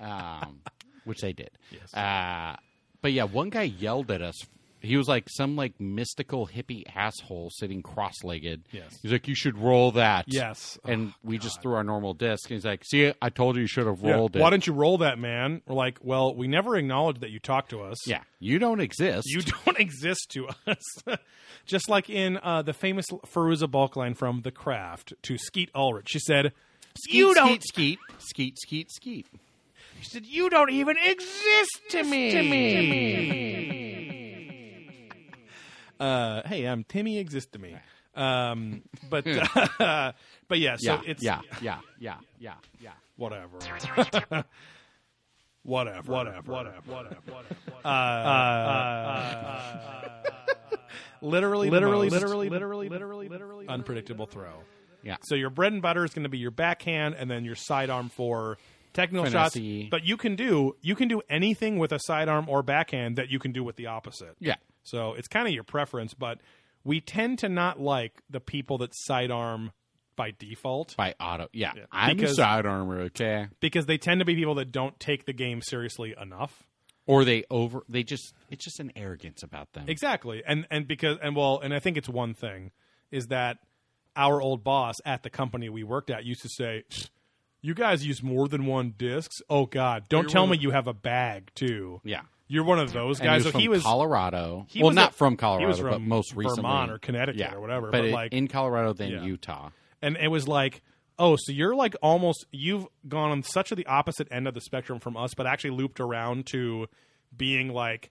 S3: Um, which they did. Yes. Uh, but yeah, one guy yelled at us. He was like some like mystical hippie asshole sitting cross-legged.
S2: Yes.
S3: He's like, you should roll that.
S2: Yes. Oh,
S3: And we just threw our normal disc. And he's like, see, I told you you should have
S2: Yeah,
S3: rolled
S2: Why
S3: it.
S2: didn't you roll that, man? We're like, well, we never acknowledged that you talked to us.
S3: yeah, you don't exist.
S2: You don't exist to us. Just like in uh, the famous Feruza Balk line from The Craft to Skeet Ulrich. She said,
S3: Skeet,
S2: You don't
S3: skeet, skeet, skeet, skeet, skeet.
S4: She said, "You don't even exist to me." To me.
S2: uh, hey, I'm Timmy Exist to me. Um, but uh, but yeah, so
S3: Hmm. Yeah,
S2: it's
S3: yeah, yeah, yeah, yeah, yeah.
S2: whatever. whatever, whatever, whatever, whatever, whatever. Uh, literally, literally, literally, literally, literally, literally, unpredictable throw.
S3: Yeah.
S2: So your bread and butter is going to be your backhand, and then your sidearm for technical shots.
S3: Finesse-y.
S2: But you can do you can do anything with a sidearm or backhand that you can do with the opposite.
S3: Yeah.
S2: So it's kind of your preference, but we tend to not like the people that sidearm by default
S3: By auto. Yeah. I'm
S2: Because-
S3: a side armor, okay?
S2: because they tend to be people that don't take the game seriously enough.
S3: Or they over they just it's just an arrogance about them.
S2: Exactly. And and because and well, and I think it's one thing is that our old boss at the company we worked at used to say, "You guys use more than one discs? Oh god, don't tell me you have a bag too."
S3: Yeah.
S2: You're one of those
S3: And
S2: guys.
S3: he was
S2: so
S3: from
S2: he was
S3: Colorado.
S2: he
S3: well,
S2: was
S3: not
S2: a-
S3: from Colorado,
S2: he was
S3: but
S2: from
S3: most recently
S2: Vermont or Connecticut
S3: Yeah.
S2: or whatever,
S3: But,
S2: but
S3: it-
S2: like-
S3: in Colorado, then
S2: Yeah.
S3: Utah.
S2: and it was like oh so you're like almost you've gone on such the opposite end of the spectrum from us but actually looped around to being like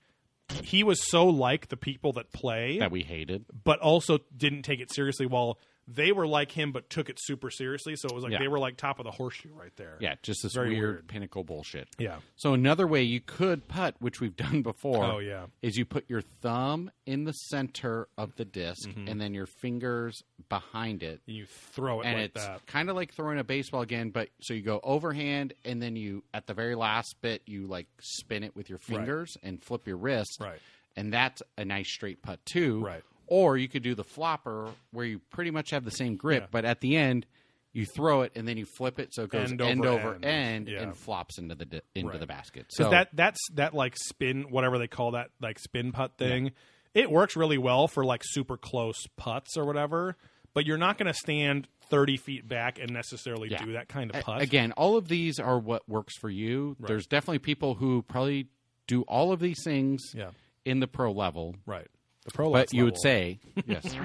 S2: he was so like the people that play
S3: That we hated.
S2: but also didn't take it seriously while they were like him but took it super seriously. So it was like
S3: Yeah.
S2: they were like top of the horseshoe right there.
S3: Yeah, just this
S2: Very
S3: weird,
S2: weird.
S3: pinnacle bullshit.
S2: Yeah.
S3: So another way you could putt, which we've done before,
S2: Oh, yeah.
S3: is you put your thumb in the center of the disk
S2: Mm-hmm.
S3: and then your fingers behind it.
S2: You throw it
S3: and
S2: like
S3: it's
S2: that.
S3: kind of like throwing a baseball again, but so you go overhand and then you at the very last bit you like spin it with your fingers and flip your wrist.
S2: Right.
S3: And that's a nice straight putt too.
S2: Right.
S3: Or you could do the flopper where you pretty much have the same grip, but at the end you throw it and then you flip it so it goes
S2: End
S3: end
S2: over
S3: over end,
S2: end. Yeah.
S3: and flops into the di- into
S2: Right.
S3: the basket.
S2: Because
S3: So
S2: that that's that like spin whatever they call that like spin putt thing. It works really well for like super close putts or whatever, but you're not going to stand thirty feet back and necessarily
S3: Yeah.
S2: do that kind of
S3: A-
S2: putt.
S3: Again, all of these are what works for you. There's definitely people who probably do all of these things
S2: Yeah.
S3: in the pro level.
S2: right. The pro,
S3: But
S2: Lux
S3: you would
S2: level.
S3: say yes.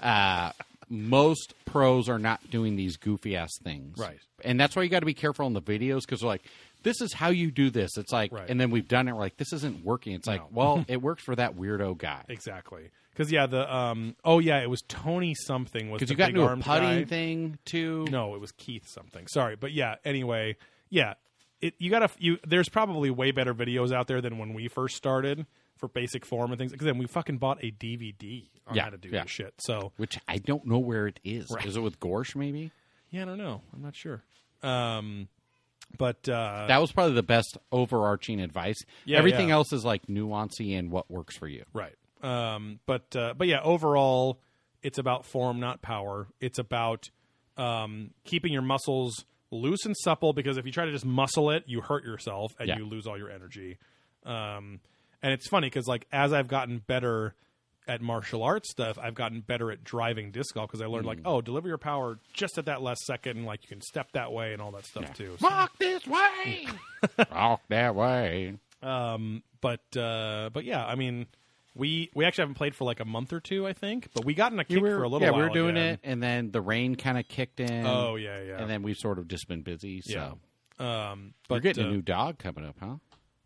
S3: uh, most pros are not doing these goofy ass things,
S2: Right.
S3: And that's why you got to be careful on the videos because like, this is how you do this. It's like,
S2: Right.
S3: and then we've done it. We're like, this isn't working. It's like, well, it worked for that weirdo guy
S2: exactly because yeah the um oh yeah it was Tony something was
S3: because
S2: the
S3: you got
S2: big
S3: into a
S2: armed
S3: putting
S2: guy.
S3: thing too.
S2: No, it was Keith something. Sorry, but yeah. Anyway, yeah. It you gotta you. There's probably way better videos out there than when we first started for basic form and things. Because then we fucking bought a DVD on
S3: Yeah,
S2: how to do
S3: yeah.
S2: this shit. So
S3: Which I don't know where it is. Is it with Gorsh? Maybe
S2: yeah, I don't know. I'm not sure. Um, but uh,
S3: that was probably the best overarching advice.
S2: Yeah,
S3: Everything
S2: yeah.
S3: else is like nuancy and what works for you.
S2: Right. Um, but uh, but yeah, overall, it's about form, not power. It's about um, keeping your muscles loose and supple because if you try to just muscle it, you hurt yourself and
S3: Yeah.
S2: you lose all your energy. Um, and it's funny because like as I've gotten better at martial arts stuff, I've gotten better at driving disc golf because I learned like oh, deliver your power just at that last second, and, like you can step that way and all that stuff too. So-
S3: Walk this way. Walk that way.
S2: um, but uh, but yeah, I mean, we we actually haven't played for like a month or two, I think. But we got in a kick for a little
S3: yeah,
S2: while.
S3: we were doing
S2: again.
S3: it, and then the rain kind of kicked in.
S2: Oh yeah, yeah.
S3: and then we've sort of just been busy. So
S2: Yeah. um, but
S3: we're getting
S2: uh,
S3: a new dog coming up, huh?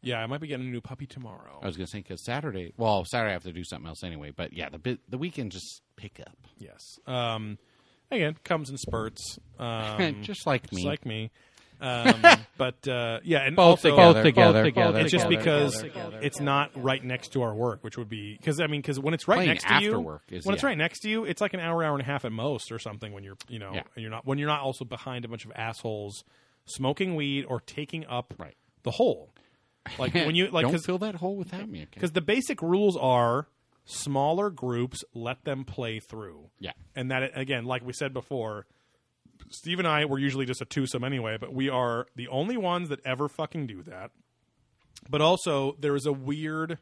S2: yeah, I might be getting a new puppy tomorrow.
S3: I was gonna say because Saturday, well, Saturday I have to do something else anyway. But yeah, the bit, the weekend just pick up,
S2: yes. Um, again, comes in spurts. Um,
S3: just like me.
S2: just like me. Um, but uh, yeah, and also,
S3: both together,
S2: It's just
S3: together,
S2: because
S3: together.
S2: it's not right next to our work, which would be because I mean because when it's right
S3: Playing
S2: next to
S3: after
S2: you,
S3: work is-
S2: when it's
S3: yeah.
S2: right next to you, it's like an hour, hour and a half at most, or something. When you're you know
S3: Yeah.
S2: and you're not when you're not also behind a bunch of assholes smoking weed or taking up
S3: Right.
S2: the hole. Like when you like
S3: don't
S2: because
S3: fill that hole without me, okay?
S2: because the basic rules are smaller groups let them play through.
S3: Yeah.
S2: And that again, like we said before, Steve and I were usually just a twosome anyway, but we are the only ones that ever fucking do that. But also there is a weird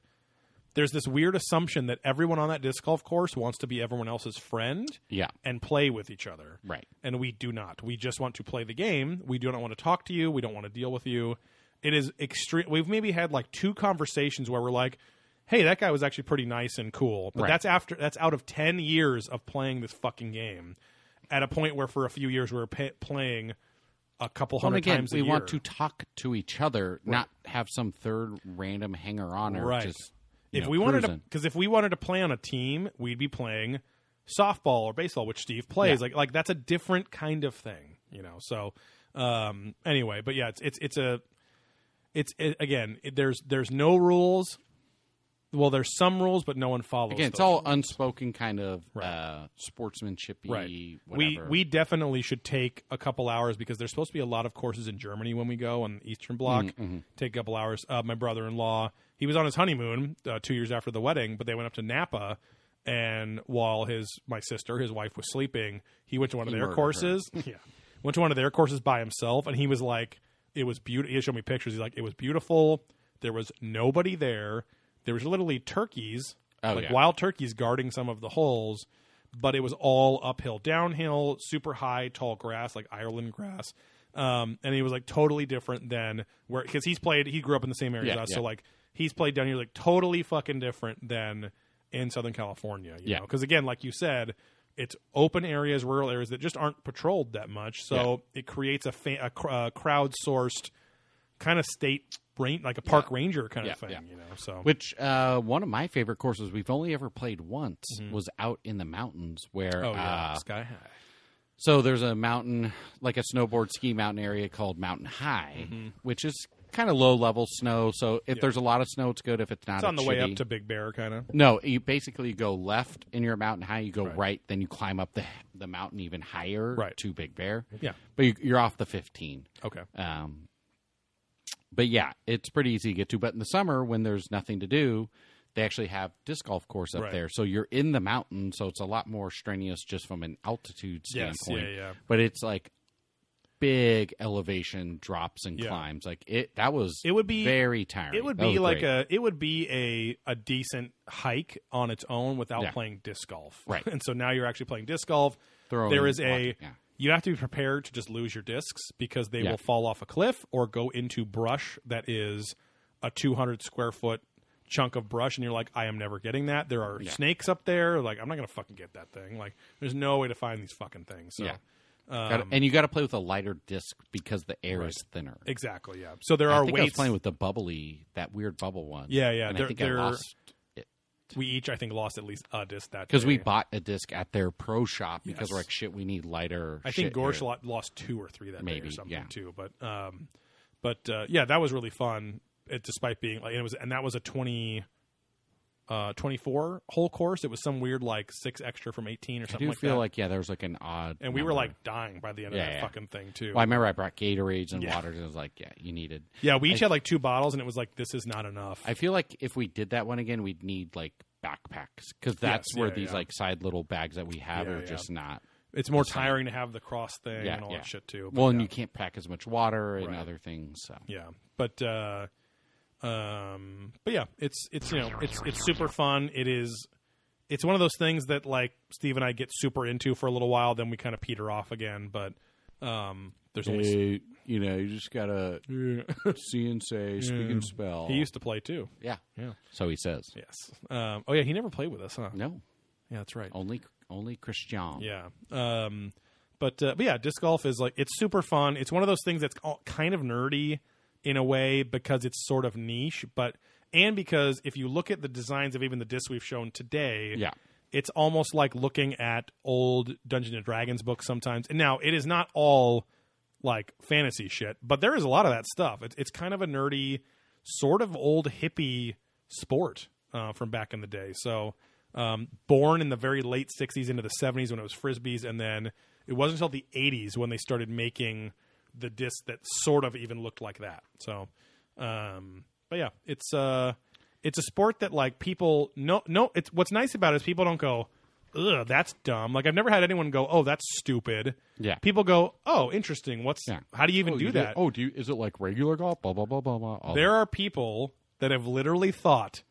S2: there's this weird assumption that everyone on that disc golf course wants to be everyone else's friend
S3: Yeah.
S2: and play with each other.
S3: Right.
S2: And we do not. We just want to play the game. We do not want to talk to you. We don't want to deal with you. It is extreme. We've maybe had like two conversations where we're like, "Hey, that guy was actually pretty nice and cool," but
S3: Right.
S2: that's after that's out of ten years of playing this fucking game. At a point where for a few years we were pa playing a couple
S3: Well, and
S2: hundred
S3: again,
S2: times a
S3: we
S2: year.
S3: want to talk to each other, not have some third random hanger on or
S2: right.
S3: just you
S2: if
S3: know,
S2: we wanted to,
S3: cruising.
S2: because if we wanted to play on a team, we'd be playing softball or baseball, which Steve plays.
S3: Yeah.
S2: Like, like that's a different kind of thing, you know. So, um, anyway, but yeah, it's it's it's a, it's it, again, it, there's there's no rules. Well, there's some rules, but no one follows.
S3: Again, it's
S2: those.
S3: all unspoken kind of
S2: Right.
S3: uh, sportsmanshipy.
S2: right. We
S3: Whatever.
S2: we definitely should take a couple hours because there's supposed to be a lot of courses in Germany when we go on the Eastern Bloc.
S3: Mm-hmm,
S2: Take a couple hours. Uh, my brother-in-law, he was on his honeymoon uh, two years after the wedding, but they went up to Napa, and while his my sister, his wife, was sleeping, he went to one of their
S3: murdered her.
S2: courses. yeah, went to one of their courses by himself, and he was like, "It was beautiful." He showed me pictures. He's like, "It was beautiful. There was nobody there. There was literally turkeys."
S3: Oh,
S2: like
S3: yeah.
S2: wild turkeys guarding some of the holes, but it was all uphill, downhill, super high, tall grass, like Ireland grass. Um, and he was like totally different than where because he's played. He grew up in the same area
S3: Yeah,
S2: as us,
S3: yeah.
S2: so like he's played down here like totally fucking different than in Southern California. You
S3: Yeah.
S2: because again, like you said. It's open areas, rural areas that just aren't patrolled that much, so it creates a, fa- a cr- uh, crowd-sourced kind of state rain like a park ranger kind
S3: Yeah,
S2: of thing,
S3: yeah.
S2: you know. So
S3: Which uh, one of my favorite courses we've only ever played once was out in the mountains where
S2: Mm-hmm. oh yeah,
S3: uh,
S2: sky high.
S3: so there's a mountain like a snowboard ski mountain area called Mountain High,
S2: Mm-hmm.
S3: which is kind of low level snow. So if there's a lot of snow, it's good. If it's not,
S2: It's on the way up
S3: shitty.
S2: to Big Bear kind of.
S3: No, you basically go left in your mountain high, you go right, then you climb up the the mountain even higher
S2: Right.
S3: to Big Bear.
S2: Yeah.
S3: But you, you're off the 15.
S2: Okay.
S3: Um, but yeah, it's pretty easy to get to. But in the summer, when there's nothing to do, they actually have disc golf course up
S2: Right.
S3: there. So you're in the mountain, so it's a lot more strenuous just from an altitude
S2: Yes,
S3: standpoint.
S2: yeah, yeah.
S3: But it's like big elevation drops and
S2: Yeah.
S3: climbs. Like it, that was
S2: It would be-
S3: very tiring.
S2: It would
S3: That
S2: be
S3: was
S2: like
S3: great.
S2: a it would be a a decent hike on its own without
S3: Yeah.
S2: playing disc golf.
S3: Right.
S2: And so now you're actually playing disc golf.
S3: Throwing
S2: there is a
S3: walking, yeah.
S2: you have to be prepared to just lose your discs because they
S3: Yeah.
S2: will fall off a cliff or go into brush that is a 200 square foot chunk of brush and you're like I am never getting that. There are snakes up there like I'm not going to fucking get that thing. Like there's no way to find these fucking things. So
S3: Yeah.
S2: uh,
S3: Gotta-
S2: um,
S3: and you got to play with a lighter disc because the air is thinner.
S2: exactly, yeah. So there
S3: I
S2: are
S3: think I was
S2: weights
S3: playing with the bubbly, that weird bubble one.
S2: Yeah, yeah,
S3: And
S2: they're-
S3: I think
S2: they're-
S3: I lost
S2: we each I think lost at least a disc that
S3: because we
S2: day.
S3: bought a disc at their pro shop because
S2: Yes.
S3: we're like, shit, we need lighter.
S2: I think
S3: shit
S2: Gorsh
S3: here.
S2: lo- lost two or three that day
S3: Maybe,
S2: or something
S3: yeah.
S2: too. But um, but uh, yeah, that was really fun. It, despite being like it was, and that was a 20, uh, 24 whole course. It was some weird like six extra from eighteen or
S3: I
S2: something
S3: do
S2: like
S3: feel
S2: that.
S3: like yeah, there was like an odd.
S2: and we were
S3: number.
S2: like dying by the end
S3: Yeah,
S2: of that
S3: yeah.
S2: fucking thing too.
S3: well, I remember I brought Gatorades and
S2: Yeah.
S3: water, and I was like, yeah, you needed.
S2: yeah, we each had like two bottles, and it was like this is not enough.
S3: I feel like if we did that one again, we'd need like backpacks because that's where
S2: yeah,
S3: these
S2: yeah.
S3: like side little bags that we have
S2: Yeah,
S3: are
S2: yeah.
S3: just not.
S2: it's more tiring to have the cross thing
S3: Yeah,
S2: and all
S3: yeah.
S2: that shit too. but
S3: Well, and
S2: yeah.
S3: you can't pack as much water and
S2: Right.
S3: other things. So
S2: Yeah, but uh, um, but yeah, it's it's you know it's it's super fun. It is. It's one of those things that like Steve and I get super into for a little while, then we kind of peter off again. But um, there's only
S3: you know, you just gotta see and say, speak and spell.
S2: Mm. he used to play too.
S3: yeah,
S2: Yeah.
S3: So he says,
S2: Yes. Um, oh yeah, he never played with us, huh?
S3: no,
S2: Yeah, that's right.
S3: only only Christian.
S2: Yeah. Um, but uh, but yeah, disc golf is like it's super fun. It's one of those things that's all, kind of nerdy in a way because it's sort of niche, but and because if you look at the designs of even the discs we've shown today,
S3: Yeah.
S2: it's almost like looking at old Dungeons and Dragons books sometimes. And now it is not all like fantasy shit, but there is a lot of that stuff. It's it's kind of a nerdy, sort of old hippie sport uh, from back in the day. So um, born in the very late '60s into the '70s when it was frisbees, and then it wasn't until the '80s when they started making the disc that sort of even looked like that. So, um, but yeah, it's uh, it's a sport that like people no no. It's what's nice about it is people don't go. Ugh, that's dumb. Like I've never had anyone go, "Oh, that's stupid."
S3: Yeah.
S2: people go, "Oh, interesting. What's
S3: Yeah.
S2: how do you even do
S3: you
S2: that?"
S3: oh, do you? Is it like regular golf? Blah blah blah blah blah. All
S2: there are people that have literally thought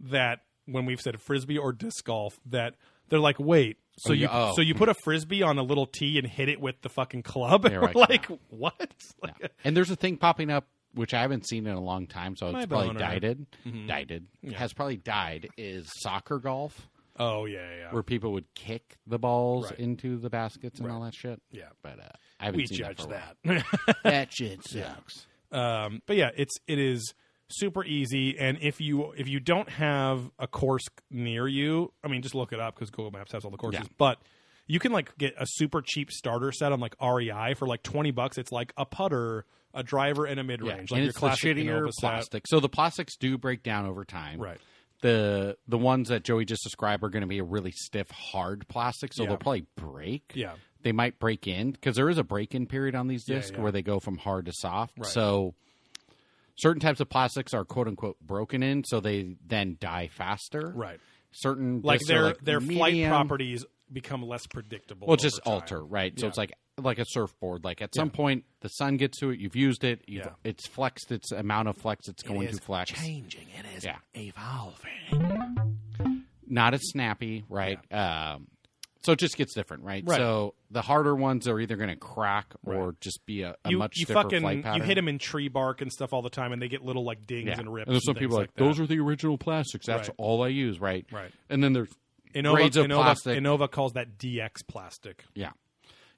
S2: that when we've said frisbee or disc golf that they're like, "Wait, so
S3: Oh,
S2: you
S3: yeah, oh.
S2: so you put a frisbee on a little tee and hit it with the fucking club?" And
S3: Yeah,
S2: we're
S3: right,
S2: like, "What?" Like,
S3: that. and there's a thing popping up which I haven't seen in a long time, so
S2: My
S3: it's probably
S2: boner.
S3: died.
S2: Mm-hmm.
S3: Died has probably died. Is soccer golf
S2: Oh yeah, yeah, yeah.
S3: where people would kick the balls
S2: Right.
S3: into the baskets and all that shit?
S2: Yeah.
S3: but uh, I haven't
S2: we
S3: seen
S2: judge
S3: for a while.
S2: that.
S3: that shit sucks.
S2: um, but yeah, it's it is super easy. And if you if you don't have a course near you, I mean, just look it up because Google Maps has all the courses.
S3: Yeah.
S2: But you can like get a super cheap starter set on like REI for like twenty bucks. It's like a putter, a driver, and a mid
S3: Yeah, and
S2: range. like your
S3: it's
S2: classic
S3: the
S2: Innova
S3: shittier
S2: set.
S3: plastic. So the plastics do break down over time,
S2: Right.
S3: The the ones that Joey just described are going to be a really stiff, hard plastic, so
S2: Yeah.
S3: they'll probably break.
S2: Yeah.
S3: they might break in because there is a break in period on these
S2: Yeah,
S3: discs
S2: yeah.
S3: where they go from hard to soft.
S2: Right.
S3: So certain types of plastics are quote unquote broken in, so they then die faster.
S2: Right.
S3: Certain
S2: Like
S3: discs are,
S2: their
S3: like,
S2: their flight
S3: medium.
S2: properties become less predictable.
S3: Well, just
S2: over time.
S3: alter, right? So
S2: Yeah.
S3: it's like like a surfboard. Like at some point, the sun gets to it. You've used it. You've,
S2: Yeah.
S3: It's flexed its amount of flex. It's going to flex.
S4: Changing. It is
S3: Yeah.
S4: evolving.
S3: not as snappy, right? Um, so it just gets different, right?
S2: Right.
S3: So the harder ones are either going to crack or just be a, a
S2: You,
S3: much
S2: you
S3: stiffer
S2: fucking
S3: flight pattern.
S2: you hit them in tree bark and stuff all the time, and they get little like dings
S3: yeah.
S2: and rips.
S3: there's some
S2: and
S3: people
S2: things
S3: like,
S2: like that.
S3: those are the original plastics. That's
S2: Right.
S3: all I use, right?
S2: Right.
S3: And then there's
S2: Innova,
S3: grades of
S2: Innova,
S3: plastic.
S2: Innova calls that DX plastic.
S3: yeah,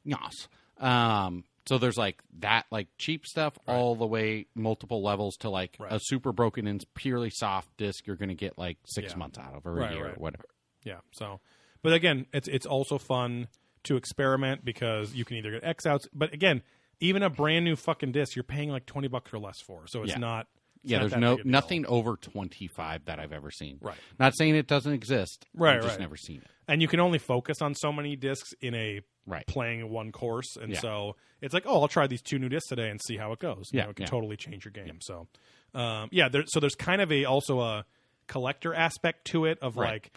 S3: yes. Um, So there's like that, like cheap stuff, all the way multiple levels to like
S2: Right.
S3: a super broken in, purely soft disc. You're going to get like six
S2: Yeah.
S3: months out of or
S2: Right,
S3: a year
S2: right.
S3: or whatever.
S2: Yeah. So, but again, it's it's also fun to experiment because you can either get X outs, but again, even a brand new fucking disc, you're paying like twenty bucks or less for. So it's
S3: Yeah.
S2: not. it's
S3: yeah,
S2: not
S3: there's
S2: that
S3: no
S2: big a deal.
S3: nothing over 25 that I've ever seen.
S2: Right.
S3: Not saying it doesn't exist.
S2: Right,
S3: I've just
S2: right.
S3: never seen it.
S2: and you can only focus on so many discs in a
S3: Right.
S2: playing one course, and
S3: Yeah.
S2: so it's like, oh, I'll try these two new discs today and see how it goes. You
S3: Yeah,
S2: know, it can
S3: yeah.
S2: totally change your game. So, um, yeah, there, so there's kind of a also a collector aspect to it of
S3: Right.
S2: like.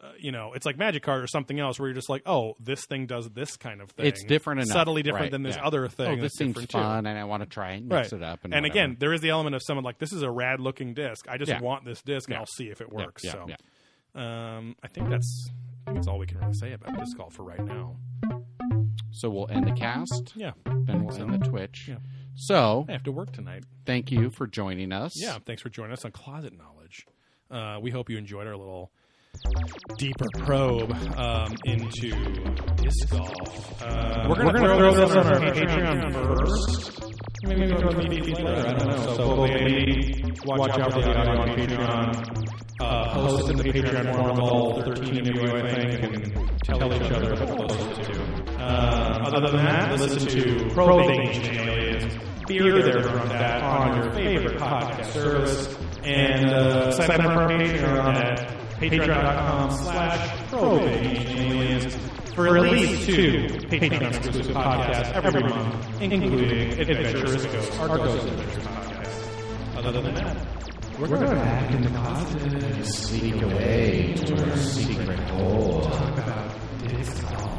S2: Uh, you know, it's like Magic Card or something else, where you're just like, "Oh, this thing does this kind of thing."
S3: It's different enough.
S2: subtly different
S3: Right,
S2: than this
S3: yeah.
S2: other thing.
S3: Oh, this
S2: that's
S3: seems
S2: different, too.
S3: fun, and I want to try and mix it up. And, whatever.
S2: again, there is the element of someone like, "This is a rad looking disc. I just
S3: Yeah.
S2: want this disc, and
S3: Yeah.
S2: I'll see if it
S3: Yeah,
S2: works."
S3: yeah,
S2: so,
S3: yeah.
S2: um, I think that's I think that's all we can really say about this call for right now.
S3: So we'll end the cast,
S2: Yeah,
S3: then we'll end the Twitch.
S2: Yeah.
S3: So
S2: I have to work tonight.
S3: thank you for joining us.
S2: Yeah, thanks for joining us on Closet Knowledge. Uh, we hope you enjoyed our little deeper probe um, into disc golf. Uh, we're gonna, throw, this on our Patreon first. Maybe we'll throw the DVDs later. I don't know. So we'll maybe watch out for the audio on Patreon. Uh, post in the Patreon forum, all 13 of you, I think, and tell each other what those are to. Uh, other than that, listen to Probing Ancient Aliens, Fear There From That on your favorite podcast service, and uh, sign up for our Patreon at patreon.com slash Probing Ancient Aliens for at least two Patreon exclusive podcasts every month, including Adventurous Ghosts, our Ghost Adventures podcast. Other than that,
S5: Sneak away to our secret door.